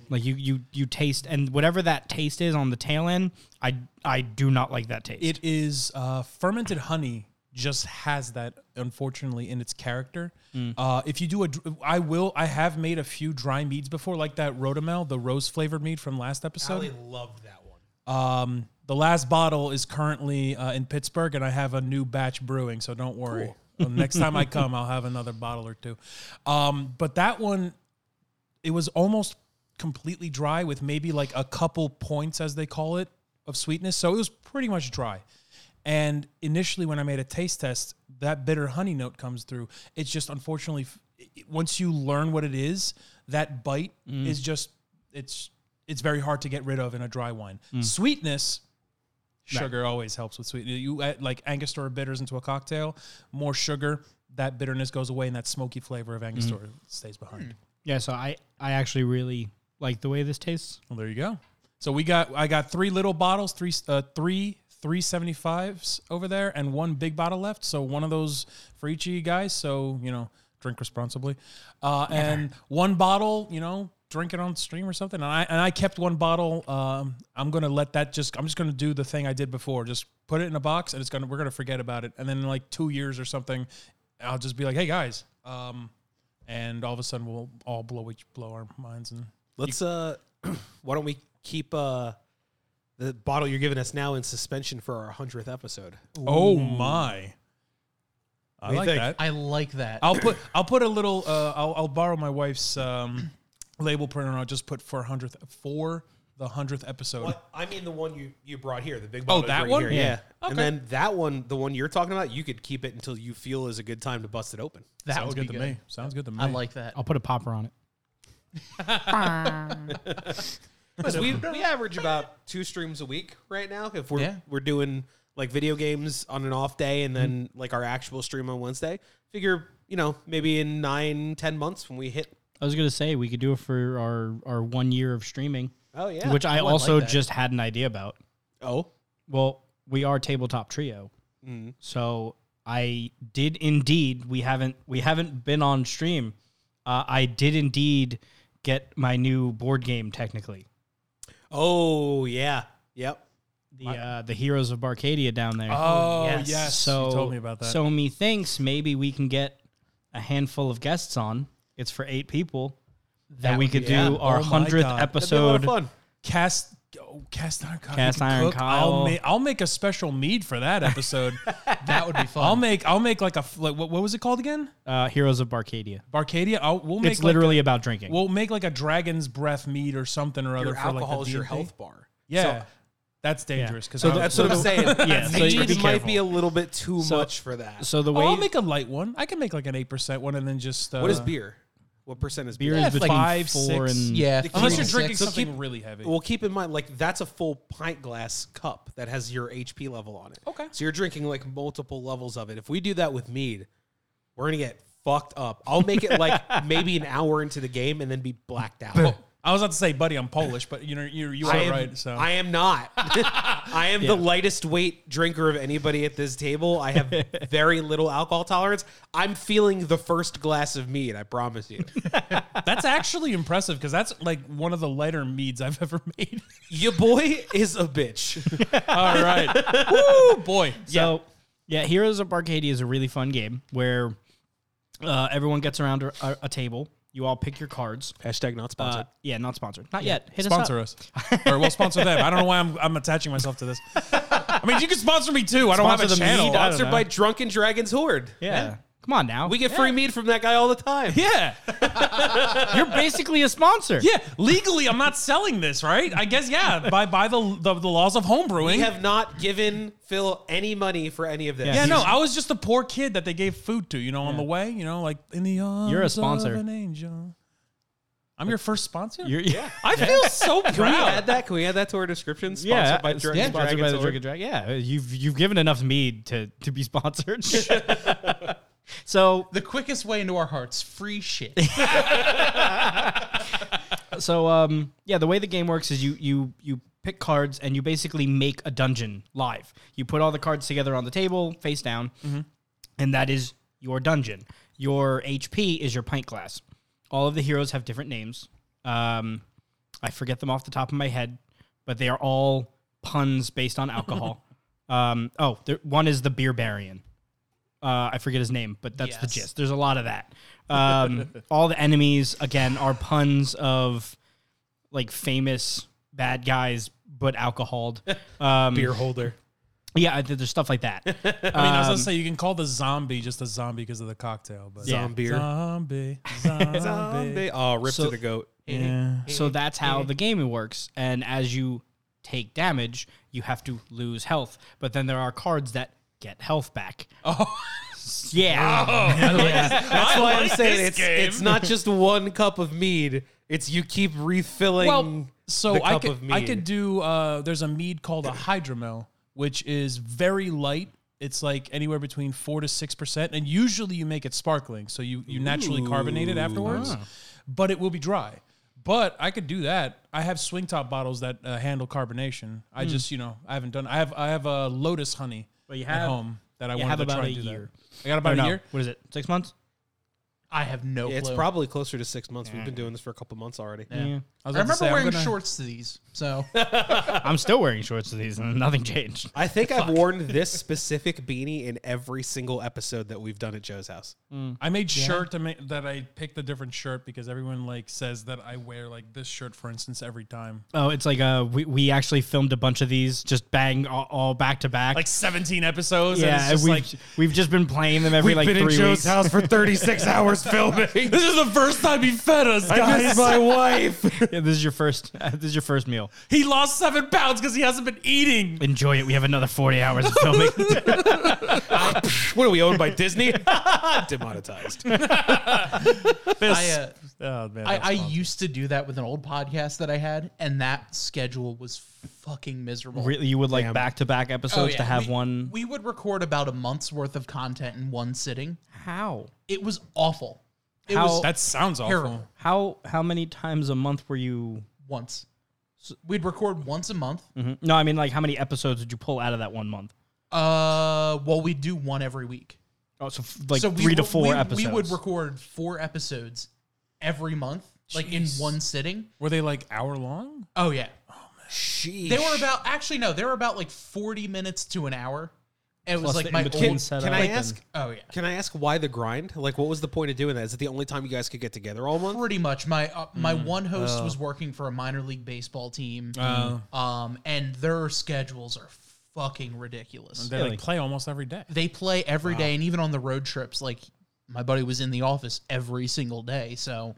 Speaker 6: Like you you you taste and whatever that taste is on the tail end, I I do not like that taste.
Speaker 4: It is uh, fermented honey. Just has that, unfortunately, in its character.
Speaker 3: Mm.
Speaker 4: Uh, if you do a, dr- I will. I have made a few dry meads before, like that Rotamel, the rose flavored mead from last episode.
Speaker 3: loved that one.
Speaker 4: Um, the last bottle is currently uh, in Pittsburgh, and I have a new batch brewing, so don't worry. Uh,
Speaker 3: *laughs*
Speaker 4: next time I come, I'll have another bottle or two. Um, but that one, it was almost completely dry with maybe like a couple points, as they call it, of sweetness. So it was pretty much dry. And initially, when I made a taste test, that bitter honey note comes through. It's just unfortunately, f- it- once you learn what it is, that bite is just it's it's very hard to get rid of in a dry wine. Sweetness, sugar always helps with sweet. You add like Angostura bitters into a cocktail, more sugar, that bitterness goes away, and that smoky flavor of Angostura stays behind.
Speaker 6: yeah, so I I actually really like the way this tastes.
Speaker 4: Well, there you go. So we got I got three little bottles, three uh, three three seventy fives over there, and one big bottle left. So one of those for each of you guys. So you know, drink responsibly, uh, *laughs* and one bottle, you know. Drink it on stream or something, and I and I kept one bottle. Um, I'm gonna let that just. I'm just gonna do the thing I did before. Just put it in a box, and it's gonna. We're gonna forget about it, and then in like two years or something, I'll just be like, "Hey guys," um, and all of a sudden we'll all blow each blow our minds and
Speaker 3: Let's uh *clears throat* why don't we keep uh the bottle you're giving us now in suspension for our hundredth episode.
Speaker 4: Oh my! I
Speaker 3: do you
Speaker 4: like
Speaker 3: think?
Speaker 4: that.
Speaker 1: I like that.
Speaker 4: I'll put I'll put a little. Uh, I'll I'll borrow my wife's um, label printer and I'll just put for hundredth for the hundredth episode.
Speaker 3: I mean the one you, you brought here, the big
Speaker 4: bottle you that bring one? here,
Speaker 3: Oh, yeah.
Speaker 4: yeah.
Speaker 3: And then that one, the one you're talking about, you could keep it until you feel is a good time to bust it open.
Speaker 1: that
Speaker 4: Sounds
Speaker 1: would
Speaker 4: good
Speaker 1: be
Speaker 4: to
Speaker 1: good.
Speaker 4: me. Sounds good to me.
Speaker 1: I like that.
Speaker 6: I'll put a popper on it.
Speaker 3: Because we, *laughs* we average about two streams a week right now. If we're
Speaker 1: Yeah.
Speaker 3: we're doing like video games on an off day and then like our actual stream on Wednesday, figure you know maybe in nine ten months when we hit.
Speaker 6: I was gonna say we could do it for our our one year of streaming,
Speaker 3: Oh yeah.
Speaker 6: which I
Speaker 1: I like
Speaker 6: also
Speaker 1: that.
Speaker 6: just had an idea about.
Speaker 3: oh
Speaker 6: Well, we are tabletop trio.
Speaker 4: Mm-hmm.
Speaker 3: Mm.
Speaker 6: So I did indeed. We haven't we haven't been on stream. Uh, I did indeed get my new board game. Technically,
Speaker 3: oh yeah yep.
Speaker 6: the uh, the Heroes of Barcadia down there.
Speaker 4: Oh yes,
Speaker 6: so
Speaker 4: you told me about that.
Speaker 6: So methinks maybe we can get a handful of guests on. It's for eight people. That we
Speaker 1: would
Speaker 6: could
Speaker 1: be
Speaker 6: do
Speaker 1: fun.
Speaker 6: our
Speaker 4: Oh my
Speaker 6: hundredth
Speaker 4: God.
Speaker 3: That'd be a lot of
Speaker 6: episode.
Speaker 3: fun.
Speaker 4: cast oh, cast iron cock.
Speaker 6: Cast
Speaker 4: you can
Speaker 6: iron
Speaker 4: cook.
Speaker 6: Kyle.
Speaker 4: I'll, ma- I'll make a special mead for that episode.
Speaker 1: That would be fun.
Speaker 4: *laughs* I'll make I'll make like a f- like what, what was it called again?
Speaker 6: Uh, Heroes of Barcadia.
Speaker 4: Barcadia. I'll, we'll make
Speaker 6: it's
Speaker 4: like
Speaker 6: literally about drinking.
Speaker 4: We'll make like a dragon's breath mead or something or other
Speaker 3: Your
Speaker 4: for
Speaker 3: alcohol
Speaker 4: like the
Speaker 3: is your
Speaker 4: D&D.
Speaker 3: health bar.
Speaker 4: Yeah, that's dangerous. Because
Speaker 6: So the-
Speaker 4: I'll,
Speaker 3: That's what I'm *laughs* saying.
Speaker 6: yeah, so you
Speaker 3: Mead
Speaker 6: be
Speaker 3: might be a
Speaker 6: careful.
Speaker 3: little bit too
Speaker 6: So-
Speaker 3: much for that.
Speaker 6: So the
Speaker 4: oh,
Speaker 6: way
Speaker 4: I'll make a light one. I can make like an eight percent one, and then just uh,
Speaker 3: what is beer? What percent is beer?
Speaker 6: beer
Speaker 4: Yeah,
Speaker 6: is between
Speaker 4: five,
Speaker 6: four
Speaker 4: six.
Speaker 6: and
Speaker 1: yeah,
Speaker 4: Unless
Speaker 1: three
Speaker 4: you're
Speaker 1: to
Speaker 4: drinking
Speaker 1: six.
Speaker 4: something really heavy.
Speaker 3: Well, keep in mind, like that's a full pint glass cup that has your HP level on it.
Speaker 4: Okay.
Speaker 3: So you're drinking like multiple levels of it. If we do that with mead, we're gonna get fucked up. I'll make it *laughs* like maybe an hour into the game and then be blacked out.
Speaker 4: I was about to say, buddy, I'm Polish, but you know you you are
Speaker 3: I am,
Speaker 4: right. So
Speaker 3: I
Speaker 6: *laughs*
Speaker 3: am not. *laughs* I am the lightest weight drinker of anybody at this table. I have very little alcohol tolerance. I'm feeling the first glass of mead. I promise
Speaker 6: *laughs*
Speaker 3: you.
Speaker 4: that's actually impressive because that's like one of the lighter meads I've ever *laughs* made.
Speaker 3: Your boy is a bitch.
Speaker 4: All right, *laughs* Woo, boy.
Speaker 6: So yeah, Heroes of Arcadia is a really fun game where uh, everyone gets around a, a- a table. You all pick your cards.
Speaker 3: Hashtag not
Speaker 6: Uh,
Speaker 3: sponsored.
Speaker 6: yeah, not sponsored. Not yet. Hit
Speaker 4: sponsor
Speaker 6: us.
Speaker 4: us, or we'll sponsor them. I don't know why I'm, I'm attaching myself to this. I mean, you can sponsor me too. I don't
Speaker 6: Sponsor
Speaker 4: have a
Speaker 6: the
Speaker 4: channel.
Speaker 6: mead. I don't
Speaker 3: sponsored by Drunken Dragons Horde.
Speaker 6: Up. Yeah. Come on now.
Speaker 3: We get free mead from that guy all the time.
Speaker 4: yeah,
Speaker 6: You're basically a sponsor.
Speaker 4: yeah. Legally, I'm not selling this, right? I guess yeah. By by the the, the laws of homebrewing.
Speaker 3: We have not given Phil any money for any of this.
Speaker 4: yeah, no, I was just a poor kid that they gave food to, you know, on the way, you know, like in the arms
Speaker 6: You're a sponsor.
Speaker 4: of an angel. I'm your first sponsor.
Speaker 6: You're, yeah.
Speaker 4: I feel
Speaker 3: *laughs*
Speaker 4: so
Speaker 3: Can we
Speaker 4: proud.
Speaker 3: add that? Can we add that to our description? Sponsored
Speaker 6: Yeah,
Speaker 3: by
Speaker 6: it's
Speaker 3: Drunken
Speaker 6: sponsored
Speaker 3: Dragons
Speaker 6: by the Drunken
Speaker 3: Horde.
Speaker 6: Dragon. Yeah, you've you've given enough mead to to be *laughs* sponsored. so
Speaker 1: The quickest way into our hearts, free
Speaker 4: *laughs*
Speaker 1: shit.
Speaker 6: so um yeah, the way the game works is you you you pick cards and you basically make a dungeon live. You put all the cards together on the table face down, and that is your dungeon. Your HP is your pint glass. All of the heroes have different names. Um, I forget them off the top of my head, but they are all puns based on
Speaker 3: *laughs*
Speaker 6: alcohol. um, oh, there, one is the beer baron. Uh, I forget his name, but that's the
Speaker 1: Yes.
Speaker 6: gist. There's a lot of that.
Speaker 3: *laughs*
Speaker 6: Um, all the enemies again are puns of like famous bad guys, but
Speaker 3: *laughs*
Speaker 6: alcoholed. Um,
Speaker 3: Beer holder.
Speaker 6: yeah, th- there's stuff like that.
Speaker 3: *laughs*
Speaker 4: I mean, I was gonna say you can call the zombie just a zombie because of the cocktail, but
Speaker 6: um, Yeah.
Speaker 3: Zombie.
Speaker 4: zombie,
Speaker 6: *laughs*
Speaker 4: *laughs* zombie,
Speaker 3: Zombie. Oh, rip
Speaker 6: So-
Speaker 3: to the goat.
Speaker 4: Yeah.
Speaker 6: So that's how the game works. And as you take damage, you have to lose health. But then there are cards that get health back. Oh, yeah.
Speaker 3: That's why I'm saying it's it's not just one cup of mead. It's you keep refilling.
Speaker 4: Well, so
Speaker 3: the
Speaker 4: I
Speaker 3: cup
Speaker 4: could
Speaker 3: of mead.
Speaker 4: I could do. Uh, there's a mead called a hydromel, which is very light. It's like anywhere between four to six percent, and usually you make it sparkling, so you you naturally carbonate it afterwards,
Speaker 6: ah.
Speaker 4: but it will be dry. But I could do that. I have swing top bottles that uh, handle carbonation. I just you know I haven't done. I have I have a lotus honey
Speaker 6: But Hmm. you
Speaker 4: at
Speaker 6: have-
Speaker 4: home that I
Speaker 6: you
Speaker 4: wanted
Speaker 6: have
Speaker 4: to
Speaker 6: about
Speaker 4: try
Speaker 6: a
Speaker 4: and do that.
Speaker 6: year.
Speaker 4: I got about
Speaker 6: Or
Speaker 4: a
Speaker 6: no,
Speaker 4: year.
Speaker 6: What is it? Six months?
Speaker 1: I have no
Speaker 3: it's
Speaker 1: clue.
Speaker 3: probably closer to six months. We've been doing this for a couple months already.
Speaker 6: Yeah.
Speaker 4: I, was
Speaker 1: I
Speaker 4: about to
Speaker 1: remember
Speaker 4: say, I'm
Speaker 1: wearing
Speaker 4: gonna-
Speaker 1: shorts to these,
Speaker 4: *laughs*
Speaker 1: so
Speaker 6: I'm still wearing shorts to these, and *laughs* nothing changed.
Speaker 3: I think I've worn this specific beanie in every single episode that we've done at Joe's house.
Speaker 4: I made shirt to make that I picked a different shirt because everyone like says that I wear like this shirt for instance every time.
Speaker 6: Oh, it's like uh, we, we actually filmed a bunch of these, just bang all, all back to back.
Speaker 4: Like 17 episodes and it's
Speaker 6: yeah,
Speaker 4: just
Speaker 6: we've,
Speaker 4: like
Speaker 6: we've just been playing them every like three weeks. *laughs*
Speaker 3: house for 36
Speaker 4: *laughs*
Speaker 3: hours *laughs* filming.
Speaker 4: this is the first time he fed us,
Speaker 3: *laughs*
Speaker 4: guys.
Speaker 3: my wife.
Speaker 6: Yeah, this is your first. *laughs* this is your first meal.
Speaker 4: he lost seven pounds because he hasn't been
Speaker 3: *laughs*
Speaker 4: eating.
Speaker 6: Enjoy it. We have another forty hours of filming.
Speaker 3: what are we owned by Disney?
Speaker 4: *laughs*
Speaker 3: Demonetized.
Speaker 1: I, uh,
Speaker 4: Oh man,
Speaker 1: I, I used to do that with an old podcast that I had, and that schedule was fucking miserable.
Speaker 6: really you would like back to back
Speaker 1: Oh,
Speaker 6: episodes
Speaker 1: yeah.
Speaker 6: to have
Speaker 1: We-
Speaker 6: one
Speaker 1: We would record about a month's worth of content in one sitting.
Speaker 6: how
Speaker 1: It was awful. It
Speaker 6: How-
Speaker 1: was
Speaker 4: that sounds awful.
Speaker 1: terrible.
Speaker 6: how how many times a month were you
Speaker 1: Once. We'd record once a month.
Speaker 6: no i mean like how many episodes did you pull out of that one month
Speaker 1: Uh, well, we'd do one every week.
Speaker 6: oh so f- like
Speaker 1: so we
Speaker 6: three to
Speaker 1: would-
Speaker 6: four
Speaker 1: we,
Speaker 6: episodes
Speaker 1: We would record four episodes every month, like in one sitting.
Speaker 4: Were they like hour long?
Speaker 1: Oh yeah,
Speaker 3: Sheesh.
Speaker 1: they were about actually no, they were about like forty minutes to an hour, It was
Speaker 6: Plus
Speaker 1: like
Speaker 6: the
Speaker 1: my old.
Speaker 6: in-between set-
Speaker 3: Can I ask?
Speaker 1: oh yeah,
Speaker 3: Can I ask why the grind? Like, what was the point of doing that? Is it the only time you guys could get together all month?
Speaker 1: pretty much my uh, my one host was working for a minor league baseball team. Um, and their schedules are fucking ridiculous.
Speaker 4: They like play almost every day.
Speaker 1: They play every day, and even on the road trips, like my buddy was in the office every single day. So,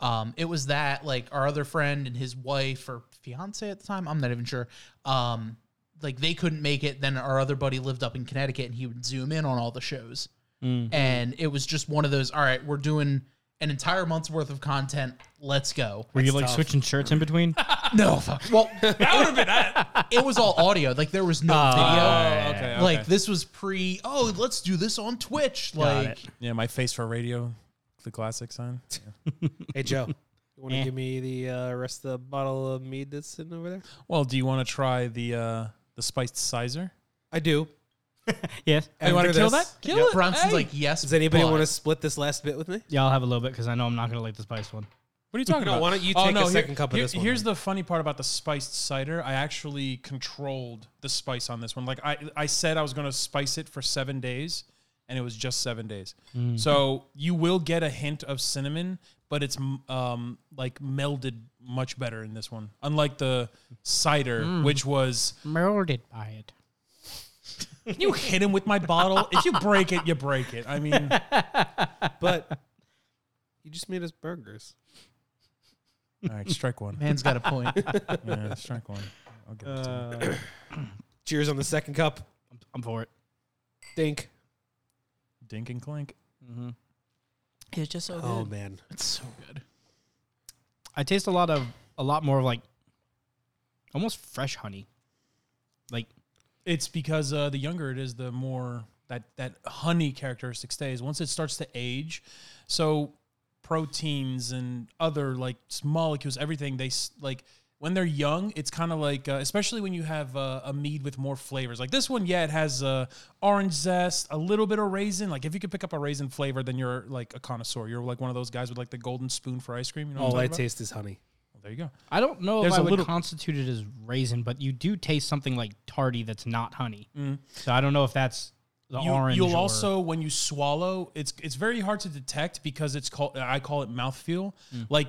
Speaker 1: um, it was that like our other friend and his wife or fiance at the time. I'm not even sure. Um, like they couldn't make it. Then our other buddy lived up in Connecticut, and he would zoom in on all the shows. And it was just one of those. All right, we're doing an entire month's worth of content. Let's go.
Speaker 6: Were you like switching shirts in
Speaker 4: *laughs*
Speaker 6: between?
Speaker 1: No, fuck. Well, that would have been that. It was all audio. Like there was no video.
Speaker 4: okay,
Speaker 1: Like this was pre. Oh, let's do this on Twitch. like
Speaker 4: yeah, my face for radio, the classic sign.
Speaker 3: Hey Joe, you
Speaker 4: Eh.
Speaker 3: want to give me the uh, rest of the bottle of mead that's sitting over there?
Speaker 4: *laughs* Well, do you want to try the uh, the spiced sizer?
Speaker 3: I do.
Speaker 6: yes.
Speaker 4: Oh, you want
Speaker 3: After
Speaker 4: to Oh, kill
Speaker 3: this-
Speaker 4: that? Kill it.
Speaker 1: Bronson's
Speaker 4: Hey.
Speaker 1: like yes.
Speaker 3: Does anybody
Speaker 1: but- *laughs*
Speaker 3: want to split this last bit with me?
Speaker 6: Yeah, I'll have a little bit because I know I'm not gonna like the spice one.
Speaker 4: What are you talking
Speaker 3: No,
Speaker 4: about? Oh,
Speaker 3: why don't you take a second cup of this one,
Speaker 4: Here's the funny part about the spiced cider. I actually controlled the spice on this one. Like I, I said I was going to spice it for seven days, and it was just seven days. So you will get a hint of cinnamon, but it's m- um, like melded much better in this one. Unlike the cider, which was
Speaker 6: Murdered by it.
Speaker 4: you hit him with my bottle. if you break it, you break it. I mean,
Speaker 3: But you just made us burgers.
Speaker 4: all right, strike one.
Speaker 1: Man's got a
Speaker 3: *laughs*
Speaker 1: point.
Speaker 4: Yeah, strike one. I'll give it to you.
Speaker 3: Uh. Cheers on the second cup.
Speaker 6: I'm for it.
Speaker 3: Dink.
Speaker 4: Dink and clink.
Speaker 6: It's just so
Speaker 3: Oh man,
Speaker 1: it's so good.
Speaker 6: I taste a lot of a lot more of like almost fresh honey. Like
Speaker 4: It's because uh, the younger it is, the more that that honey characteristic stays. Once it starts to age, so proteins and other like s- molecules, everything they s- like when they're young. It's kind of like, uh, especially when you have uh, a mead with more flavors. Like this one, yeah, it has uh, orange zest, a little bit of raisin. Like if you could pick up a raisin flavor, then you're like a connoisseur. You're like one of those guys with like the golden spoon for ice cream. You know what
Speaker 3: all
Speaker 4: I'm
Speaker 3: I
Speaker 4: talking
Speaker 3: taste is honey.
Speaker 4: about? There you go.
Speaker 6: I don't know
Speaker 4: There's
Speaker 6: if I
Speaker 4: a
Speaker 6: would
Speaker 4: little-
Speaker 6: constitute it as raisin, but you do taste something like tardy that's not honey. So I don't know if that's the
Speaker 4: Mm. you,
Speaker 6: orange.
Speaker 4: You'll
Speaker 6: or-
Speaker 4: also when you swallow, it's it's very hard to detect because it's called I call it mouthfeel.
Speaker 6: Mm.
Speaker 4: Like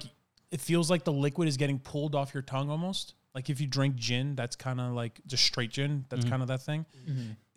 Speaker 4: it feels like the liquid is getting pulled off your tongue almost. Like if you drink gin, that's kind of like just straight gin. That's
Speaker 6: Mm-hmm.
Speaker 4: kind of that thing.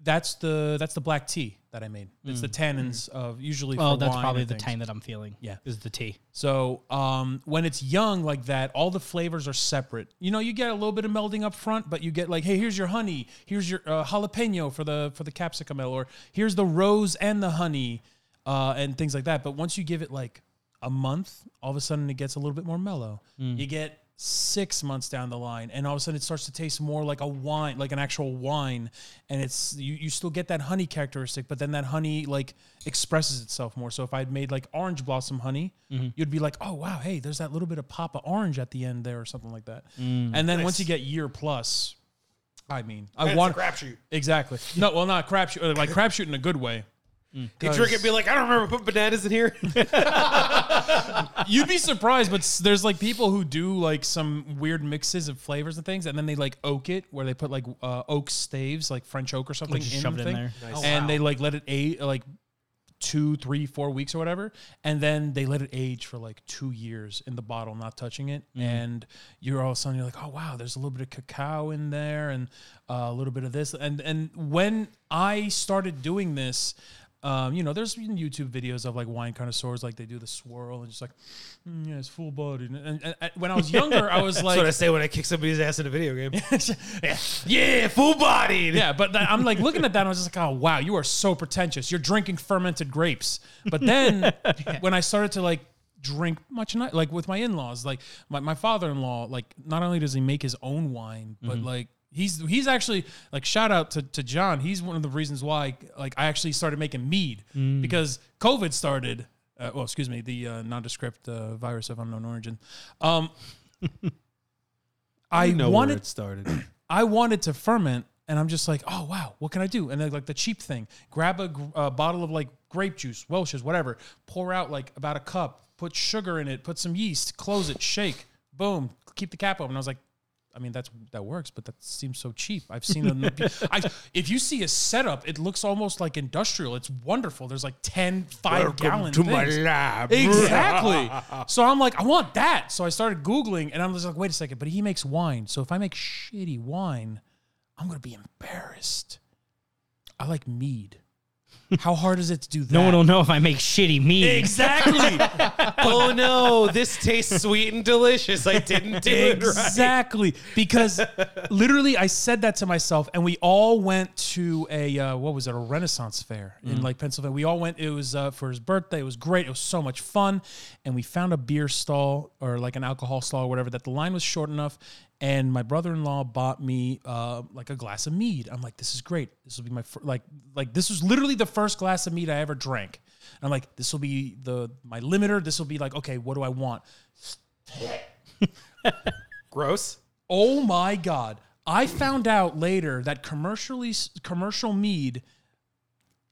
Speaker 4: That's the that's the black tea that I made. It's the tannins of usually.
Speaker 6: Mm. well,
Speaker 4: for
Speaker 6: Oh, that's
Speaker 4: wine
Speaker 6: probably
Speaker 4: and
Speaker 6: the
Speaker 4: things.
Speaker 6: tang that I'm feeling.
Speaker 4: Yeah.
Speaker 6: is the tea.
Speaker 4: So um, when it's young like that, all the flavors are separate. You know, you get a little bit of melding up front, but you get like, hey, here's your honey, here's your uh, jalapeno for the for the capsicum, or here's the rose and the honey, uh, and things like that. But once you give it like a month, all of a sudden it gets a little bit more mellow. You get six months down the line, and all of a sudden it starts to taste more like a wine, like an actual wine, and it's you, you still get that honey characteristic, but then that honey like expresses itself more. So if I'd made like orange blossom honey, you'd be like, oh wow, hey, there's that little bit of pop of orange at the end there, or something like that. And then once you get year plus, I mean, I want crapshoot exactly. No, well, not crapshoot, uh, like crapshoot in a good way.
Speaker 3: You drink it, and be like, I don't remember putting bananas in *laughs* here.
Speaker 4: You'd be surprised, but s- there's like people who do like some weird mixes of flavors and things, and then they like oak it, where they put like uh, oak staves, like French oak or something,
Speaker 6: just
Speaker 4: in,
Speaker 6: shove it in
Speaker 4: thing,
Speaker 6: there.
Speaker 4: and they like let it age like two, three, four weeks or whatever, and then they let it age for like two years in the bottle, not touching it,
Speaker 3: Mm-hmm.
Speaker 4: and you're all of a sudden you're like, oh wow, there's a little bit of cacao in there, and uh, a little bit of this, and and when I started doing this. Um, you know, there's YouTube videos of like wine connoisseurs, like they do the swirl and just like, "Mm, yeah, it's full bodied. And, and, and- and when I was younger, I was
Speaker 3: *laughs* That's
Speaker 4: like,
Speaker 3: what I say when I kick somebody's ass in a video
Speaker 4: *laughs*
Speaker 3: game. *laughs*
Speaker 4: yeah,
Speaker 3: yeah, full bodied.
Speaker 4: yeah, but that, I'm like looking at that, and I was just like, oh wow, you are so pretentious. You're drinking fermented grapes. But then
Speaker 3: *laughs*
Speaker 4: when I started to like drink much ni- like with my in-laws, like my, my father-in-law, like not only does he make his own wine, but
Speaker 3: Mm-hmm.
Speaker 4: like he's he's actually like shout out to, to John. He's one of the reasons why like I actually started making mead
Speaker 3: Mm.
Speaker 4: because COVID started. Uh, well, excuse me, the uh, nondescript uh, virus of unknown origin.
Speaker 3: *laughs*
Speaker 4: Um, I
Speaker 3: know
Speaker 4: wanted
Speaker 3: where it started.
Speaker 4: *laughs* I wanted to ferment, and I'm just like, oh wow, what can I do? And then like the cheap thing, grab a, gr- a bottle of like grape juice, Welch's, whatever, pour out like about a cup, put sugar in it, put some yeast, close it, shake, boom, keep the cap open. I was like, I mean, that's that works, but that seems so cheap. I've seen them. I, if you see a setup, it looks almost like industrial. It's wonderful. There's like 10, 5 gallon things.
Speaker 6: *laughs*
Speaker 4: *laughs*
Speaker 7: lab.
Speaker 4: Exactly. so I'm like, I want that. So I started Googling and I'm just like, wait a second, but he makes wine. So if I make shitty wine, I'm going to be embarrassed. I like mead. How hard is it to do that?
Speaker 6: No one will know if I make shitty meat. *laughs*
Speaker 4: Exactly.
Speaker 3: oh no, this tastes sweet and delicious. I didn't
Speaker 4: *laughs*
Speaker 3: do it right.
Speaker 4: exactly. Because literally, I said that to myself, and we all went to a, uh, what was it, a Renaissance fair in like Pennsylvania. We all went, it was uh, for his birthday. It was great. It was so much fun. And we found a beer stall or like an alcohol stall or whatever that the line was short enough. And my brother in law bought me uh, like a glass of mead. I'm like, this is great. This will be my, fir- like, like, this was literally the first glass of mead I ever drank. And I'm like, this will be the my limiter. This will be like, okay, what do I want?
Speaker 3: Gross.
Speaker 4: Oh my god! I found out later that commercially commercial mead,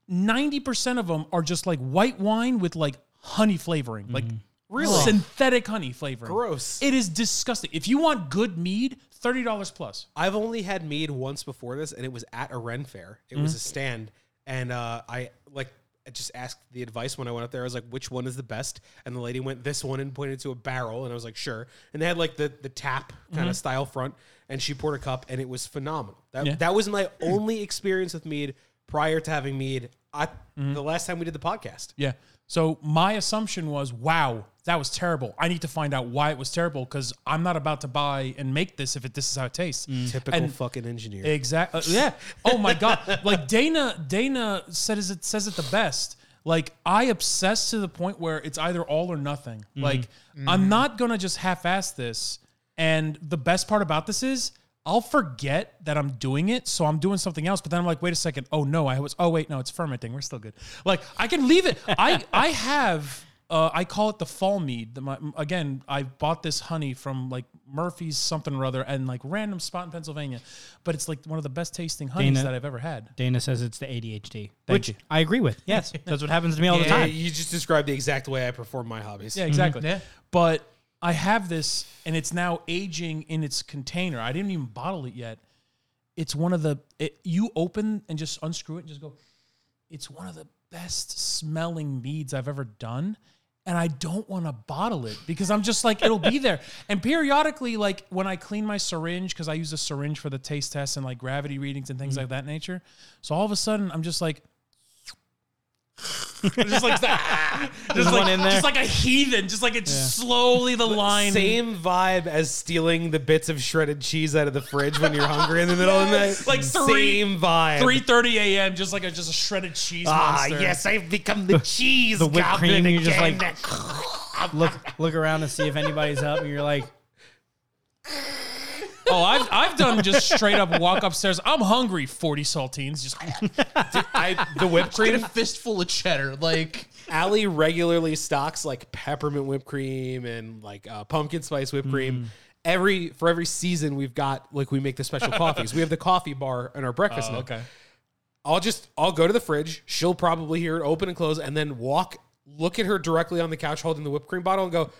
Speaker 4: ninety percent of them are just like white wine with like honey flavoring, like really synthetic honey flavoring.
Speaker 3: Gross.
Speaker 4: It is disgusting. If you want good mead, thirty dollars plus.
Speaker 3: I've only had mead once before this, and it was at a Ren fair. It
Speaker 6: Mm.
Speaker 3: was a stand, and uh, I like I just asked the advice when I went up there. I was like, "Which one is the best?" And the lady went this one and pointed to a barrel, and I was like, "Sure." And they had like the the tap kind
Speaker 6: Mm-hmm.
Speaker 3: of style front, and she poured a cup, and it was phenomenal. That
Speaker 4: Yeah.
Speaker 3: that was my only experience with mead prior to having mead. I,
Speaker 6: Mm-hmm.
Speaker 3: The last time we did the podcast,
Speaker 4: Yeah. So my assumption was, wow, that was terrible. I need to find out why it was terrible because I'm not about to buy and make this if it, this is how it tastes.
Speaker 3: typical
Speaker 4: And-
Speaker 3: fucking engineer.
Speaker 4: Exactly. yeah. Oh my god. Like Dana. Dana says it says it the best. Like I obsess to the point where it's either all or nothing. Like I'm not gonna just half-ass this. And the best part about this is I'll forget that I'm doing it, so I'm doing something else. But then I'm like, wait a second. Oh no, I was. Oh wait, no, it's fermenting. We're still good. Like I can leave it. I I have. Uh, I call it the fall mead. The, my, again, I bought this honey from like Murphy's something or other and like random spot in Pennsylvania, but it's like one of the best tasting honeys
Speaker 6: Dana-
Speaker 4: that I've ever had.
Speaker 6: Dana says it's the ADHD, which
Speaker 4: you.
Speaker 6: I agree with. Yes,
Speaker 4: *laughs*
Speaker 6: that's what happens to me all the
Speaker 3: Yeah,
Speaker 6: time.
Speaker 3: you just described the exact way I perform my hobbies.
Speaker 4: Yeah, exactly.
Speaker 1: Yeah.
Speaker 4: But I have this and it's now aging in its container. I didn't even bottle it yet. It's one of the it, you open and just unscrew it and just go. It's one of the best smelling meads I've ever done. And I don't want to bottle it because I'm just like, it'll be there. And periodically, like when I clean my syringe, because I use a syringe for the taste test and like gravity readings and things like that nature. So all of a sudden, I'm just like, just like that. Just
Speaker 6: one
Speaker 4: like,
Speaker 6: in there.
Speaker 4: just like a heathen. Just like it's slowly the line.
Speaker 3: Same vibe as stealing the bits of shredded cheese out of the fridge when you're hungry in the middle of the night.
Speaker 4: Like three-
Speaker 3: same vibe. Ah,
Speaker 4: Three thirty a.m. Just like a just a shredded cheese monster.
Speaker 3: I've become the cheese
Speaker 6: The whipped cream, you just like look look around and see if *laughs* anybody's up, and you're like,
Speaker 4: *laughs* Oh, I've I've done just straight up walk upstairs. I'm hungry. Forty saltines. Just *laughs*
Speaker 3: I, the whipped
Speaker 1: Get
Speaker 3: cream.
Speaker 1: a fistful of cheddar. Like,
Speaker 3: Allie regularly stocks like peppermint whipped cream and like uh, pumpkin spice whipped cream. Every for every season, we've got like we make the special coffees. We have the coffee bar in our breakfast. nook. I'll just I'll go to the fridge. She'll probably hear it open and close, and then walk, look at her directly on the couch holding the whipped cream bottle, and go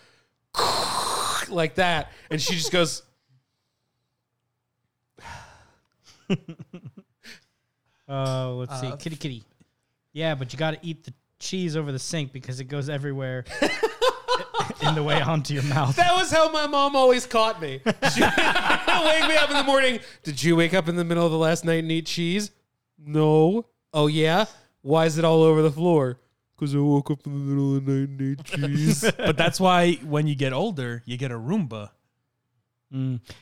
Speaker 3: *laughs* like that, and she just goes.
Speaker 6: oh, let's
Speaker 4: Uh,
Speaker 6: see, kitty kitty. Yeah, but you got to eat the cheese over the sink because it goes
Speaker 4: *laughs*
Speaker 6: everywhere in the way onto your mouth.
Speaker 3: That was how my mom always caught me. She *laughs* would wake me up in the morning. Did you wake up in the middle of the last night and eat cheese? No. Oh yeah. Why is it all over the floor? Because I woke up in the middle of the night and
Speaker 4: *laughs*
Speaker 3: ate cheese.
Speaker 4: But that's why when you get older, you get a Roomba.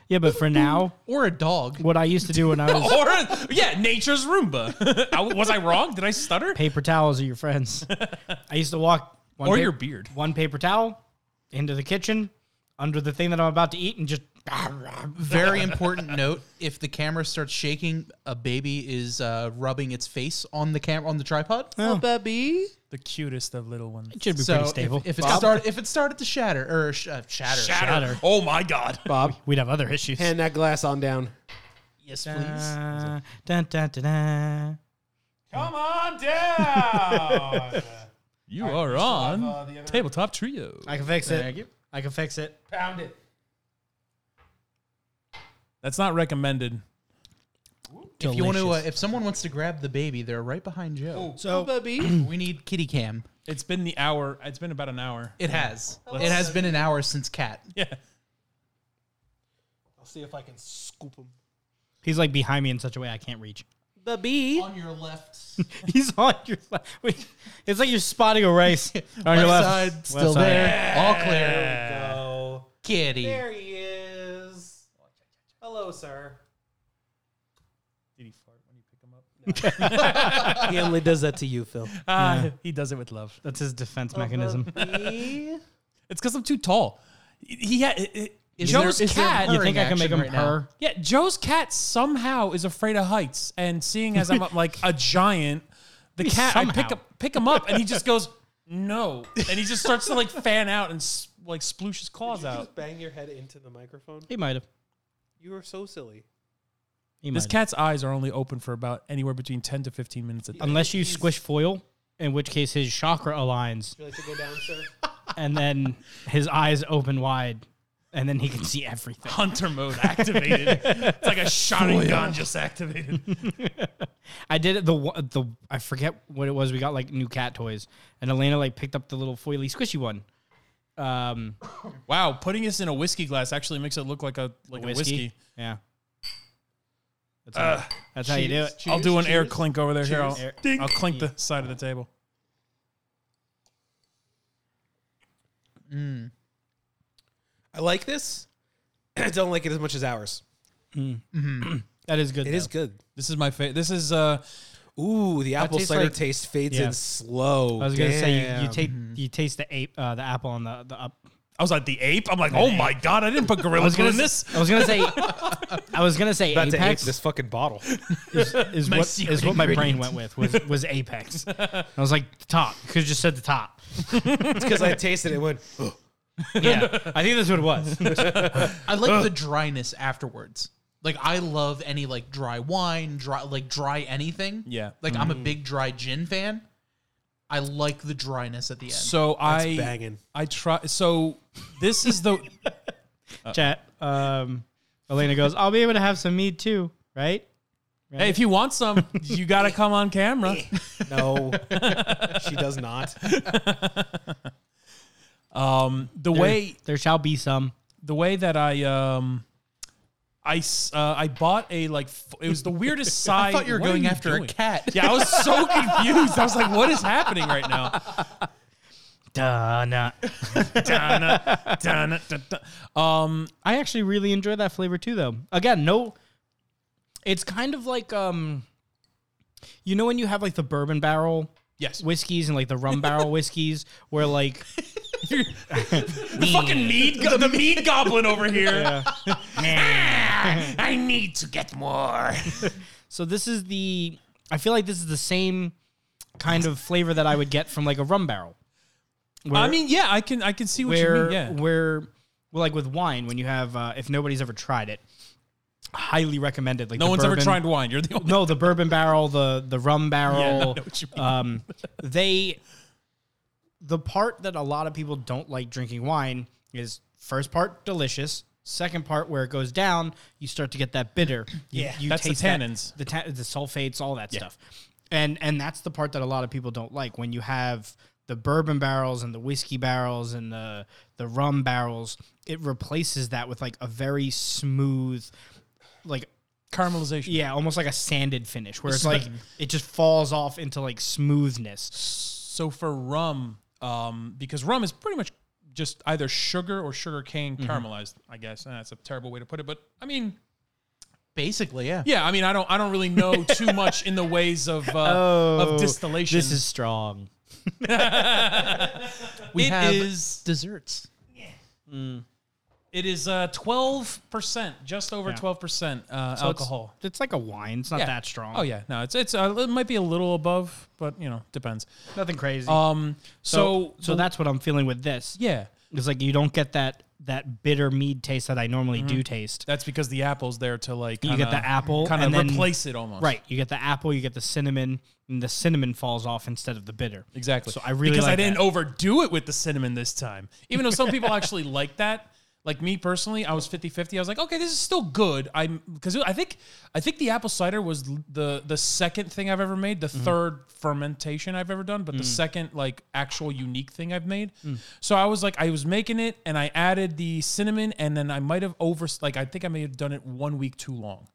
Speaker 6: Yeah, but for now,
Speaker 1: or a dog.
Speaker 6: what I used to do when I
Speaker 4: *laughs*
Speaker 6: was
Speaker 4: Or yeah, nature's Roomba. *laughs* I- was I wrong? Did I stutter?
Speaker 6: paper towels are your
Speaker 4: *laughs*
Speaker 6: friends. I used to walk one
Speaker 4: Or
Speaker 6: pa-
Speaker 4: your beard.
Speaker 6: one paper towel into the kitchen under the thing that I'm about to eat, and just
Speaker 1: *laughs* *laughs* Very important note: if the camera starts shaking, a baby is uh, rubbing its face on the camera on the tripod. Oh, baby!
Speaker 4: The cutest of little ones.
Speaker 6: it should be
Speaker 1: So
Speaker 6: pretty stable.
Speaker 1: if, if it started, if it started to shatter or sh- uh, shatter,
Speaker 6: Shatter.
Speaker 4: Oh my god.
Speaker 3: Bob,
Speaker 6: We'd have other issues.
Speaker 3: hand that glass on down.
Speaker 1: yes,
Speaker 6: Da,
Speaker 1: please.
Speaker 6: Uh, da, da, da, da.
Speaker 4: Come on down. you are on tabletop trio.
Speaker 6: I can fix it. I can fix it.
Speaker 3: Pound it.
Speaker 4: That's not recommended.
Speaker 1: If you want to, uh, if someone wants to grab the baby, they're right behind Joe.
Speaker 6: So
Speaker 1: We need kitty cam.
Speaker 4: It's been the hour. It's been about an hour.
Speaker 1: It has. It has been an hour since Cat.
Speaker 4: Yeah.
Speaker 7: I'll see if I can scoop him.
Speaker 6: he's like behind me in such a way I can't reach. *laughs*
Speaker 5: The bee.
Speaker 1: On your left,
Speaker 6: He's on your left. Wait, It's like you're spotting a race *laughs* *laughs* on your left.
Speaker 1: side, still
Speaker 6: side.
Speaker 1: there.
Speaker 4: *laughs*
Speaker 1: All clear. Kitty.
Speaker 7: There he is. Hello, sir.
Speaker 4: Did he fart when you pick him
Speaker 6: *laughs*
Speaker 4: up?
Speaker 7: he only does that to you,
Speaker 4: *laughs*
Speaker 7: Phil.
Speaker 4: Uh, He does it with love.
Speaker 6: That's his defense mechanism. *laughs*
Speaker 4: It's because I'm too tall. He, he had. It, it-
Speaker 1: Is
Speaker 4: Joe's
Speaker 1: there- is there
Speaker 4: cat.
Speaker 1: purring
Speaker 6: You think I can make
Speaker 1: action
Speaker 6: him
Speaker 1: right now?
Speaker 6: purr?
Speaker 4: Yeah, Joe's cat somehow is afraid of heights, and seeing as I'm like a giant,
Speaker 6: *laughs*
Speaker 4: the cat I pick
Speaker 6: somehow.
Speaker 4: up pick him up, and he just goes no, and he just starts to like fan out and s- like sploosh his claws out.
Speaker 7: bang your head into the microphone.
Speaker 6: He might have.
Speaker 7: You are so silly.
Speaker 6: He might
Speaker 4: This
Speaker 6: have.
Speaker 4: cat's eyes are only open for about anywhere between ten to fifteen minutes a day.
Speaker 6: Unless you squish foil, in which case his chakra aligns,
Speaker 7: Would you like to go down, sir?
Speaker 6: and then his eyes open wide, and then he can see everything.
Speaker 4: Hunter mode activated. it's like a shotting gun just activated.
Speaker 6: *laughs* I did it the one- the I forget what it was. We got like new cat toys, and Elena like picked up the little foily squishy one. Um,
Speaker 4: Wow, putting this in a whiskey glass actually makes it look like a like a whiskey. Uh,
Speaker 6: Yeah. That's how, that's how you do it.
Speaker 4: I'll do an air clink over there. Here, I'll,
Speaker 6: Cheers.
Speaker 4: I'll clink the side of the table.
Speaker 7: I like this. *clears throat* I don't like it as much as ours.
Speaker 6: That is good.
Speaker 7: It is good.
Speaker 4: This is my favorite. This is uh,
Speaker 7: Ooh, the apple
Speaker 6: tastes
Speaker 7: cider
Speaker 6: like-
Speaker 7: taste fades
Speaker 6: Yeah.
Speaker 7: in slow.
Speaker 6: I was gonna say you, you
Speaker 7: Damn. Mm-hmm.
Speaker 6: take you taste the ape uh, the apple on the the up.
Speaker 4: I was like the ape. I'm like, oh my god, I didn't put gorilla glue in this.
Speaker 6: I was gonna
Speaker 4: *laughs*
Speaker 6: say I was gonna say
Speaker 7: about to ape
Speaker 6: apex
Speaker 7: this fucking bottle.
Speaker 4: *laughs*
Speaker 6: is
Speaker 1: my
Speaker 6: what
Speaker 1: secret
Speaker 6: is what my brain
Speaker 1: ingredient.
Speaker 6: went with was was apex. I was like the top. Could have just said the top.
Speaker 7: It's because I tasted it. and Went. "Ugh."
Speaker 6: Yeah, I think that's what it was.
Speaker 1: I like the dryness afterwards. Like I love any like dry wine, dry like dry anything.
Speaker 4: Yeah.
Speaker 1: Like I'm a
Speaker 6: Mm.
Speaker 1: big dry gin fan. I like the dryness at the end.
Speaker 4: So I
Speaker 7: banging.
Speaker 4: I try. So this is the
Speaker 6: Chat. Um, Elena goes. I'll be able to have some meat too, *laughs* right?
Speaker 4: hey, if you want some, you gotta come
Speaker 6: *laughs*
Speaker 4: on camera.
Speaker 7: No, she
Speaker 4: *laughs*
Speaker 7: does not.
Speaker 4: Um, the
Speaker 6: There-
Speaker 4: way
Speaker 6: there shall be some.
Speaker 4: the way that I um. I, s- uh, I bought a like f- it was the weirdest side.
Speaker 1: *laughs* I thought you were
Speaker 4: what are
Speaker 1: going after a
Speaker 4: doing?
Speaker 1: cat.
Speaker 4: Yeah, I was
Speaker 1: *laughs*
Speaker 4: so confused. I was like, "What is happening right now?"
Speaker 3: Uh,
Speaker 6: Donna.
Speaker 4: Dun, dun, dun, dun. Um,
Speaker 6: I actually really enjoy that flavor too, though. Again, no, it's kind of like um, you know when you have like the bourbon barrel
Speaker 4: yes,
Speaker 6: whiskeys and like the rum barrel
Speaker 4: *laughs*
Speaker 6: whiskeys, where like *laughs*
Speaker 4: fucking mead, go- the mead goblin over here. *laughs* I need to get more.
Speaker 6: *laughs* so this is the I feel like this is the same kind of flavor that I would get from like a rum barrel. Where,
Speaker 4: I mean, yeah, I can I can see what you
Speaker 6: where
Speaker 4: mean. Yeah,
Speaker 6: where well, like with wine when you have uh, if nobody's ever tried it, highly recommended. Like
Speaker 4: no
Speaker 6: the
Speaker 4: one's ever
Speaker 6: bourbon-
Speaker 4: tried wine. You're the
Speaker 6: *laughs*
Speaker 4: only
Speaker 6: no, the bourbon barrel, the the rum barrel.
Speaker 4: Yeah, I know what you mean.
Speaker 6: Um, they the part that a lot of people don't like drinking wine is first part delicious, second part where it goes down, you start to get that bitter.
Speaker 4: *clears throat*
Speaker 6: Yeah, you,
Speaker 4: That's the
Speaker 6: that-
Speaker 4: tannins.
Speaker 6: the ta- the sulfates, all that stuff, and and that's the part that a lot of people don't like when you have. The bourbon barrels and the whiskey barrels and the the rum barrels, it replaces that with like a very smooth, like
Speaker 4: caramelization.
Speaker 6: yeah, almost like a sanded finish, where it's like it just falls off into like smoothness.
Speaker 4: So for rum, um, because rum is pretty much just either sugar or sugar cane
Speaker 1: Mm-hmm.
Speaker 4: caramelized. I guess and that's a terrible way to put it, but I mean,
Speaker 1: Basically, yeah.
Speaker 4: yeah, I mean, I don't I don't
Speaker 6: *laughs*
Speaker 4: really know too much in the ways of uh, of distillation.
Speaker 6: Oh, This is strong.
Speaker 1: We
Speaker 4: It
Speaker 1: have
Speaker 4: is-
Speaker 1: desserts.
Speaker 4: it is uh twelve percent, just over
Speaker 6: Yeah.
Speaker 4: twelve percent uh,
Speaker 6: So it's-
Speaker 4: alcohol.
Speaker 6: It's, like a wine. It's not
Speaker 4: Yeah.
Speaker 6: that strong.
Speaker 4: Oh yeah, no, it's it's uh, it might be a little above, but you know, depends.
Speaker 6: nothing crazy.
Speaker 4: Um, so
Speaker 6: so so that's what I'm feeling with this.
Speaker 4: yeah,
Speaker 6: It's like you don't get that that bitter mead taste that I normally
Speaker 4: Mm-hmm.
Speaker 6: do taste.
Speaker 4: that's because the apple's there to like
Speaker 6: You get the apple
Speaker 4: kind
Speaker 6: and
Speaker 4: of
Speaker 6: then-
Speaker 4: replace it almost.
Speaker 6: Right. You get the apple. You get the cinnamon. And the cinnamon falls off instead of the bitter.
Speaker 4: Exactly.
Speaker 6: So I really
Speaker 4: because I
Speaker 6: like
Speaker 4: didn't
Speaker 6: that. *laughs*
Speaker 4: overdo it with the cinnamon this time. Even though some people actually like that, Like me personally, I was 50-50. I was like, okay, this is still good. I'm because I think I think the apple cider was l- the the second thing I've ever made, the
Speaker 6: Mm-hmm.
Speaker 4: third fermentation I've ever done, but
Speaker 6: Mm.
Speaker 4: the second like actual unique thing I've made. So I was like, I was making it and I added the cinnamon, and then I might have over like I think I may have done it one week too long.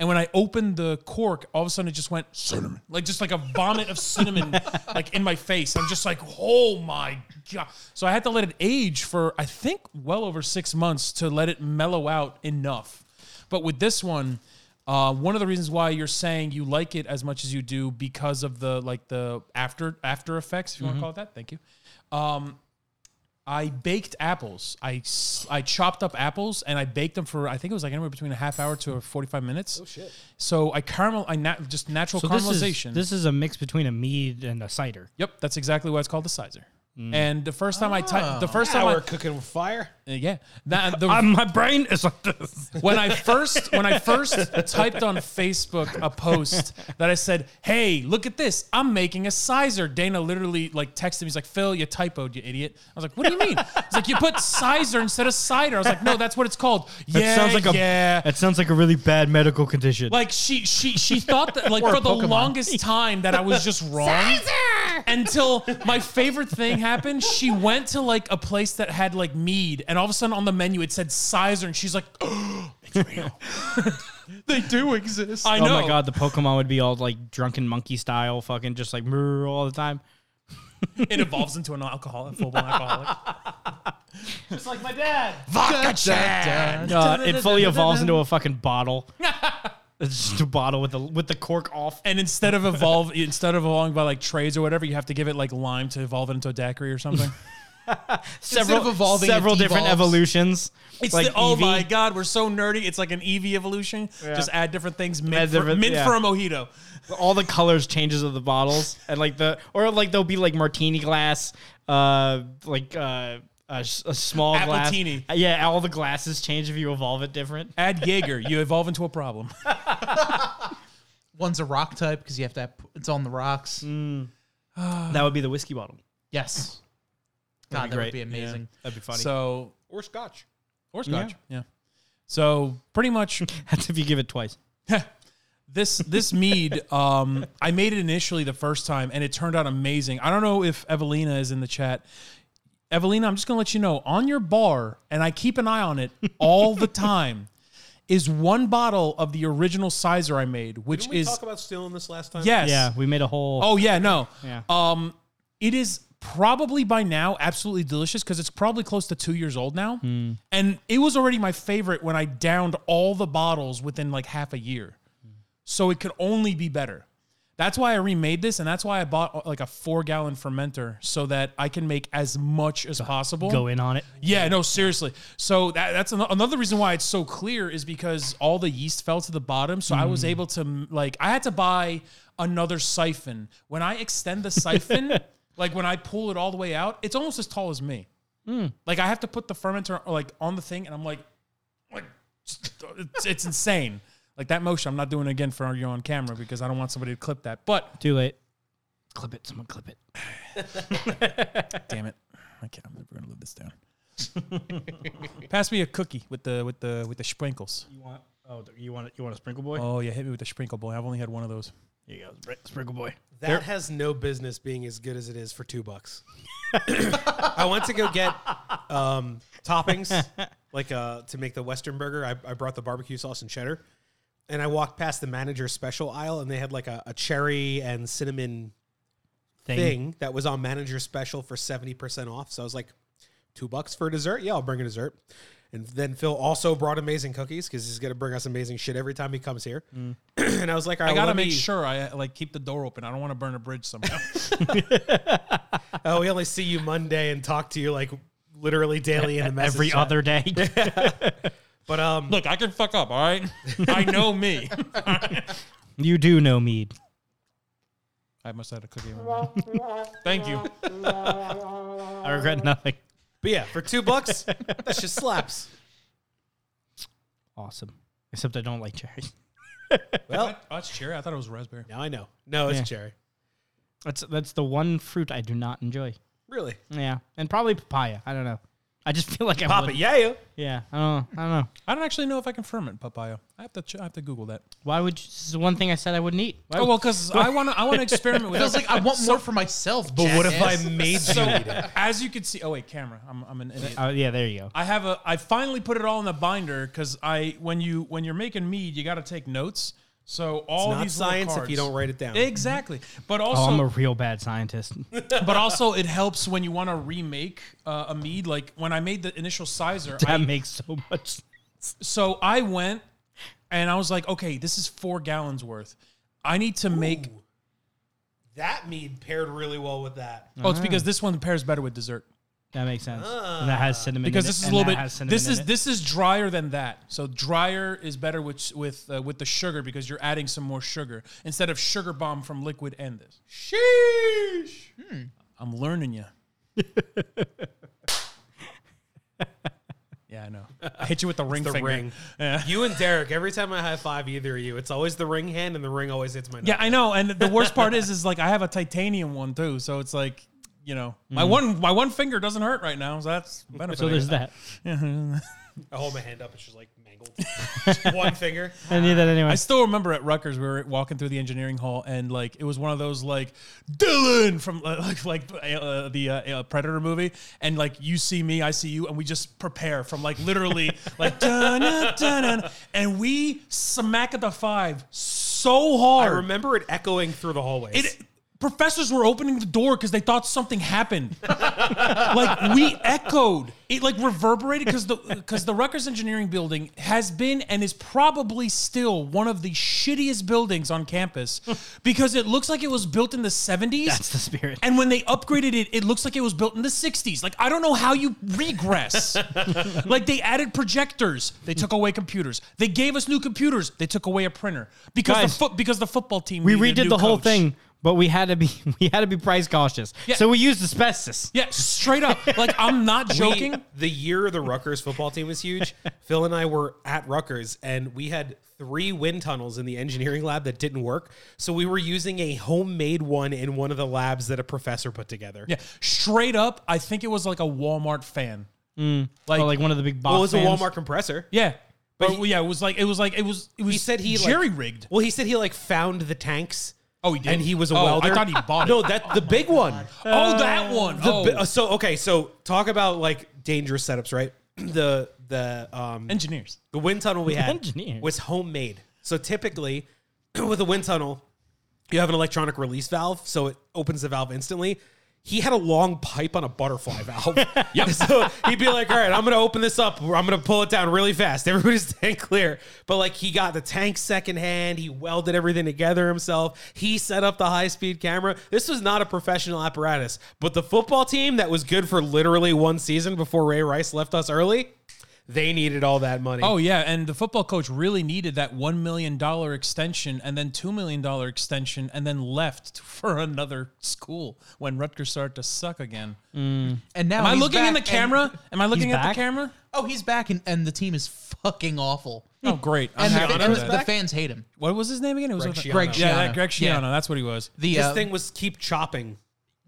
Speaker 4: And when I opened the cork, all of a sudden it just went cinnamon, like just like a vomit of cinnamon, like in my face. I'm just like, oh my god! So I had to let it age for I think well over six months to let it mellow out enough. But with this one, uh, one of the reasons why you're saying you like it as much as you do because of the like the after after effects, if you want to call it that. Thank you. I baked apples. I, s- I chopped up apples and I baked them for I think it was like anywhere between a half hour to forty five minutes. Oh shit! So I caramel I nat- just natural
Speaker 6: So this is,
Speaker 4: caramelization.
Speaker 6: this is a mix between a mead and a cider.
Speaker 4: yep, that's exactly why it's called the sizer.
Speaker 6: Mm.
Speaker 4: And the first time I ti- the first time I,
Speaker 7: we're cooking with fire.
Speaker 4: uh, yeah
Speaker 6: *laughs*
Speaker 4: that, the,
Speaker 6: Uh, my brain is like this. *laughs*
Speaker 4: when I first when I first typed on Facebook a post that I said, "Hey, look at this! I'm making a sizer." Dana literally like texted me. He's like, "Phil, you typoed, you idiot." I was like, "What do you mean?" He's like, "You put sizer instead of cider." I was like, "No, that's what it's called."
Speaker 6: That
Speaker 4: yeah,
Speaker 6: sounds like a
Speaker 4: yeah.
Speaker 6: That sounds like a really bad medical condition.
Speaker 4: Like she she she thought that *laughs* like for the longest time that I was *laughs* just wrong. Until my favorite thing happened, she went to like a place that had like mead, and all of a sudden on the menu it said sizer, and she's like,
Speaker 1: They do exist.
Speaker 4: "I
Speaker 6: oh
Speaker 4: know."
Speaker 6: my god, the Pokemon would be all like drunken monkey style, fucking just like "Mrr," all the time. Uh,
Speaker 4: it evolves into an alcoholic, full blown *laughs* alcoholic.
Speaker 6: Uh, it fully evolves into a fucking bottle.
Speaker 4: *laughs*
Speaker 6: it's just a bottle with the with the cork off.
Speaker 4: And instead of evolve, instead of evolving by like trades or whatever, you have to give it like lime to evolve it into a daiquiri or something.
Speaker 6: Several
Speaker 1: of evolving, it
Speaker 6: several different
Speaker 1: devolves.
Speaker 6: evolutions.
Speaker 4: *laughs* It's
Speaker 6: like
Speaker 4: the, oh
Speaker 6: Eevee.
Speaker 4: my god, we're so nerdy. It's like an EV evolution. Just add different things. Mint,
Speaker 6: Add
Speaker 4: for,
Speaker 6: different-
Speaker 4: mint
Speaker 6: yeah.
Speaker 4: for a mojito.
Speaker 6: all the colors changes of the bottles and like the or like there'll be like martini glass uh like uh a, s- a small glass Uh,
Speaker 4: Appletini.
Speaker 6: yeah all the glasses change if you evolve it different
Speaker 4: Add Jaeger. you evolve into a
Speaker 7: *laughs*
Speaker 4: problem.
Speaker 1: One's a rock type because you have to. Have, it's on the rocks.
Speaker 6: Mm. that would be the whiskey bottle
Speaker 1: Yes. God,
Speaker 6: be
Speaker 1: that would
Speaker 6: great.
Speaker 1: be amazing.
Speaker 6: that'd be funny
Speaker 4: So
Speaker 7: Or scotch.
Speaker 4: or scotch. yeah. So pretty much
Speaker 6: that's *laughs* if you give it twice
Speaker 4: this this mead um i made it initially the first time and it turned out amazing i don't know if evelina is in the chat evelina i'm just gonna let you know on your bar and i keep an eye on
Speaker 7: *laughs*
Speaker 4: it all the time is one bottle of the original sizer i made which
Speaker 7: Didn't we
Speaker 4: is
Speaker 7: talk about stealing this last time?
Speaker 4: yes
Speaker 6: yeah we made a whole
Speaker 4: oh yeah no
Speaker 6: yeah
Speaker 4: um, it is probably by now absolutely delicious because it's probably close to two years old now,
Speaker 6: Hmm.
Speaker 4: and it was already my favorite when I downed all the bottles within like half a year. So it could only be better. That's why I remade this, and that's why I bought uh, like a four gallon fermenter so that I can make as much as possible.
Speaker 6: go in on it
Speaker 4: Yeah, no, seriously. So that, that's ano- another reason why it's so clear is because all the yeast fell to the bottom. So I was able to m- like I had to buy another siphon. When I extend the siphon, like when I pull it all the way out, it's almost as tall as me. Like I have to put the fermenter like on the thing, and I'm like, like *laughs* it's, it's insane. Like that motion, I'm not doing it again for you on camera because I don't want somebody to clip that. But
Speaker 6: too late clip it someone clip it
Speaker 4: Damn it. I can't. I'm never gonna live this down. *laughs* Pass me a cookie with the with the with the sprinkles.
Speaker 6: you want oh you want you want a sprinkle boy
Speaker 4: Oh yeah, hit me with the sprinkle boy. I've only had one of those.
Speaker 6: here you go spr- sprinkle boy
Speaker 7: That has no business being as good as it is for two bucks. *laughs* I went to go get um,
Speaker 4: *laughs*
Speaker 7: toppings, like uh, to make the Western burger. I, I brought the barbecue sauce and cheddar, and I walked past the manager's special aisle, and they had like a, a cherry and cinnamon
Speaker 6: thing,
Speaker 7: thing that was on manager special for 70% off. So I was like, two bucks for a dessert? Yeah, I'll bring a dessert. And then Phil also brought amazing cookies because he's going to bring us amazing shit every time he comes here. *clears throat* and I was like, all right,
Speaker 4: Mm. I gotta
Speaker 7: let
Speaker 4: make
Speaker 7: me-
Speaker 4: sure I uh, like keep the door open. I don't want to burn a bridge somehow.
Speaker 7: Oh, we only see you Monday and talk to you like literally daily in the message
Speaker 6: every
Speaker 7: chat.
Speaker 6: other *laughs* day
Speaker 7: But um,
Speaker 4: Look, I can fuck up. All right, I know me.
Speaker 6: you do know mead
Speaker 4: *laughs* I must have had a cookie. in my mouth. Thank you.
Speaker 6: i regret nothing
Speaker 7: but yeah, for two bucks, that shit slaps.
Speaker 6: awesome except i don't like cherry
Speaker 7: Well,
Speaker 4: Oh, it's cherry. I thought it was raspberry.
Speaker 7: now I know. No, it's
Speaker 6: Yeah.
Speaker 7: cherry.
Speaker 6: That's that's the one fruit I do not enjoy.
Speaker 7: Really?
Speaker 6: Yeah, and probably papaya. I don't know. I just feel like I would.
Speaker 8: yeah.
Speaker 6: Yeah, I don't know. I don't know.
Speaker 4: I don't actually know if I can ferment papaya. I have to. Ch- I have to Google that.
Speaker 6: Why would you, this is the one thing I said I wouldn't eat? Why
Speaker 4: Oh
Speaker 6: would-
Speaker 4: well, because I want to. I want to experiment
Speaker 1: *laughs*
Speaker 4: with.
Speaker 1: I was like, I want more for myself. But
Speaker 3: What if I made you eat it?
Speaker 4: as you can see. Oh wait, camera. I'm, I'm an idiot.
Speaker 6: Oh, yeah, there you go.
Speaker 4: I have a. I finally put it all in the binder because I when you when you're making mead, you got to take notes. So all
Speaker 3: Not
Speaker 4: these little
Speaker 3: science if
Speaker 4: cards-
Speaker 3: you don't write it down.
Speaker 4: Exactly, but also
Speaker 6: Oh, I'm a real bad
Speaker 4: *laughs*
Speaker 6: scientist.
Speaker 4: but also it helps when you want to remake uh, a mead. Like when I made the initial sizer,
Speaker 6: *laughs*
Speaker 4: I,
Speaker 6: That makes so much.
Speaker 4: so I went and I was like, okay, this is four gallons worth. I need to make.
Speaker 3: That mead paired really well with that.
Speaker 4: Oh, it's
Speaker 6: Mm.
Speaker 4: because this one pairs better with dessert
Speaker 6: That makes sense. and that has cinnamon.
Speaker 4: Ah. because
Speaker 6: in it,
Speaker 4: this is a
Speaker 6: and
Speaker 4: little
Speaker 6: that has
Speaker 4: bit.
Speaker 6: cinnamon
Speaker 4: This
Speaker 6: in
Speaker 4: is
Speaker 6: it.
Speaker 4: this is drier than that. So drier is better with with uh, with the sugar because you're adding some more sugar instead of sugar bomb from liquid and this. Sheesh! I'm learning you. yeah, I know. I hit you with the ring
Speaker 3: The
Speaker 4: finger.
Speaker 3: ring. You and Derek, every time I high five either of you, it's always the ring hand and the ring always hits my nose.
Speaker 4: Yeah, I know. And the worst part is, is like I have a titanium one too, so it's like you know, my
Speaker 3: Mm.
Speaker 4: one my one finger doesn't hurt right now, so that's a benefit.
Speaker 6: So there's that.
Speaker 3: I hold my hand up, it's just like mangled. *laughs* One finger.
Speaker 6: I knew that anyway.
Speaker 4: I still remember at Rutgers, we were walking through the engineering hall, and like it was one of those like Dylan from *laughs* uh, like like uh, the uh, uh, Predator movie, and like you see me, I see you, and we just prepare from
Speaker 3: *laughs*
Speaker 4: like literally like dun dun dun, and we smack at the five so
Speaker 3: I
Speaker 4: hard.
Speaker 3: remember it echoing through the hallways.
Speaker 4: It, professors were opening the door because they thought
Speaker 6: *laughs*
Speaker 4: something happened. like we echoed, it like reverberated because the because the Rutgers Engineering Building has been and is probably still one of the shittiest buildings
Speaker 6: *laughs*
Speaker 4: on campus because it looks like it was built in the seventies.
Speaker 6: That's the spirit.
Speaker 4: And when they upgraded it, it looks like it was built in the 60s. Like, I don't know how you regress.
Speaker 6: *laughs*
Speaker 4: like, they added projectors. They took away computers. They gave us new computers. They took away a printer. Because,
Speaker 6: Guys,
Speaker 4: the, fo- because the football team
Speaker 6: we
Speaker 4: needed a
Speaker 6: redid
Speaker 4: new
Speaker 6: the whole
Speaker 4: coach.
Speaker 6: thing, but we had to be *laughs* we had to be price cautious. So we used asbestos.
Speaker 4: Yeah, straight up. Like, I'm not joking.
Speaker 3: *laughs* the year the Rutgers football team was
Speaker 4: *laughs*
Speaker 3: huge, Phil and I were at Rutgers and we had three wind tunnels in the engineering lab that didn't work. So we were using a homemade one in one of the labs that a professor put together.
Speaker 4: yeah, straight up. I think it was like a Walmart fan.
Speaker 6: Or like one of the big box.
Speaker 3: Well, it was a
Speaker 6: fans.
Speaker 3: Walmart compressor.
Speaker 4: Yeah. But
Speaker 3: he-
Speaker 4: yeah, it was like it was like it was it was
Speaker 3: He said he like-
Speaker 4: jerry rigged.
Speaker 3: Well, he said he like found the tanks.
Speaker 4: Oh, he did?
Speaker 3: And he was a
Speaker 4: Oh, I
Speaker 3: welder.
Speaker 4: thought he bought it.
Speaker 3: *laughs* No, that the big one.
Speaker 4: oh, that one.
Speaker 3: The
Speaker 4: oh.
Speaker 3: bi- uh, so okay, so talk about like dangerous setups, right? *clears throat* the the um
Speaker 4: engineers.
Speaker 3: the wind tunnel we had
Speaker 6: Engineer.
Speaker 3: was homemade. So typically, *clears throat* with a wind tunnel, you have an electronic release valve, so it opens the valve instantly. He had a long pipe on a butterfly *laughs* valve. yep. So he'd be like, all right, I'm going to open this up. I'm going to pull it down really fast. Everybody's *laughs* staying clear. But like he got the tank secondhand. He welded everything together himself. He set up the high speed camera. This was not a professional apparatus, but the football team that was good for literally one season before Ray Rice left us early, they needed all that money.
Speaker 4: Oh yeah, and the football coach really needed that one million dollar extension and then two million dollar extension, and then left for another school when Rutgers started to suck again.
Speaker 1: And now
Speaker 4: Am I
Speaker 1: he's
Speaker 4: looking in the
Speaker 1: back
Speaker 4: camera?
Speaker 1: and-
Speaker 4: Am I looking
Speaker 6: He's
Speaker 4: at
Speaker 6: back?
Speaker 4: the camera?
Speaker 1: oh, he's back, and, and the team is fucking awful.
Speaker 4: Oh great! I'm
Speaker 1: And, the,
Speaker 4: happy
Speaker 1: and
Speaker 4: for
Speaker 1: the-
Speaker 4: that.
Speaker 1: the fans hate him.
Speaker 4: what was his name again? It was
Speaker 3: Greg
Speaker 4: Greg.
Speaker 3: Schiano.
Speaker 1: Greg
Speaker 4: Yeah, that
Speaker 1: Schiano.
Speaker 4: Greg Schiano.
Speaker 1: Yeah.
Speaker 4: That's what he was.
Speaker 1: The
Speaker 3: This
Speaker 1: uh,
Speaker 3: thing was keep chopping.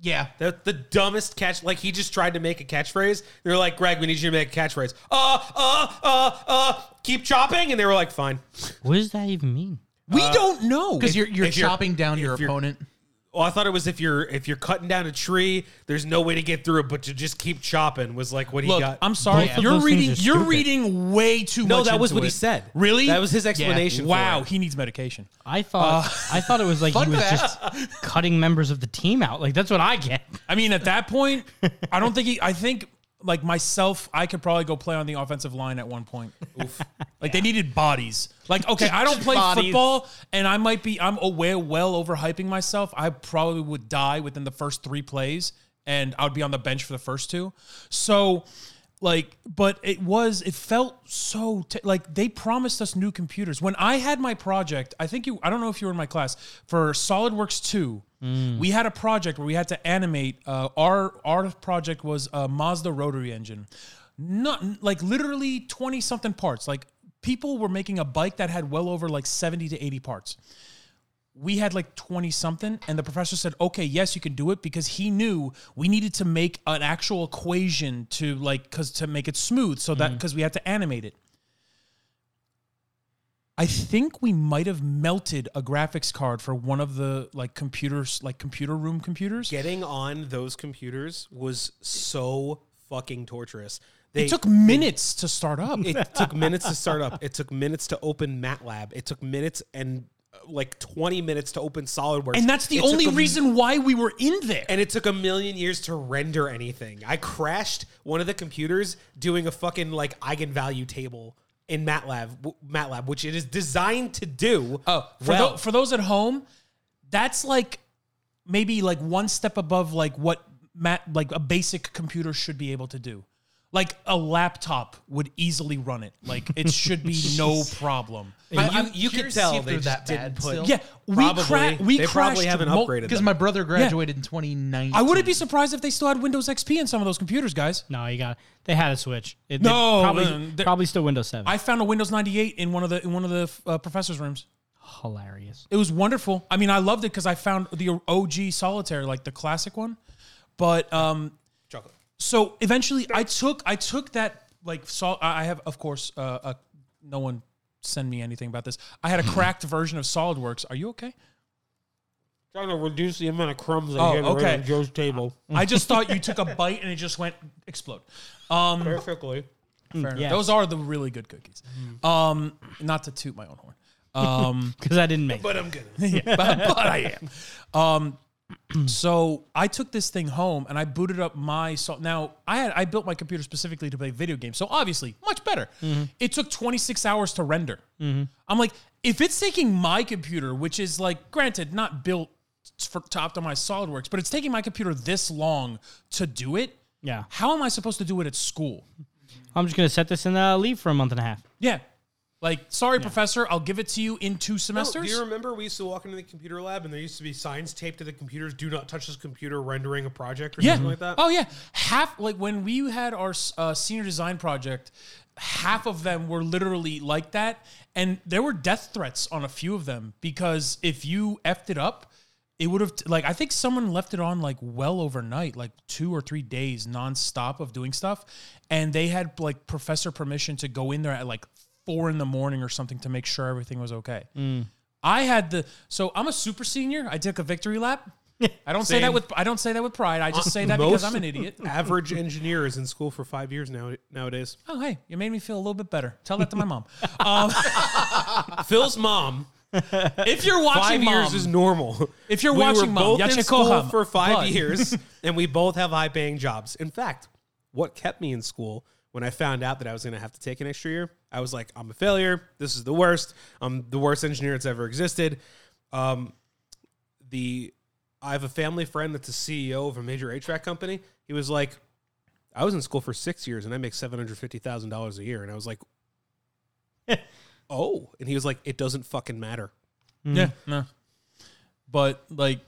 Speaker 1: yeah.
Speaker 3: The, the dumbest catch. Like he just tried to make a catchphrase. They were like, Greg, we need you to make a catchphrase. Uh, uh, uh, uh, keep chopping. And they were like, fine.
Speaker 6: What does that even mean?
Speaker 4: we don't know.
Speaker 1: Because you're you're
Speaker 3: if you're-
Speaker 1: chopping down your
Speaker 3: if you're-
Speaker 1: opponent.
Speaker 3: Well, Oh, I thought it was if you're if you're cutting down a tree, there's no way to get through it, but to just keep chopping was like what he
Speaker 4: Look,
Speaker 3: got.
Speaker 4: I'm sorry.
Speaker 6: Both of
Speaker 4: You're
Speaker 6: those things
Speaker 4: reading.
Speaker 6: are
Speaker 4: You're
Speaker 6: stupid.
Speaker 4: reading way too
Speaker 3: no,
Speaker 4: much.
Speaker 3: that was
Speaker 4: into
Speaker 3: what he
Speaker 4: it.
Speaker 3: said.
Speaker 4: Really?
Speaker 3: That was his explanation. for
Speaker 4: Wow,
Speaker 3: it.
Speaker 4: he needs medication.
Speaker 6: I thought
Speaker 4: Uh,
Speaker 6: I thought it was
Speaker 4: *laughs*
Speaker 6: like he
Speaker 1: fun
Speaker 6: was
Speaker 1: fact.
Speaker 6: just cutting members of the team out. Like that's what I get. *laughs*
Speaker 4: I mean, at that point, I don't think he. I think like myself, I could probably go play on the offensive line at one
Speaker 3: *laughs*
Speaker 4: point. Like they needed bodies. Like okay, I don't play
Speaker 6: Bodies.
Speaker 4: football, and I might be. I'm aware, well overhyping myself. I probably would die within the first three plays, and I would be on the bench for the first two. So. Like, but it was, it felt so t- like they promised us new computers. When I had my project, I think you, I don't know if you were in my class for SolidWorks 2, we had a project where we had to animate. Uh, our, our project was a Mazda rotary engine. Not like literally 20 something parts. Like people were making a bike that had well over like 70 to 80 parts. we had like 20 something and the professor said okay yes you can do it because he knew we needed to make an actual equation to like because to make it smooth so that
Speaker 3: Mm.
Speaker 4: because we had to animate it i think we might have melted a graphics card for one of the like computers like computer room computers
Speaker 3: Getting on those computers was so fucking torturous. They
Speaker 4: it took minutes to start up
Speaker 3: it took minutes to start up. It took minutes to open MATLAB. It took minutes and uh, like 20 minutes to open SolidWorks.
Speaker 4: and that's the
Speaker 3: It took
Speaker 4: only
Speaker 3: a-
Speaker 4: reason why we were in there
Speaker 3: And it took a million years to render anything. I crashed one of the computers doing a fucking like eigenvalue table in MATLAB, w- MATLAB, which it is designed to do.
Speaker 4: Oh, for,
Speaker 3: well.
Speaker 4: tho- for those at home, that's like maybe like one step above like what mat like a basic computer should be able to do. Like a laptop would easily run it. Like it should
Speaker 3: *laughs*
Speaker 4: be no problem.
Speaker 1: But
Speaker 3: you,
Speaker 1: I'm
Speaker 3: you could
Speaker 1: curious to see
Speaker 3: tell
Speaker 1: if
Speaker 3: they
Speaker 1: they're that
Speaker 3: just didn't
Speaker 1: bad
Speaker 3: put.
Speaker 1: still.
Speaker 4: Yeah, we
Speaker 3: Probably.
Speaker 4: cra- we
Speaker 3: They
Speaker 4: crashed
Speaker 3: probably haven't
Speaker 4: mul-
Speaker 3: upgraded
Speaker 1: Because
Speaker 3: them.
Speaker 1: my brother graduated in 2019.
Speaker 4: I wouldn't be surprised if they still had Windows XP in some of those computers, guys.
Speaker 6: No, you got. They had a Switch. It,
Speaker 4: No,
Speaker 6: they probably,
Speaker 4: no, no, they're-
Speaker 6: probably still Windows Seven.
Speaker 4: I found a Windows 98 in one of the in one of the uh, professors' rooms.
Speaker 6: Hilarious.
Speaker 4: It was wonderful. I mean, I loved it because I found the OG solitaire, like the classic one. But um,
Speaker 3: Chocolate.
Speaker 4: so eventually i took i took that like sol- i I have of course uh, uh no one send me anything about this i had a cracked version of solidworks are you okay
Speaker 3: Trying to reduce the amount of crumbs I
Speaker 4: Oh, get rid of okay.
Speaker 3: Joe's table.
Speaker 4: i just thought you *laughs* took a bite and it just went explode um
Speaker 3: Perfectly.
Speaker 4: fair enough. those are the really good cookies um not to toot my own horn um
Speaker 6: Because I didn't make. But it.
Speaker 4: *laughs* but, but I am. Um, so I took this thing home and I booted up my so now I had I built my computer specifically to play video games. So obviously, much better. It took 26 hours to render. I'm like, if it's taking my computer, which is like granted not built for, to optimize SolidWorks, but it's taking my computer this long to do it.
Speaker 6: yeah.
Speaker 4: How am I supposed to do it at school?
Speaker 6: I'm just gonna set this in uh, leave for a month and a half.
Speaker 4: Yeah. Like, sorry, professor, I'll give it to you in two semesters.
Speaker 3: Do you remember we used to walk into the computer lab and there used to be signs taped to the computers, do not touch this computer rendering a project or
Speaker 4: yeah.
Speaker 3: something like that?
Speaker 4: Oh yeah, half like when we had our uh, senior design project, half of them were literally like that, and there were death threats on a few of them because if you effed it up, it would have like I think someone left it on like well overnight, like two or three days nonstop of doing stuff, and they had like professor permission to go in there at like four in the morning or something to make sure everything was okay. I had the so I'm a super senior. I took a victory lap. I don't say that with I don't say that with pride. I just say that because
Speaker 3: most-
Speaker 4: I'm an idiot.
Speaker 3: Average engineer is in school for five years now nowadays.
Speaker 4: Oh hey, you made me feel a little bit better. Tell that to my
Speaker 3: *laughs*
Speaker 4: mom. Um, *laughs*
Speaker 3: Phil's mom,
Speaker 4: if you're watching,
Speaker 3: five
Speaker 4: mom,
Speaker 3: years is normal.
Speaker 4: If you're
Speaker 3: we
Speaker 4: watching,
Speaker 3: were
Speaker 4: Mom,
Speaker 3: both in
Speaker 4: Yacha
Speaker 3: school
Speaker 4: Koham,
Speaker 3: for five
Speaker 4: but- *laughs*
Speaker 3: years, and we both have high paying jobs. In fact, what kept me in school when I found out that I was going to have to take an extra year, I was like, I'm a failure. This is the worst. I'm the worst engineer that's ever existed. Um, the I have a family friend that's the CEO of a major HVAC company. He was like, I was in school for six years and I make seven hundred fifty thousand dollars a year, and I was like, *laughs* oh, and he was like, it doesn't fucking matter.
Speaker 4: yeah, no. But like,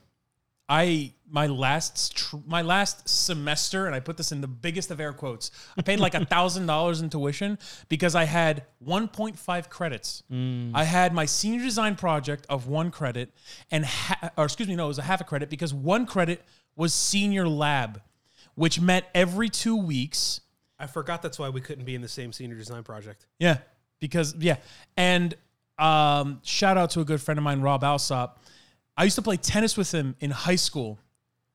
Speaker 4: I my last tr- my last semester, and I put this in the biggest of air quotes. I paid like a thousand dollars in tuition because I had 1.5 credits. I had my senior design project of one credit, and ha- or excuse me, no, it was a half a credit because one credit was senior lab, which meant every two weeks.
Speaker 3: I forgot that's why we couldn't be in the same senior design project.
Speaker 4: Yeah, because yeah, and um, shout out to a good friend of mine, Rob Alsop. I used to play tennis with him in high school.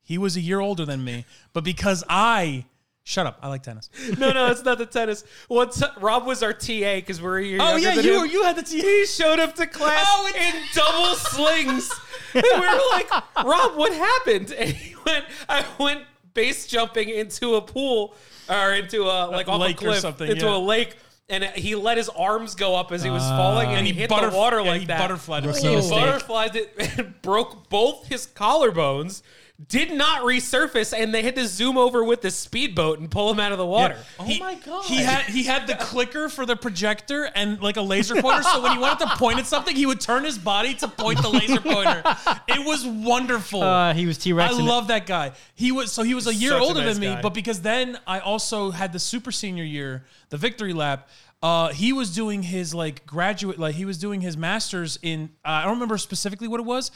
Speaker 4: He was a year older than me, but because I shut up, I like tennis.
Speaker 3: no, no, it's not the tennis. One ti- Rob was our TA because we're a year
Speaker 4: *laughs* Oh
Speaker 3: younger
Speaker 4: yeah,
Speaker 3: than
Speaker 4: you
Speaker 3: him.
Speaker 4: were, you had the T.
Speaker 3: He showed up to class
Speaker 4: Oh,
Speaker 3: in double slings, and we were like, "Rob, what happened?" And he went, "I went base jumping into a pool or into a like off
Speaker 4: lake
Speaker 3: a
Speaker 4: or
Speaker 3: cliff,
Speaker 4: something,
Speaker 3: into
Speaker 4: yeah. Ah.
Speaker 3: a lake." And he let his arms go up as he was falling, and, he, hit
Speaker 4: butterf-
Speaker 3: the water
Speaker 4: yeah,
Speaker 3: like
Speaker 4: he
Speaker 3: that.
Speaker 4: butterflied
Speaker 3: He *laughs*
Speaker 4: himself.
Speaker 3: butterflied it and broke both his collarbones. did not resurface, and they had to zoom over with the speedboat and pull him out of the water.
Speaker 1: Oh
Speaker 4: He-
Speaker 1: my god!
Speaker 4: He had he had the clicker for the projector and like a laser pointer. so when he wanted to point at something, he would turn his body to point the laser *laughs* pointer. It was wonderful.
Speaker 6: Uh, he was T
Speaker 4: I
Speaker 6: Rex.
Speaker 4: love that guy. He was so he was a year
Speaker 3: Such a
Speaker 4: older
Speaker 3: nice
Speaker 4: than me,
Speaker 3: guy.
Speaker 4: but because then I also had the super senior year, the victory lap. Uh, he was doing his like graduate, like he was doing his masters in. Uh, I don't remember specifically what it was,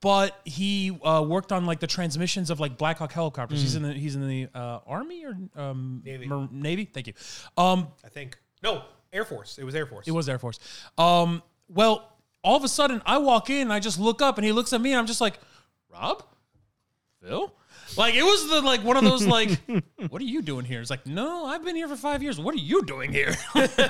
Speaker 4: but he uh, worked on like the transmissions of like Black Hawk helicopters.
Speaker 3: Hmm.
Speaker 4: He's in the he's in the uh, army or um, navy. navy. Thank you. Um,
Speaker 7: I think. No, Air Force. It was Air Force.
Speaker 4: it was Air Force. Um, well, all of a sudden, I walk in, and I just look up, and he looks at me, and I'm just like, Rob, Phil, like it was the like one of those like, *laughs* what are you doing here? It's like, no, I've been here for five years. What are you doing here? *laughs*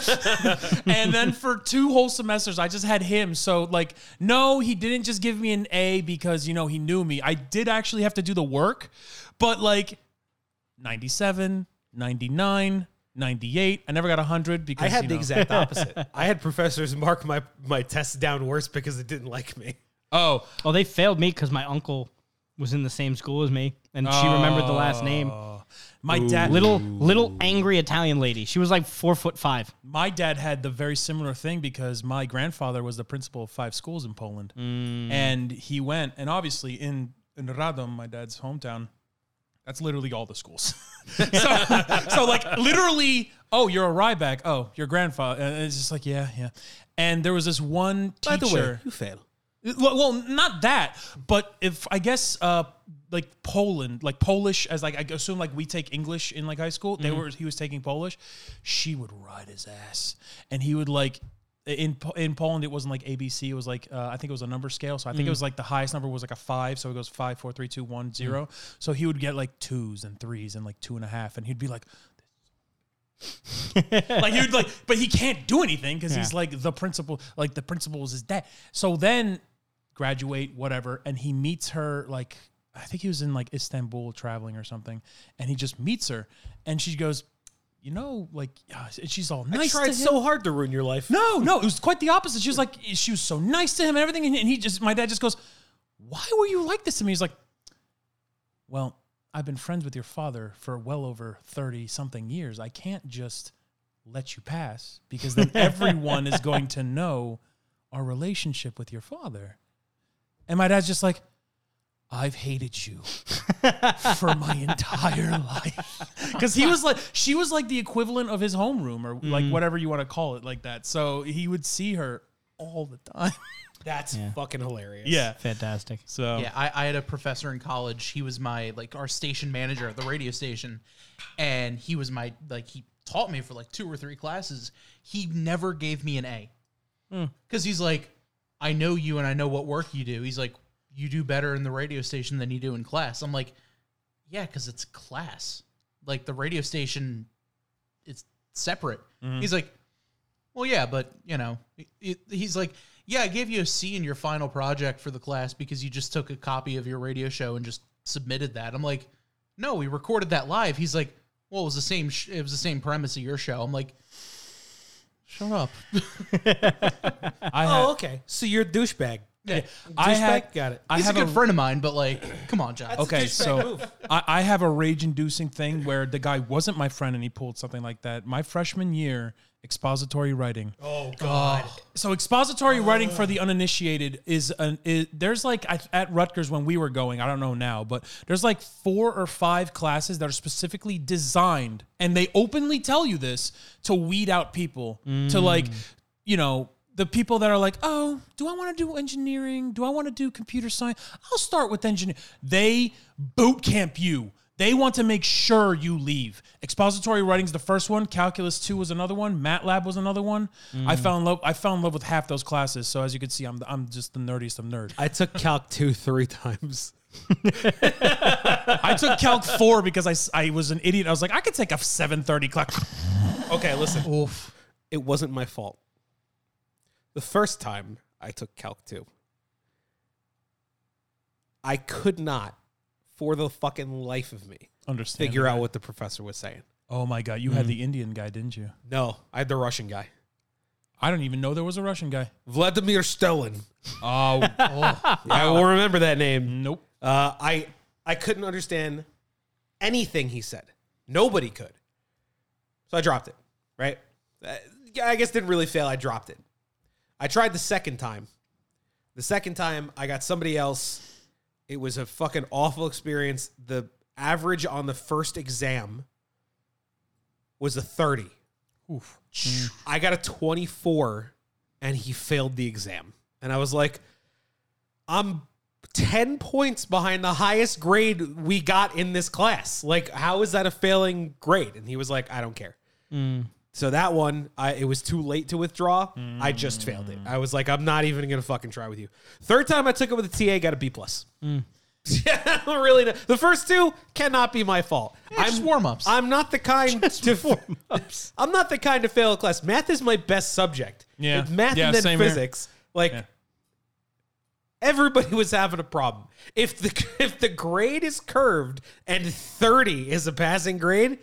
Speaker 4: and then for two whole semesters, I just had him. So like, no, he didn't just give me an A because you know he knew me. I did actually have to do the work, but like, 97, 99. 98. I never got 100 because
Speaker 7: I had
Speaker 4: you
Speaker 7: the
Speaker 4: know.
Speaker 7: *laughs* exact opposite. I had professors mark my, my tests down worse because they didn't like me.
Speaker 4: Oh,
Speaker 6: Oh, they failed me because my uncle was in the same school as me, and she remembered the last name.
Speaker 4: My dad,
Speaker 6: Little little angry Italian lady. She was like four foot five.
Speaker 4: my dad had the very similar thing because my grandfather was the principal of five schools in Poland, and he went and obviously in in Radom, my dad's hometown, that's literally all the schools. *laughs* so, so like literally, oh, you're a Ryback. Oh, your grandfather. And it's just like yeah, yeah. And there was this one teacher.
Speaker 7: you fail.
Speaker 4: Well, well, not that, but if I guess uh, like Poland, like Polish, as like I assume like we take English in like high school. They were he was taking Polish. She would ride his ass, and he would like in Po- in Poland it wasn't like ABC. It was like uh, I think it was a number scale. So I think it was like the highest number was like a five. So it goes five, four, three, two, one, zero. So he would get like twos and threes and like two and a half, and he'd be like. *laughs* like he would like, but he can't do anything because he's like the principal. Like the principal is his dad. So then graduate, whatever. And he meets her like I think he was in like Istanbul traveling or something, and he just meets her, and she goes, you know, like uh, and she's all nice.
Speaker 7: I tried
Speaker 4: to him.
Speaker 7: so hard to ruin your
Speaker 4: *laughs*
Speaker 7: life.
Speaker 4: no, no, it was quite the opposite. She was like she was so nice to him and everything, and and he just my dad just goes, why were you like this to me? He's like, well, I've been friends with your father for well over thirty something years. I can't just let you pass because then everyone is going to know our relationship with your father. And my dad's just like, I've hated you for my entire *laughs* life. Because he was like, she was like the equivalent of his homeroom or like whatever you want to call it, like that. So he would see her all the time. *laughs*
Speaker 7: That's fucking hilarious.
Speaker 4: Yeah.
Speaker 6: Fantastic.
Speaker 4: So
Speaker 1: Yeah, I, I had a professor in college. He was my like our station manager at the radio station, and he was my like he taught me for like two or three classes. He never gave me an A because he's like, I know you and I know what work you do. He's like, you do better in the radio station than you do in class. I'm like, yeah, because it's class. Like the radio station, it's separate. He's like, well, yeah, but you know, it, it- he's like, yeah, I gave you a C in your final project for the class because you just took a copy of your radio show and just submitted that. I'm like, no, we recorded that live. He's like, well, it was the same. Sh- it was the same premise of your show. I'm like, shut up.
Speaker 4: I had,
Speaker 7: Oh, okay. So you're a douchebag.
Speaker 1: Yeah.
Speaker 4: I
Speaker 7: Douchebag?
Speaker 4: had,
Speaker 7: Got it.
Speaker 4: I
Speaker 1: He's a
Speaker 4: have
Speaker 1: good friend of mine, but like, come on, John.
Speaker 4: okay, so I, I have a rage-inducing thing where the guy wasn't my friend and he pulled something like that. My freshman year, expository writing.
Speaker 7: Oh, God.
Speaker 4: so expository writing for the uninitiated is an is, there's like I, at Rutgers when we were going I don't know now but there's like four or five classes that are specifically designed and they openly tell you this to weed out people to like you know the people that are like oh do I want to do engineering do I want to do computer science I'll start with engineering they boot camp you they want to make sure you leave. Expository writing's the first one. Calculus two was another one. MATLAB was another one. I fell in love. I fell in love with half those classes. So as you can see, I'm I'm just the nerdiest of nerd.
Speaker 7: I took Calc 2 three times.
Speaker 4: I took Calc four because I, s- I was an idiot. I was like, I could take a seven thirty class.
Speaker 7: Okay, listen. It wasn't my fault. The first time I took Calc 2, I could not, for the fucking life of me,
Speaker 4: Understand?
Speaker 7: figure out what the professor was saying.
Speaker 4: Oh my god, you had the Indian guy, didn't you?
Speaker 7: No, I had the Russian guy.
Speaker 4: I don't even know there was a Russian guy.
Speaker 7: Vladimir Stalin.
Speaker 4: Oh,
Speaker 7: I will remember that name.
Speaker 4: nope.
Speaker 7: Uh, I
Speaker 3: I couldn't understand anything he said. Nobody could. So I dropped it, right? Uh, I guess didn't really fail. I dropped it. I tried the second time. The second time, I got somebody else. It was a fucking awful experience. The average on the first exam was a 30. I got a 24 and he failed the exam. And I was like, I'm 10 points behind the highest grade we got in this class. Like, how is that a failing grade? And he was like, I don't care. So that one, I, it was too late to withdraw. I just failed it. I was like, I'm not even gonna fucking try with you. Third time I took it with a TA, got a B plus. *laughs* Yeah, really. not- The first two cannot be my fault.
Speaker 1: just warm-ups.
Speaker 3: I'm not
Speaker 1: *laughs*
Speaker 3: the kind to *laughs* I'm not the kind to fail a class. Math is my best subject.
Speaker 4: Yeah.
Speaker 3: math
Speaker 4: Yeah,
Speaker 3: and then
Speaker 4: same here.
Speaker 3: physics. Like
Speaker 4: Yeah.
Speaker 3: everybody was having a problem. If the *laughs* if the grade is curved and 30 is a passing grade,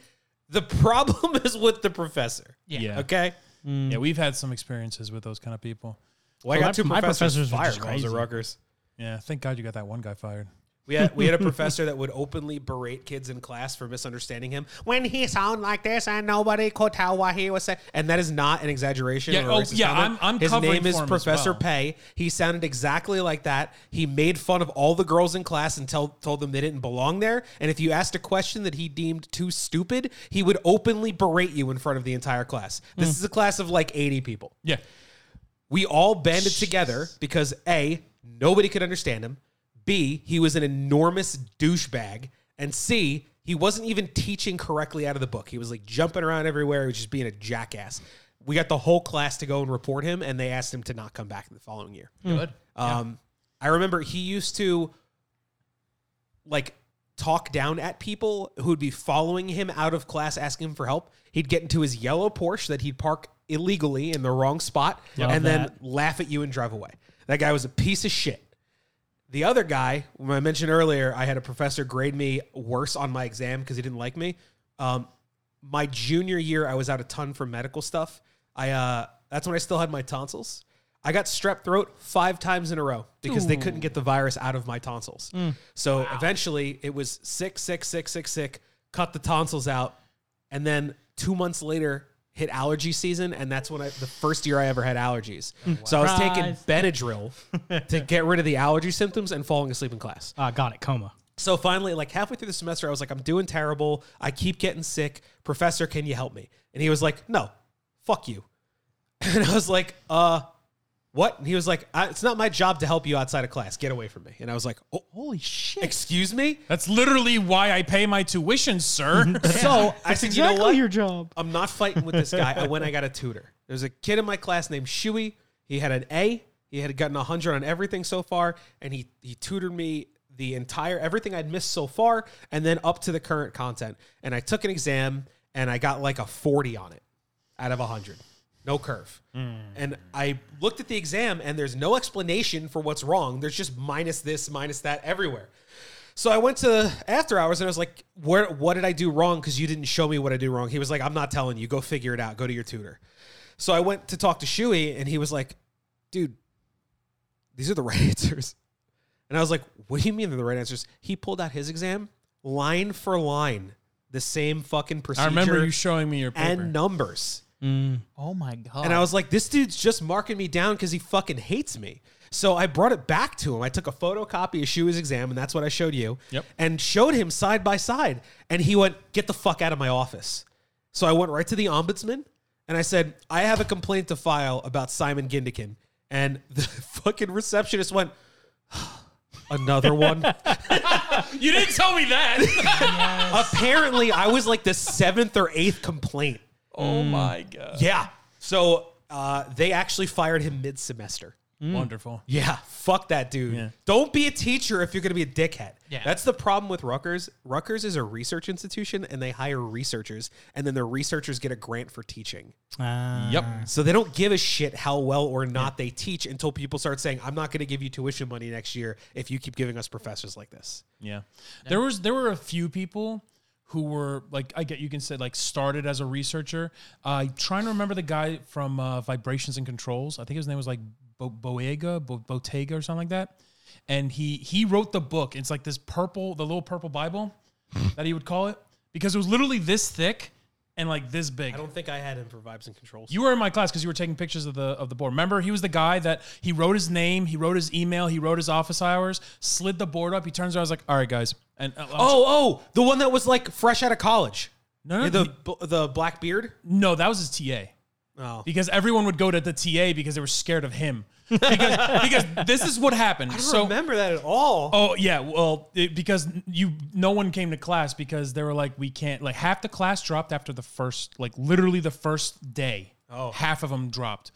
Speaker 3: the problem *laughs* is with the professor.
Speaker 1: Yeah.
Speaker 4: Yeah.
Speaker 3: Okay.
Speaker 4: Yeah, we've had some experiences with those kind of people.
Speaker 3: Well, I
Speaker 6: Well,
Speaker 3: got
Speaker 6: my-
Speaker 3: two
Speaker 6: my
Speaker 3: professors,
Speaker 6: professors were
Speaker 3: fired
Speaker 6: just
Speaker 3: when I was at
Speaker 6: crazy.
Speaker 3: Rutgers.
Speaker 4: Yeah, thank God you got that one guy fired.
Speaker 3: We had we had a professor that would openly berate kids in class for misunderstanding him when he sounded like this and nobody could tell what he was saying. And that is not an exaggeration.
Speaker 4: Yeah,
Speaker 3: or a
Speaker 4: oh,
Speaker 3: racist
Speaker 4: yeah,
Speaker 3: comment.
Speaker 4: I'm- I'm
Speaker 3: His
Speaker 4: covering
Speaker 3: name is
Speaker 4: for him as
Speaker 3: Professor
Speaker 4: well.
Speaker 3: Pay. He sounded exactly like that. He made fun of all the girls in class and tell, told them they didn't belong there. And if you asked a question that he deemed too stupid, he would openly berate you in front of the entire class.
Speaker 4: Hmm.
Speaker 3: This is a class of like 80 people.
Speaker 4: Yeah.
Speaker 3: We all banded together because A, nobody could understand him. B, he was an enormous douchebag. And C, he wasn't even teaching correctly out of the book. He was like jumping around everywhere. He was just being a jackass. We got the whole class to go and report him, and they asked him to not come back the following year.
Speaker 1: Good.
Speaker 3: Um, I remember he used to like talk down at people who'd be following him out of class asking him for help. He'd get into his yellow Porsche that he'd park illegally in the wrong spot and then laugh at you and drive away. That guy was a piece of shit. The other guy, when I mentioned earlier, I had a professor grade me worse on my exam because he didn't like me. Um, my junior year, I was out a ton for medical stuff. I uh, that's when I still had my tonsils. I got strep throat five times in a row because they couldn't get the virus out of my tonsils. So eventually, it was sick, sick, sick, sick, sick. Cut the tonsils out, and then two months later hit allergy season, and that's when I the first year I ever had allergies. So I was taking Benadryl to get rid of the allergy symptoms and falling asleep in class.
Speaker 6: Ah, got it. Coma.
Speaker 3: So finally, like halfway through the semester, I was like, I'm doing terrible. I keep getting sick. Professor, can you help me? And he was like, No, fuck you. *laughs* And I was like, Uh, what? And he was like, I, It's not my job to help you outside of class. Get away from me. And I was like, Oh, holy shit. Excuse me?
Speaker 4: That's literally why I pay my tuition, sir.
Speaker 3: *laughs* So I said, You know what?
Speaker 6: job.
Speaker 3: I'm not fighting with this guy. I went, I got a tutor. There was a kid in my class named Shuey. He had an A. He had gotten 100 on everything so far, and he he tutored me the entire everything I'd missed so far, and then up to the current content. And I took an exam, and I got like a 40 on it out of 100. No curve.
Speaker 4: Hmm.
Speaker 3: And I looked at the exam, and there's no explanation for what's wrong. There's just minus this, minus that everywhere. So I went to the after hours and I was like, "Where? What did I do wrong? Because you didn't show me what I do wrong." He was like, "I'm not telling you. Go figure it out. Go to your tutor." So I went to talk to Shuey and he was like, "Dude, these are the *laughs* right answers." And I was like, "What do you mean they're the right answers?" He pulled out his exam line for line, the same fucking procedure.
Speaker 4: I remember you showing me your paper.
Speaker 3: and numbers.
Speaker 1: Oh my god.
Speaker 3: And I was like, this dude's just marking me down because he fucking hates me. So I brought it back to him. I took a photocopy of Shuey's exam, and that's what I showed you.
Speaker 4: Yep.
Speaker 3: And showed him side by side. And he went, get the fuck out of my office. So I went right to the ombudsman and I said, I have a complaint to file about Simon Gindikin. And the *laughs* fucking receptionist went, another one.
Speaker 4: *laughs* you didn't tell
Speaker 3: *laughs*
Speaker 4: me that.
Speaker 3: Apparently, I was like the seventh or eighth complaint.
Speaker 1: oh my god.
Speaker 3: Yeah. So uh, they actually fired him mid semester.
Speaker 4: Wonderful.
Speaker 3: Yeah, fuck that dude.
Speaker 4: Yeah.
Speaker 3: Don't be a teacher if you're going to be a dickhead.
Speaker 1: Yeah.
Speaker 3: That's the problem with Rutgers. Rutgers is a research institution and they hire researchers and then the researchers get a grant for teaching.
Speaker 6: Uh,
Speaker 4: Yep.
Speaker 3: So they don't give a shit how well or not they teach until people start saying, "I'm not going to give you tuition money next year if you keep giving us professors like this."
Speaker 4: Yeah. There was there were a few people who were like I get you can say like started as a researcher. I trying to remember the guy from uh, Vibrations and Controls. I think his name was like Bo- Boega, Bo- Bottega or something like that. and he he wrote the book. It's like this purple, the little purple Bible that he would call it because it was literally this thick and like this big.
Speaker 3: I don't think I had him for vibes and controls.
Speaker 4: You were in my class because you were taking pictures of the of the board. Remember, he was the guy that he wrote his name, he wrote his email, he wrote his office hours, slid the board up. He turns around, I was like, "All right, guys." And uh,
Speaker 3: oh, oh, the one that was like fresh out of college.
Speaker 4: no, no,
Speaker 3: Yeah, the
Speaker 4: he-
Speaker 3: b- the black beard.
Speaker 4: no, that was his TA.
Speaker 3: Oh.
Speaker 4: Because everyone would go to the TA because they were scared of him. Because, *laughs* because this is what happened.
Speaker 3: I don't
Speaker 4: so
Speaker 3: remember that at all.
Speaker 4: Oh yeah, well it, because you no one came to class because they were like we can't like half the class dropped after the first like literally the first day. Oh. Half of them dropped.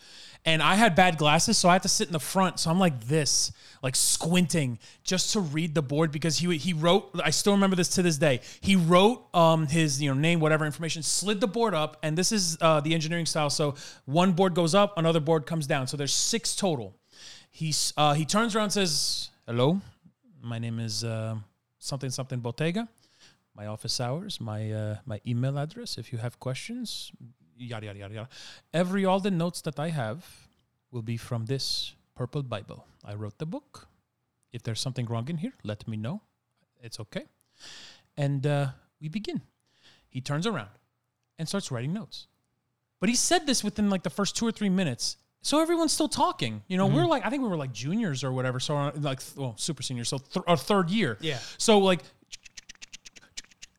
Speaker 4: And I had bad glasses so I had to sit in the front so I'm like this like squinting just to read the board because he he wrote I still remember this to this day. He wrote um his you know name whatever information slid the board up and this is uh, the engineering style so one board goes up another board comes down so there's six total. He's uh, he turns around and says hello my name is uh, something something Bottega. My office hours, my uh, my email address. If you have questions, yada yada yada yada. Every all the notes that I have will be from this purple Bible. I wrote the book. If there's something wrong in here, let me know. It's okay. And uh, we begin. He turns around and starts writing notes. But he said this within like the first two or three minutes. So everyone's still talking. You know, we're like, I think we were like juniors or whatever. So uh, like, th- well, super seniors. So th- our third year. Yeah. So like,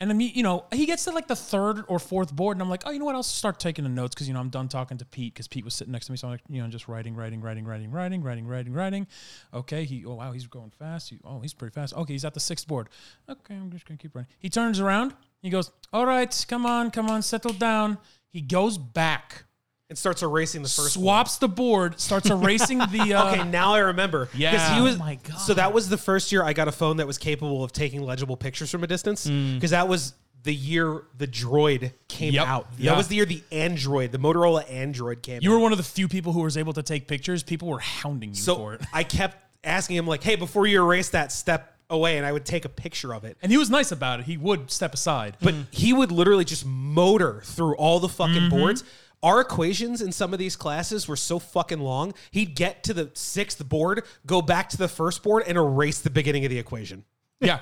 Speaker 4: and I mean, you know, he gets to like the third or fourth board, and I'm like, oh, you know what? I'll start taking the notes because you know I'm done talking to Pete because Pete was sitting next to me, so I'm like, you know, just writing, writing, writing, writing, writing, writing, writing, writing. Okay, he, oh wow, he's going fast. He, oh, he's pretty fast. Okay, he's at the sixth board. Okay, I'm just gonna keep writing. He turns around. He goes, all right, come on, come on, settle down. He goes back,
Speaker 3: It starts erasing the first.
Speaker 4: swaps the board, starts erasing
Speaker 3: *laughs*
Speaker 4: the. Uh,
Speaker 3: Okay, now I remember. 'Cause
Speaker 4: Yeah.
Speaker 3: he was.
Speaker 4: Oh my God.
Speaker 3: So that was the first year I got a phone that was capable of taking legible pictures from a distance. Because that was the year the Droid came
Speaker 4: Mm. Yep.
Speaker 3: out.
Speaker 4: Yeah.
Speaker 3: That was the year the Android, the Motorola Android came.
Speaker 4: You
Speaker 3: out.
Speaker 4: were one of the few people who was able to take pictures. People were hounding you for
Speaker 3: so
Speaker 4: it.
Speaker 3: I kept asking him like, "Hey, before you erase that, step away," and I would take a picture of it.
Speaker 4: And he was nice about it. He would step aside.
Speaker 3: but he would literally just motor through all the fucking
Speaker 4: Mm-hmm.
Speaker 3: boards. Our equations in some of these classes were so fucking long. He'd get to the sixth board, go back to the first board, and erase the beginning of the equation.
Speaker 4: Yeah.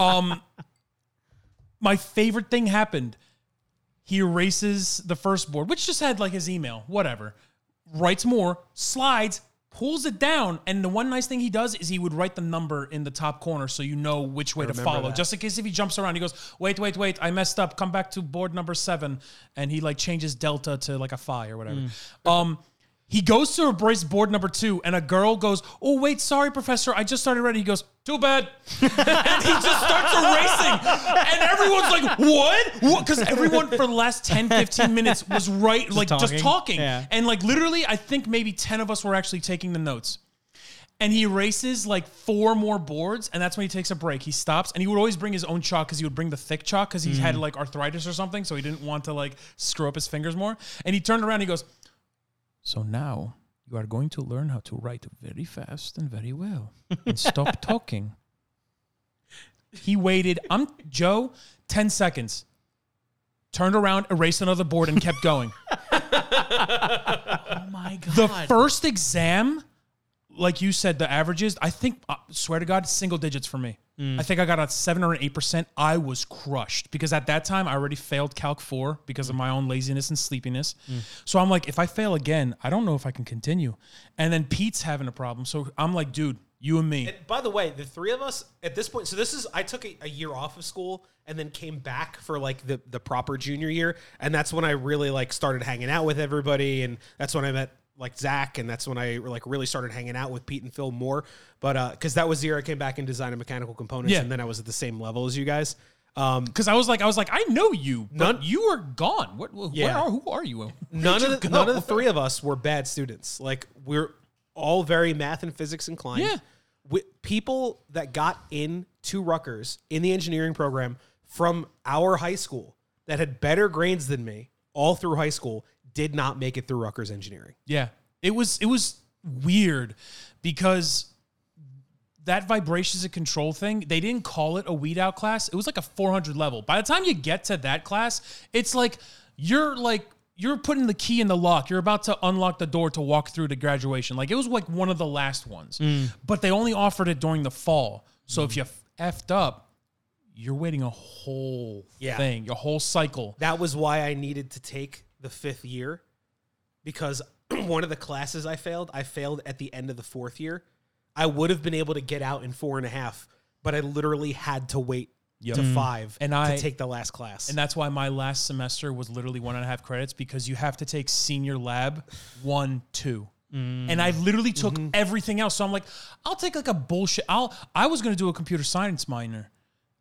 Speaker 4: um, my favorite thing happened. He erases the first board, which just had like his email, whatever. Writes more, slides, pulls it down, and the one nice thing he does is he would write the number in the top corner so you know which way to follow. Just in case if he jumps around, he goes, "Wait, wait, wait! I messed up. Come back to board number seven. and he like changes delta to like a phi or whatever. Um. He goes to embrace board number two, and a girl goes, "Oh wait, sorry, professor, I just started writing." He goes, "Too bad," and he just starts erasing, and everyone's like, "What? What?" Because everyone for the last 10, 15 minutes was right, like just
Speaker 6: talking.
Speaker 4: talking,
Speaker 6: Yeah.
Speaker 4: and like literally, I think maybe ten of us were actually taking the notes. And he erases like four more boards, and that's when he takes a break. He stops, and he would always bring his own chalk because he would bring the thick chalk because he
Speaker 6: Mm.
Speaker 4: had like arthritis or something, so he didn't want to like screw up his fingers more. And he turned around, and he goes. So now you are going to learn how to write very fast and very well and stop talking. He waited, I'm Joe, 10 seconds, turned around, erased another board, and
Speaker 3: *laughs*
Speaker 4: kept going.
Speaker 1: Oh my god.
Speaker 4: the first exam, like you said, the averages, I think, uh, swear to God, single digits for me.
Speaker 3: Mm.
Speaker 4: I think I got a seven or an eight percent. I was crushed because at that time I already failed Calc 4 because
Speaker 3: Mm.
Speaker 4: of my own laziness and sleepiness. So I'm like, if I fail again, I don't know if I can continue. And then Pete's having a problem. So I'm like, dude, you and me.
Speaker 3: By the way, the three of us at this point. So this is I took a, a year off of school and then came back for like the the proper junior year, and that's when I really like started hanging out with everybody, and that's when I met like Zach, and that's when I like really started hanging out with Pete and Phil more. But uh, because that was the year I came back in design and mechanical components,
Speaker 4: Yeah.
Speaker 3: and then I was at the same level as you guys. Um,
Speaker 4: Because I was like, I was like, I know you, but
Speaker 3: None-
Speaker 4: you are gone. What? wh- Where
Speaker 3: Yeah.
Speaker 4: are? Who are you?
Speaker 3: none of the,
Speaker 4: go?
Speaker 3: none of the three of us were bad students. Like we're all very math and physics inclined.
Speaker 4: Yeah.
Speaker 3: We, people that got in to Rutgers in the engineering program from our high school that had better grades than me all through high school did not make it through Rutgers engineering.
Speaker 4: Yeah. It was it was weird because that vibrations and control thing, they didn't call it a weed out class. It was like a 400 level. By the time you get to that class, it's like you're like you're putting the key in the lock. You're about to unlock the door to walk through to graduation. Like it was like one of the last ones, but they only offered it during the fall. So if you effed up, you're waiting a whole
Speaker 3: Yeah.
Speaker 4: thing, your whole cycle.
Speaker 3: That was why I needed to take the fifth year because *clears throat* one of the classes I failed, I failed at the end of the fourth year. I would have been able to get out in four and a half, but I literally had to wait to five
Speaker 4: Mm. And
Speaker 3: to
Speaker 4: I-
Speaker 3: take the last class.
Speaker 4: And that's why my last semester was literally one and a half credits because you have to take senior lab one, two. And I
Speaker 3: Mm.
Speaker 4: literally took
Speaker 3: Mm-hmm.
Speaker 4: everything else. So I'm like, I'll take like a bullshit. I'll I was gonna do a computer science minor.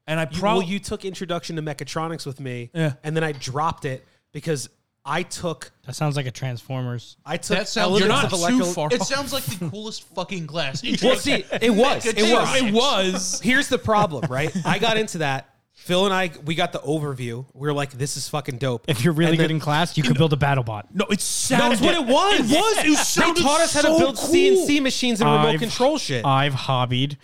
Speaker 4: And I
Speaker 3: You-
Speaker 4: probably
Speaker 3: well, you took introduction to mechatronics with me,
Speaker 4: Yeah.
Speaker 3: and then I dropped it because I took
Speaker 6: That sounds like a Transformers.
Speaker 3: I took
Speaker 1: That sounds-
Speaker 3: elements
Speaker 1: you're not
Speaker 3: of
Speaker 1: too
Speaker 3: electro-
Speaker 4: far.
Speaker 1: It sounds like
Speaker 3: *laughs*
Speaker 1: the coolest fucking class.
Speaker 3: Well,
Speaker 4: *laughs*
Speaker 3: see, it was, it was,
Speaker 4: it
Speaker 3: *laughs*
Speaker 4: was.
Speaker 3: Here's the problem, right? I got into that. Phil and I, we got the overview. We were like, "This is fucking dope."
Speaker 6: If you're really
Speaker 3: And
Speaker 6: good
Speaker 3: then-
Speaker 6: in class, you could build a battle bot.
Speaker 4: No, it sounded.
Speaker 3: That's what it was.
Speaker 4: It was. It
Speaker 3: *laughs*
Speaker 4: sounded
Speaker 3: they taught us how
Speaker 4: so
Speaker 3: to build
Speaker 4: cool.
Speaker 3: CNC machines and remote
Speaker 6: I've- uh,
Speaker 3: control shit.
Speaker 6: I've hobbied.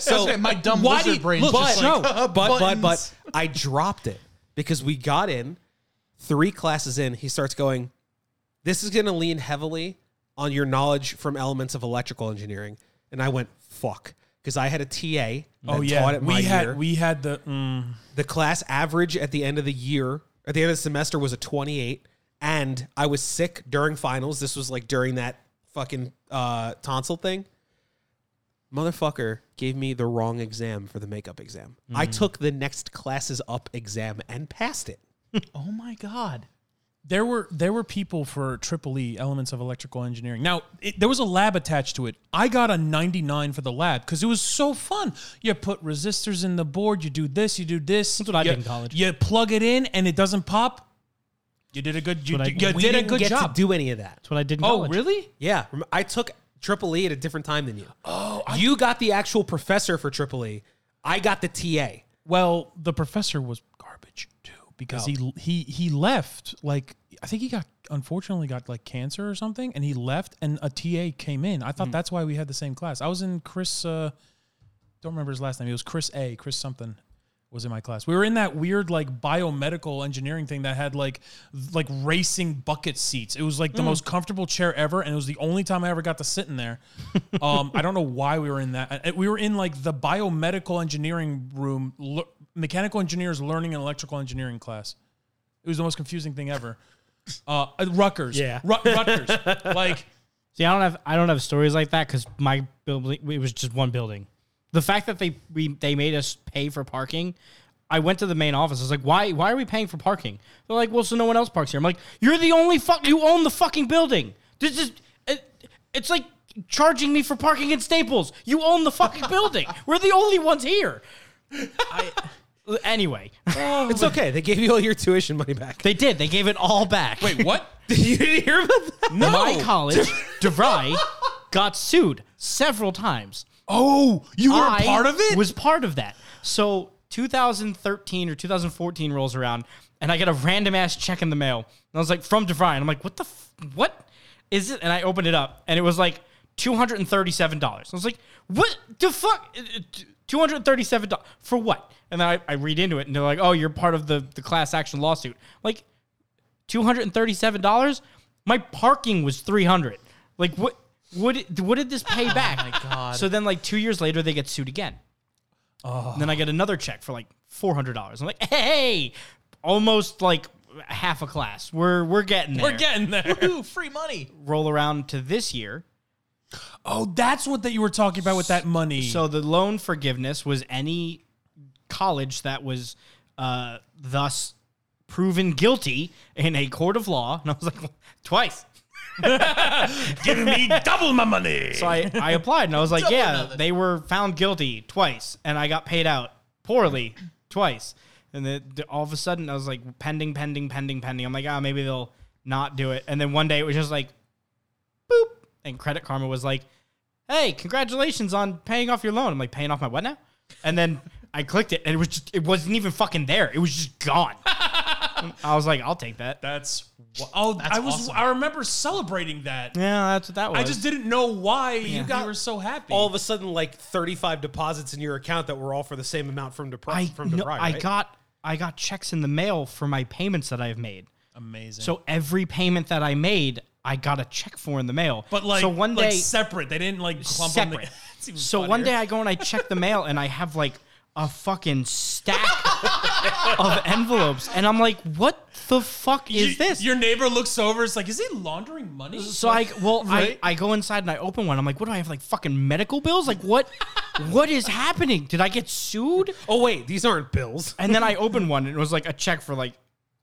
Speaker 1: so my dumb
Speaker 3: Why do
Speaker 1: lizard
Speaker 3: you-
Speaker 1: brain.
Speaker 3: look,
Speaker 1: just
Speaker 3: but, *laughs*
Speaker 1: like, uh, *laughs*
Speaker 3: no, but but
Speaker 1: buttons.
Speaker 3: but I dropped it because we got in three classes in. He starts going, "This is going to lean heavily on your knowledge from elements of electrical engineering," and I went, "Fuck," because I had a TA. That
Speaker 4: Oh yeah,
Speaker 3: taught it my
Speaker 4: we had
Speaker 3: year.
Speaker 4: we had the mm,
Speaker 3: the class average at the end of the year, at the end of the semester, was a 28. And I was sick during finals. This was like during that fucking uh, tonsil thing. Motherfucker gave me the wrong exam for the makeup exam. I took the next classes up exam and passed it.
Speaker 1: oh my god.
Speaker 4: there were there were people for triple E elements of electrical engineering. Now it, there was a lab attached to it. I got a ninety nine for the lab because it was so fun. You put resistors in the board. You do this. You do this. That's
Speaker 6: what I
Speaker 4: you,
Speaker 6: did in college.
Speaker 4: You plug it in and it doesn't pop. You did a good. You,
Speaker 6: what I
Speaker 4: d-
Speaker 6: did.
Speaker 4: you
Speaker 3: We
Speaker 4: did a
Speaker 3: didn't
Speaker 4: good
Speaker 3: get
Speaker 4: job.
Speaker 3: to do any of that.
Speaker 6: That's what I did in
Speaker 4: oh
Speaker 6: college.
Speaker 4: really?
Speaker 3: Yeah, rem- I took triple E at a different time than you. Oh, you got the actual professor for triple E. I got the TA.
Speaker 4: Well, the professor was garbage too because he he he left like I think he got unfortunately got like cancer or something and he left and a TA came in. I thought that's why we had the same class. I was in Chris uh don't remember his last name. It was Chris A, Chris something was in my class. We were in that weird like biomedical engineering thing that had like like racing bucket seats. It was like the most comfortable chair ever and it was the only time I ever got to sit in there. um I don't know why we were in that. Uh, We were in like the biomedical engineering room le- mechanical engineers learning an electrical engineering class. It was the most confusing thing ever. Uh, uh, Rutgers.
Speaker 6: Yeah.
Speaker 4: Ru- Rutgers. like *laughs*
Speaker 6: See, I don't have I don't have stories like that because my building it was just one building. The fact that they we, they made us pay for parking, I went to the main office. I was like, why why are we paying for parking? They're like, well, so no one else parks here. I'm like, you're the only fuck you own the fucking building. This is it, it's like charging me for parking in Staples. You own the fucking building. We're the only ones here. I, anyway,
Speaker 3: It's okay. They gave you all your tuition money back. *laughs*
Speaker 6: they did. They gave it all back. Wait,
Speaker 4: what?
Speaker 3: you didn't hear about that?
Speaker 6: no. My
Speaker 4: *laughs*
Speaker 6: college, DeVry, got sued several times.
Speaker 4: Oh, you were
Speaker 6: I
Speaker 4: a part of it.
Speaker 6: Was part of that. So 2013 or 2014 rolls around, and I get a random ass check in the mail, and I was like, from DeVry, and I'm like, what the f- what is it? And I opened it up, and it was like two hundred and thirty seven dollars. I was like, what the fuck? Uh, Two hundred thirty-seven dollars for what? And then I, I read into it, and they're like, "Oh, you're part of the, the class action lawsuit." Like, two hundred and thirty-seven dollars. My parking was three hundred. Like what? What? did- What did this pay back? So then, like two years later, they get sued again. And then I get another check for like four hundred dollars. I'm like, hey, almost like half a class. We're we're getting there.
Speaker 4: we're getting there.
Speaker 1: Ooh, free money.
Speaker 6: roll around to this year.
Speaker 4: Oh, that's what that you were talking about with that money.
Speaker 6: So the loan forgiveness was any college that was uh, thus proven guilty in a court of law. And I was like, twice.
Speaker 4: *laughs* give me double my money.
Speaker 6: So I, I applied and I was like, yeah, they were found guilty twice and I got paid out poorly twice. And then th- all of a sudden I was like pending, pending, pending, pending. I'm like, ah, maybe they'll not do it. And then one day it was just like, boop. And Credit Karma was like, hey, congratulations on paying off your loan. I'm like, paying off my what now? And then I clicked it and it was just, it wasn't even fucking there. It was just gone. I was like, I'll take that.
Speaker 4: that's wha- oh, I was I remember celebrating that.
Speaker 6: Yeah, that's what that was.
Speaker 4: I just didn't know why you, got,
Speaker 3: got-
Speaker 4: you were so happy.
Speaker 3: all of a sudden like 35 deposits in your account that were all for the same amount from Depri-
Speaker 6: I
Speaker 3: from
Speaker 6: no,
Speaker 3: Depri,
Speaker 6: I
Speaker 3: right?
Speaker 6: got I got checks in the mail for my payments that I've made.
Speaker 4: amazing.
Speaker 6: So every payment that I made, I got a check for in the mail.
Speaker 4: but like,
Speaker 6: so one
Speaker 4: like
Speaker 6: day,
Speaker 4: separate. They didn't like
Speaker 6: *laughs*
Speaker 4: clump them. *laughs*
Speaker 6: separate.
Speaker 4: It's even
Speaker 6: so one
Speaker 4: funnier.
Speaker 6: day I go and I check the mail and I have like a fucking stack *laughs* of envelopes, and I'm like, what the fuck is
Speaker 4: You-
Speaker 6: this?
Speaker 4: Your neighbor looks over. It's like, is he laundering money?
Speaker 6: so I well
Speaker 4: Right?
Speaker 6: I, I go inside and I open one. I'm like, what do I have? Like fucking medical bills? Like what? what is happening? Did I get sued?
Speaker 3: Oh wait, these aren't bills.
Speaker 6: And then I opened one and it was like a check for like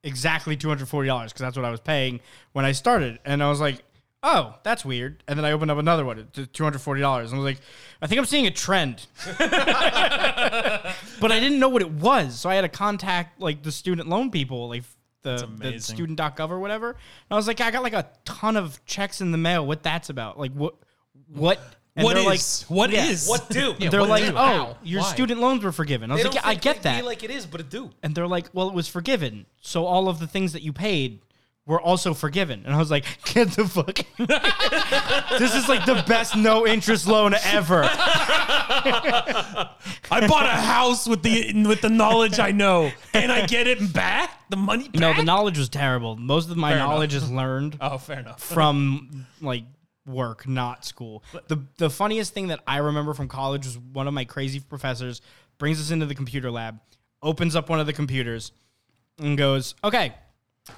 Speaker 6: exactly two hundred forty dollars because that's what I was paying when I started. And I was like, oh, that's weird. And then I opened up another one, two hundred forty dollars. And I was like, I think I'm seeing a trend, *laughs* but I didn't know what it was. So I had to contact like the student loan people, like. The, the
Speaker 4: amazing.
Speaker 6: student.gov or whatever. And I was like, I got like a ton of checks in the mail. What that's about? Like, what, what, and
Speaker 4: What
Speaker 6: they're
Speaker 4: is? what is?
Speaker 3: What
Speaker 4: *laughs*
Speaker 3: do?
Speaker 1: Yeah,
Speaker 6: They're
Speaker 1: what
Speaker 6: like,
Speaker 1: do?
Speaker 6: oh,
Speaker 1: How?
Speaker 6: your
Speaker 1: Why?
Speaker 6: student loans were forgiven. I was like, yeah, I get that.
Speaker 3: Be like it is, but it do.
Speaker 6: And they're like, well, it was forgiven. So all of the things that you paid were also forgiven. And I was like, *laughs* get the fuck. this is like the best no interest loan ever.
Speaker 4: I bought a house with the with the knowledge I know, and I get it back. The money. Back?
Speaker 6: No, the knowledge was terrible. Most of my knowledge is learned
Speaker 4: Oh, fair
Speaker 6: *laughs*
Speaker 4: enough.
Speaker 6: from like work, not school. The the funniest thing that I remember from college was one of my crazy professors brings us into the computer lab, opens up one of the computers, and goes, "Okay,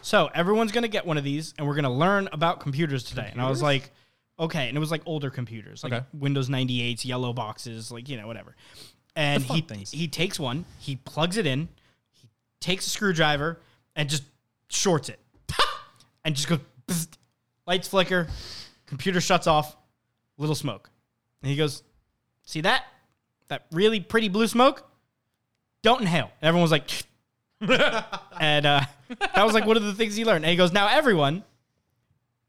Speaker 6: so everyone's gonna get one of these, and we're gonna learn about computers today." And I was like, "Okay," and it was like older computers, like
Speaker 4: Okay.
Speaker 6: Windows ninety eights, yellow boxes, like you know whatever. And
Speaker 4: fun
Speaker 6: he
Speaker 4: things.
Speaker 6: he takes one, he plugs it in, he takes a screwdriver and just shorts
Speaker 4: *laughs*
Speaker 6: it, and just goes. "Bzzzt." lights flicker, computer shuts off, little smoke. And he goes, See that? That really pretty blue smoke? Don't inhale. And everyone was like, *laughs* and uh, that was like one of the things he learned. And he goes, Now everyone,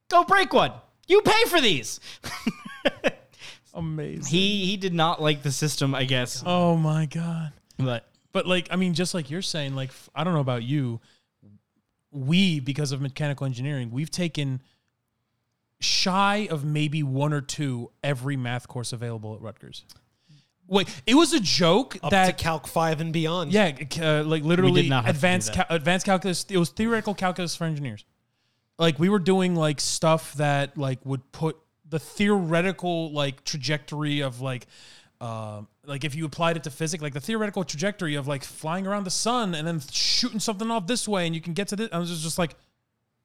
Speaker 6: go break one. You pay for these. *laughs*
Speaker 4: Amazing.
Speaker 6: he he did not like the system, I guess.
Speaker 4: Oh my god.
Speaker 6: But
Speaker 4: But like, I mean, just like you're saying, like f- I don't know about you, we because of mechanical engineering, we've taken shy of maybe one or two every math course available at Rutgers. Wait, it was a joke
Speaker 3: Up
Speaker 4: that
Speaker 3: to Calc Five and beyond.
Speaker 4: yeah, c- uh, like literally
Speaker 6: not have to do
Speaker 4: advanced
Speaker 6: that.
Speaker 4: cal- advanced calculus. It was theoretical calculus for engineers. Like we were doing like stuff that like would put the theoretical like trajectory of like um like if you applied it to physics, like the theoretical trajectory of like flying around the sun and then shooting something off this way and you can get to this. I was just, just like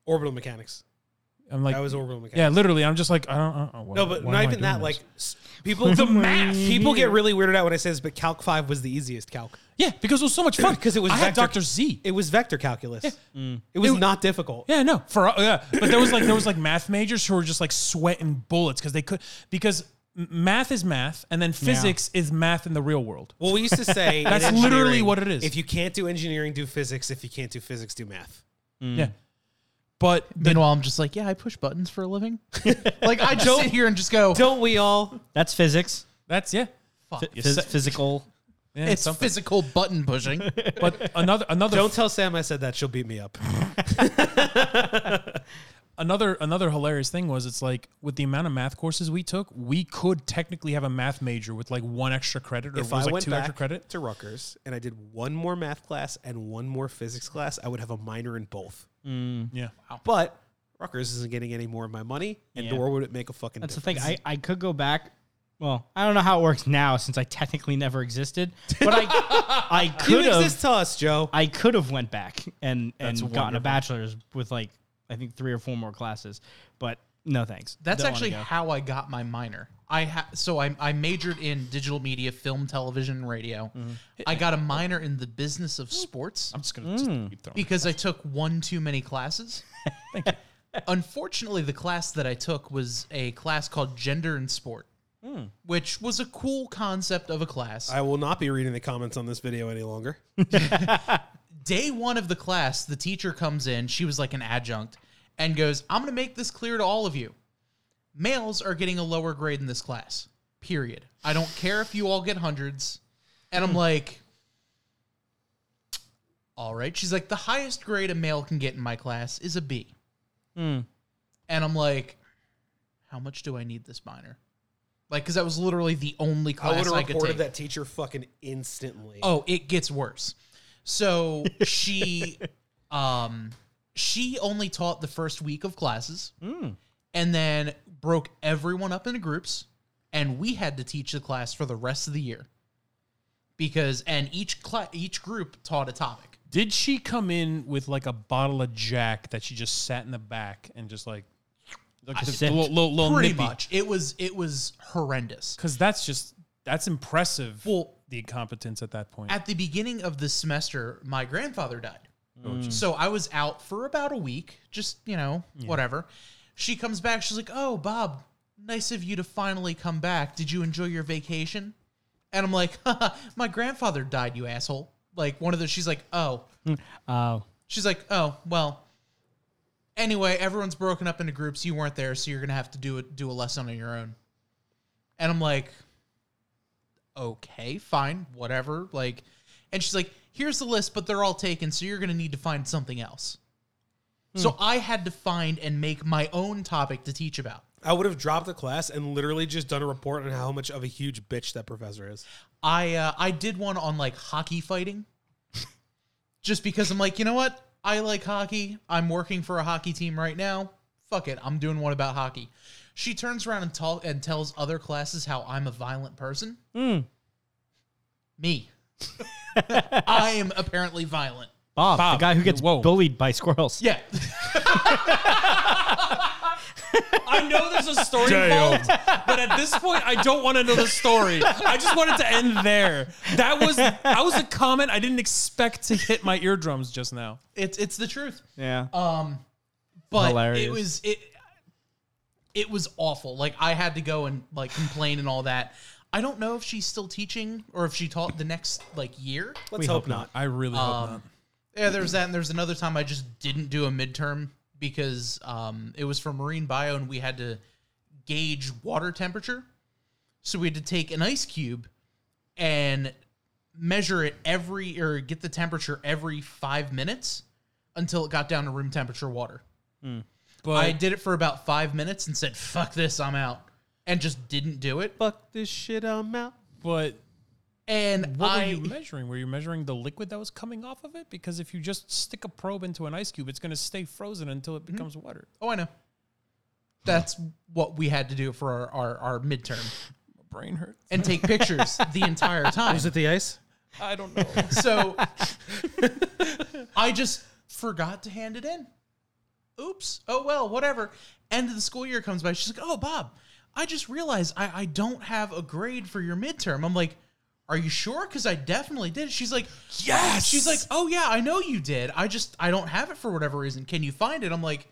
Speaker 3: Orbital mechanics.
Speaker 4: I'm like
Speaker 3: That was orbital mechanics.
Speaker 4: yeah, literally. I'm just like I don't. I don't
Speaker 3: No, but not even that. Like s- people,
Speaker 4: *laughs*
Speaker 3: the math. People get really weirded out when I say this, but Calc Five was the easiest calc.
Speaker 4: yeah, because it
Speaker 3: *clears throat*
Speaker 4: was so much fun.
Speaker 3: Because it was
Speaker 4: I had
Speaker 3: vector-
Speaker 4: Doctor Z.
Speaker 3: It was vector calculus. It was not difficult.
Speaker 4: Yeah, no, for uh, yeah, but there was like there was like math majors who were just like sweating bullets because they could because m- math is math and then physics is math in the real world.
Speaker 3: Well, we used to
Speaker 4: *laughs*
Speaker 3: say in
Speaker 4: That's literally
Speaker 3: engineering,
Speaker 4: what it is.
Speaker 3: If you can't do engineering, do physics. If you can't do physics, do math.
Speaker 4: Yeah, but
Speaker 1: Meanwhile, I'm just like, yeah, I push buttons for a *laughs* living. like I just sit here and just go.
Speaker 3: Don't we all?
Speaker 6: that's physics.
Speaker 4: that's yeah,
Speaker 1: Fuck.
Speaker 6: Phys- physical.
Speaker 4: yeah
Speaker 1: It's
Speaker 4: something.
Speaker 1: physical button *laughs* pushing.
Speaker 3: *laughs*
Speaker 4: but another another
Speaker 3: Don't tell Sam I said that. She'll beat me up.
Speaker 4: another another hilarious thing was it's like with the amount of math courses we took, we could technically have a math major with like one extra credit or it
Speaker 3: If
Speaker 4: was
Speaker 3: I
Speaker 4: like
Speaker 3: went
Speaker 4: two
Speaker 3: back
Speaker 4: extra credit.
Speaker 3: to Rutgers and I did one more math class and one more physics class, I would have a minor in both.
Speaker 4: Yeah,
Speaker 3: But Rutgers isn't getting any more of my money, and
Speaker 6: Yeah.
Speaker 3: nor would it make a fucking.
Speaker 6: That's the
Speaker 3: difference.
Speaker 6: thing. I, I could go back. Well, I don't know how it works now since I technically never existed, but I I could
Speaker 3: You
Speaker 6: have
Speaker 3: exist to us, Joe.
Speaker 6: I could have went back and and gotten a bachelor's with like I think three or four more classes, but no thanks.
Speaker 1: That's
Speaker 6: Don't wanna
Speaker 1: actually
Speaker 6: go.
Speaker 1: how I got my minor. I ha- so I, I majored in digital media, film, television, and radio. I got a minor in the business of sports
Speaker 4: I'm just gonna just
Speaker 3: Mm.
Speaker 4: keep throwing.
Speaker 1: because I took one too many *laughs* classes. Unfortunately, the class that I took was a class called Gender and Sport, Hmm. which was a cool concept of a class.
Speaker 3: I will not be reading the comments on this video any longer.
Speaker 1: day one of the class, the teacher comes in. She was like an adjunct and goes, I'm going to make this clear to all of you. Males are getting a lower grade in this class, period. I don't care if you all get hundreds. And I'm like, all right. She's like, the highest grade a male can get in my class is a B. And I'm like, how much do I need this minor? Like, because that was literally the only
Speaker 3: I would
Speaker 1: class
Speaker 3: have
Speaker 1: I, could
Speaker 3: reported
Speaker 1: take.
Speaker 3: that teacher fucking instantly.
Speaker 1: Oh, it gets worse. So she um she only taught the first week of classes and then broke everyone up into groups and we had to teach the class for the rest of the year because and each cla- each group taught a topic
Speaker 4: Did she come in with like a bottle of Jack that she just sat in the back and just like, like just
Speaker 6: sipped.
Speaker 4: little, little, little
Speaker 1: pretty
Speaker 4: nippy?
Speaker 1: much it was it was horrendous
Speaker 4: Because that's just that's impressive.
Speaker 1: Well-
Speaker 4: the incompetence at that point.
Speaker 1: at the beginning of the semester, my grandfather died. so I was out for about a week, just, you know, whatever. She comes back. She's like, Oh, Bob, nice of you to finally come back. Did you enjoy your vacation? And I'm like, My grandfather died, you asshole. Like, one of the, she's like, Oh,
Speaker 6: Oh.
Speaker 1: she's like, Oh, well. Anyway, everyone's broken up into groups. You weren't there, so you're gonna have to do a, do a lesson on your own. And I'm like, okay, fine, whatever. Like, and she's like, here's the list, but they're all taken, so you're gonna need to find something else. So I had to find and make my own topic to teach about.
Speaker 3: I would have dropped the class and literally just done a report on how much of a huge bitch that professor is.
Speaker 1: I uh, I did one on like hockey fighting, *laughs* just because I'm like, you know what? I like hockey. I'm working for a hockey team right now. Fuck it, I'm doing one about hockey. She turns around and talk and tells other classes how I'm a violent person. Me, *laughs* I am apparently violent.
Speaker 6: Bob,
Speaker 4: Bob,
Speaker 6: the guy who gets
Speaker 4: whoa.
Speaker 6: bullied by squirrels.
Speaker 1: Yeah, *laughs*
Speaker 4: I know there's a story involved, but at this point, I don't want to know the story. I just wanted to end there. That was that was a comment I didn't expect to hit my eardrums just now.
Speaker 1: it's it's the truth.
Speaker 6: Yeah.
Speaker 1: Um, but it
Speaker 6: Hilarious.
Speaker 1: was it it was awful. Like I had to go and like complain and all that. I don't know if she's still teaching or if she taught the next like year.
Speaker 3: Let's hope, not.
Speaker 4: I really hope not.
Speaker 1: Yeah, there's that, and there's another time I just didn't do a midterm because um, it was for marine bio, and we had to gauge water temperature, so we had to take an ice cube and measure it every or get the temperature every five minutes until it got down to room temperature water.
Speaker 4: Hmm. But
Speaker 1: I did it for about five minutes and said, "Fuck this, I'm out," and just didn't do it.
Speaker 9: Fuck this shit, I'm out.
Speaker 4: but
Speaker 1: And
Speaker 4: what
Speaker 1: I
Speaker 4: were you measuring? Were you measuring the liquid that was coming off of it? Because if you just stick a probe into an ice cube, it's going to stay frozen until it becomes water.
Speaker 1: oh, I know. That's what we had to do for our, our, our midterm.
Speaker 4: My brain hurts.
Speaker 1: and take
Speaker 3: *laughs*
Speaker 1: pictures the entire time.
Speaker 3: Was it the ice?
Speaker 4: I don't *laughs* know.
Speaker 3: *laughs*
Speaker 1: So I just forgot to hand it in. Oops. Oh well, whatever. End of the school year comes by. She's like, "Oh, Bob, I just realized I, I don't have a grade for your midterm." I'm like, "Are you sure? Because I definitely did." She's like, "Yes." She's like, "Oh yeah, I know you did. I just I don't have it for whatever reason. Can you find it?" I'm like,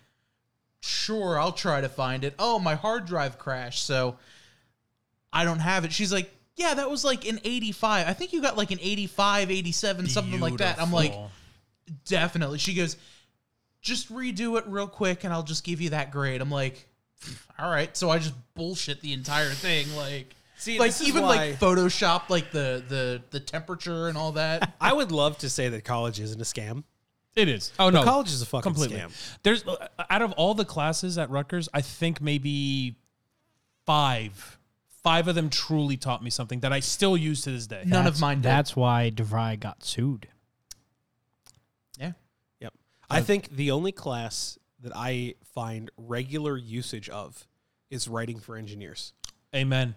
Speaker 1: "Sure, I'll try to find it." Oh, my hard drive crashed, so I don't have it. She's like, yeah, that was like an 85. I think you got like an 85, 87, something like that. I'm like,
Speaker 4: Beautiful.
Speaker 1: definitely. She goes, just redo it real quick and I'll just give you that grade. I'm like, all right. So I just bullshit the entire thing. Like,
Speaker 3: See,
Speaker 1: like
Speaker 3: this is
Speaker 1: even
Speaker 3: why-
Speaker 1: like Photoshop, like the the the temperature and all that.
Speaker 3: I would love to say that college isn't a scam.
Speaker 4: It is. Oh no,
Speaker 3: college is a fucking
Speaker 4: completely.
Speaker 3: scam.
Speaker 4: There's uh, out of all the classes at Rutgers, I think maybe five, five of them truly taught me something that I still use to this day.
Speaker 1: *laughs* None of mine did.
Speaker 6: That's why DeVry got sued.
Speaker 1: yeah.
Speaker 3: Yep. I think the only class that I find regular usage of is writing for engineers.
Speaker 4: Amen.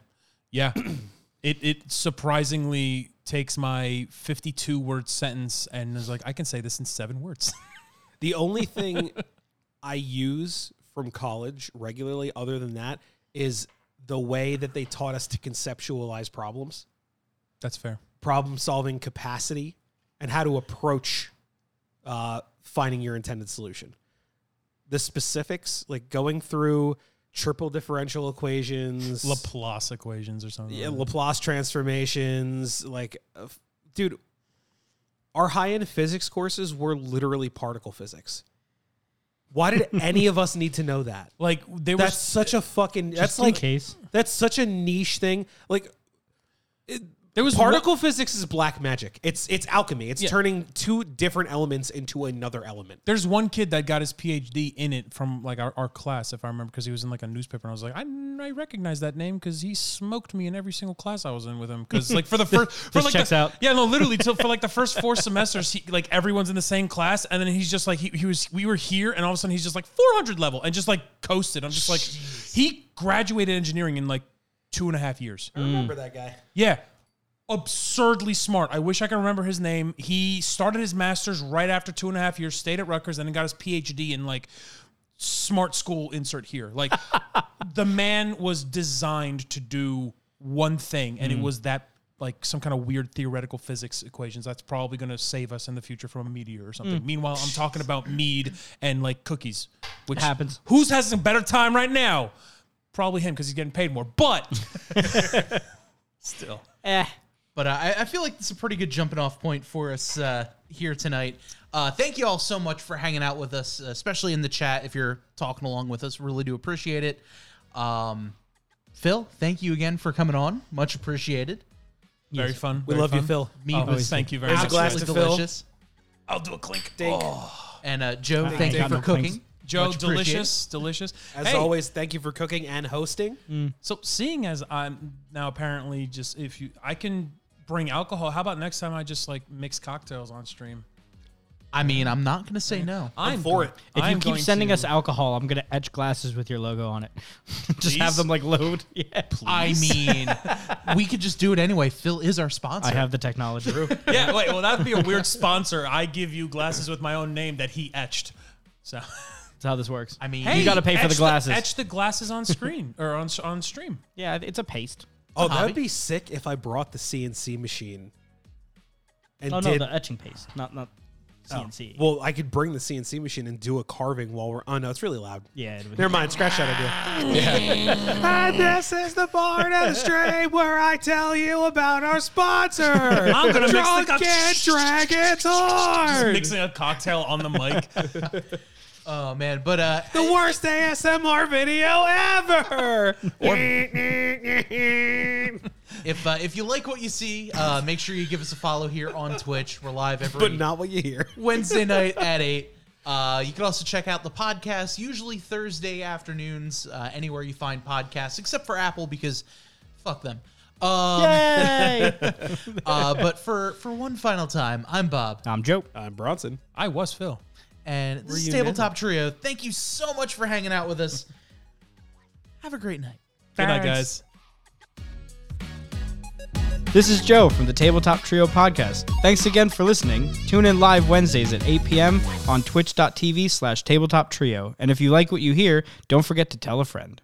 Speaker 4: Yeah, *clears throat* it it surprisingly takes my 52 word sentence and is like I can say this in seven words. *laughs*
Speaker 3: The only thing I use from college regularly, other than that, is the way that they taught us to conceptualize problems,
Speaker 4: That's fair.
Speaker 3: problem solving capacity, and how to approach uh, finding your intended solution. The specifics, like going through triple differential equations,
Speaker 4: Laplace equations or something.
Speaker 3: yeah,
Speaker 4: like that.
Speaker 3: Laplace transformations, like, uh, f- dude, our high end physics courses were literally particle physics.
Speaker 6: *laughs*
Speaker 3: Why did any of us need to know that?
Speaker 4: like they were
Speaker 3: That's such a fucking. That's
Speaker 6: in
Speaker 3: like
Speaker 6: case.
Speaker 3: that's such a niche thing. Like, it,
Speaker 4: There was
Speaker 7: Particle physics is black magic. It's it's alchemy. It's
Speaker 4: Yeah.
Speaker 7: turning two different elements into another element.
Speaker 4: there's one kid that got his PhD in it from like our, our class, if I remember, because he was in like a newspaper, and I was like, I, I recognize that name because he smoked me in every single class I was in with him. Because like for
Speaker 6: *laughs*
Speaker 4: the first, for
Speaker 6: This
Speaker 4: like
Speaker 6: checks
Speaker 4: the,
Speaker 6: out.
Speaker 4: yeah, no, literally till for like the first four semesters, he like everyone's in the same class, and then he's just like he, he was we were here, and all of a sudden he's just like 400 level and just like coasted. I'm just like, he graduated engineering in like two and a half years.
Speaker 7: Remember that guy?
Speaker 4: Yeah. Absurdly smart. I wish I could remember his name. He started his master's right after two and a half years, stayed at Rutgers, and then got his PhD in like smart school insert here. Like *laughs* the man was designed to do one thing,
Speaker 7: Mm.
Speaker 4: and it was that like some kind of weird theoretical physics equations that's probably going to save us in the future from a meteor or something.
Speaker 7: Mm.
Speaker 4: Meanwhile, I'm talking about mead and like cookies, which
Speaker 6: Happens.
Speaker 4: Who's has a better time right now? Probably him because he's getting paid more.
Speaker 7: *laughs*
Speaker 4: But still.
Speaker 6: Eh.
Speaker 1: But uh, I, I feel like it's a pretty good jumping off point for us uh, here tonight. Uh, thank you all so much for hanging out with us, especially in the chat. If you're talking along with us, really do appreciate it. Um, Phil, thank you again for coming on. Much appreciated.
Speaker 4: Very fun.
Speaker 7: We
Speaker 4: very
Speaker 7: love you,
Speaker 4: fun.
Speaker 7: Phil.
Speaker 1: Me,
Speaker 4: Oh, thank you very
Speaker 7: Here's a
Speaker 4: much.
Speaker 7: glass
Speaker 1: absolutely
Speaker 7: to Phil.
Speaker 1: delicious.
Speaker 4: I'll do a clink.
Speaker 1: And uh, Joe,
Speaker 6: ain't
Speaker 1: thank you
Speaker 6: got
Speaker 1: for
Speaker 6: no
Speaker 1: cooking.
Speaker 6: clinks.
Speaker 4: Joe,
Speaker 1: Much appreciated.
Speaker 4: delicious, delicious.
Speaker 7: As
Speaker 4: Hey,
Speaker 7: always, thank you for cooking and hosting.
Speaker 6: Mm.
Speaker 4: So seeing as I'm now apparently just if you I can bring alcohol. How about next time I just like mix cocktails on stream?
Speaker 1: I mean, I'm not going to say no.
Speaker 4: I'm
Speaker 7: for it.
Speaker 6: If
Speaker 4: I'm
Speaker 6: you keep
Speaker 4: going
Speaker 6: sending
Speaker 4: to-
Speaker 6: us alcohol, I'm gonna etch glasses with your logo on it. *laughs* Just have
Speaker 4: Please?
Speaker 6: them like load. Yeah,
Speaker 1: I mean, we could just do it anyway. Phil is our sponsor.
Speaker 6: I have the technology.
Speaker 4: *laughs*
Speaker 6: *laughs*
Speaker 4: yeah, wait. Well, that'd be a weird sponsor. I give you glasses with my own name that he etched. So
Speaker 6: That's how this works.
Speaker 1: I mean,
Speaker 6: you gotta pay for
Speaker 4: etch
Speaker 6: the glasses.
Speaker 4: etch the glasses
Speaker 6: *laughs*
Speaker 4: on screen or on on stream.
Speaker 6: yeah, it's a paste.
Speaker 7: Oh, that
Speaker 1: hobby.
Speaker 7: would be sick if I brought the CNC machine and
Speaker 6: Oh no,
Speaker 7: did.
Speaker 6: the etching paste, not not CNC.
Speaker 7: well, I could bring the CNC machine and do a carving while we're. Oh no, it's really loud.
Speaker 6: yeah, it would
Speaker 7: Never mind, scratch that
Speaker 4: *laughs*
Speaker 7: idea. and this is the part of the stream where I tell you about our sponsor. I'm
Speaker 4: gonna *laughs* mix the cup-
Speaker 7: and Dragon's
Speaker 4: Just *laughs*
Speaker 7: Horde.
Speaker 4: mixing a cocktail on the
Speaker 6: *laughs*
Speaker 4: mic.
Speaker 1: oh man, but uh,
Speaker 7: The worst ASMR video ever.
Speaker 1: if uh, if you like what you see, uh, make sure you give us a follow here on Twitch. We're live every
Speaker 7: but not what you hear.
Speaker 1: Wednesday night at eight. Uh, you can also check out the podcast usually Thursday afternoons uh, anywhere you find podcasts, except for Apple because fuck them. Um,
Speaker 6: *laughs*
Speaker 1: uh, but for for one final time, I'm Bob.
Speaker 6: I'm Joe.
Speaker 7: I'm Bronson.
Speaker 4: I was Phil.
Speaker 1: and this is Tabletop Trio. Thank you so much for hanging out with us. Have a great night.
Speaker 4: Good night, guys.
Speaker 6: This is Joe from the Tabletop Trio podcast. Thanks again for listening. Tune in live Wednesdays at 8 p.m. on twitch.tv slash tabletop trio. And if you like what you hear, don't forget to tell a friend.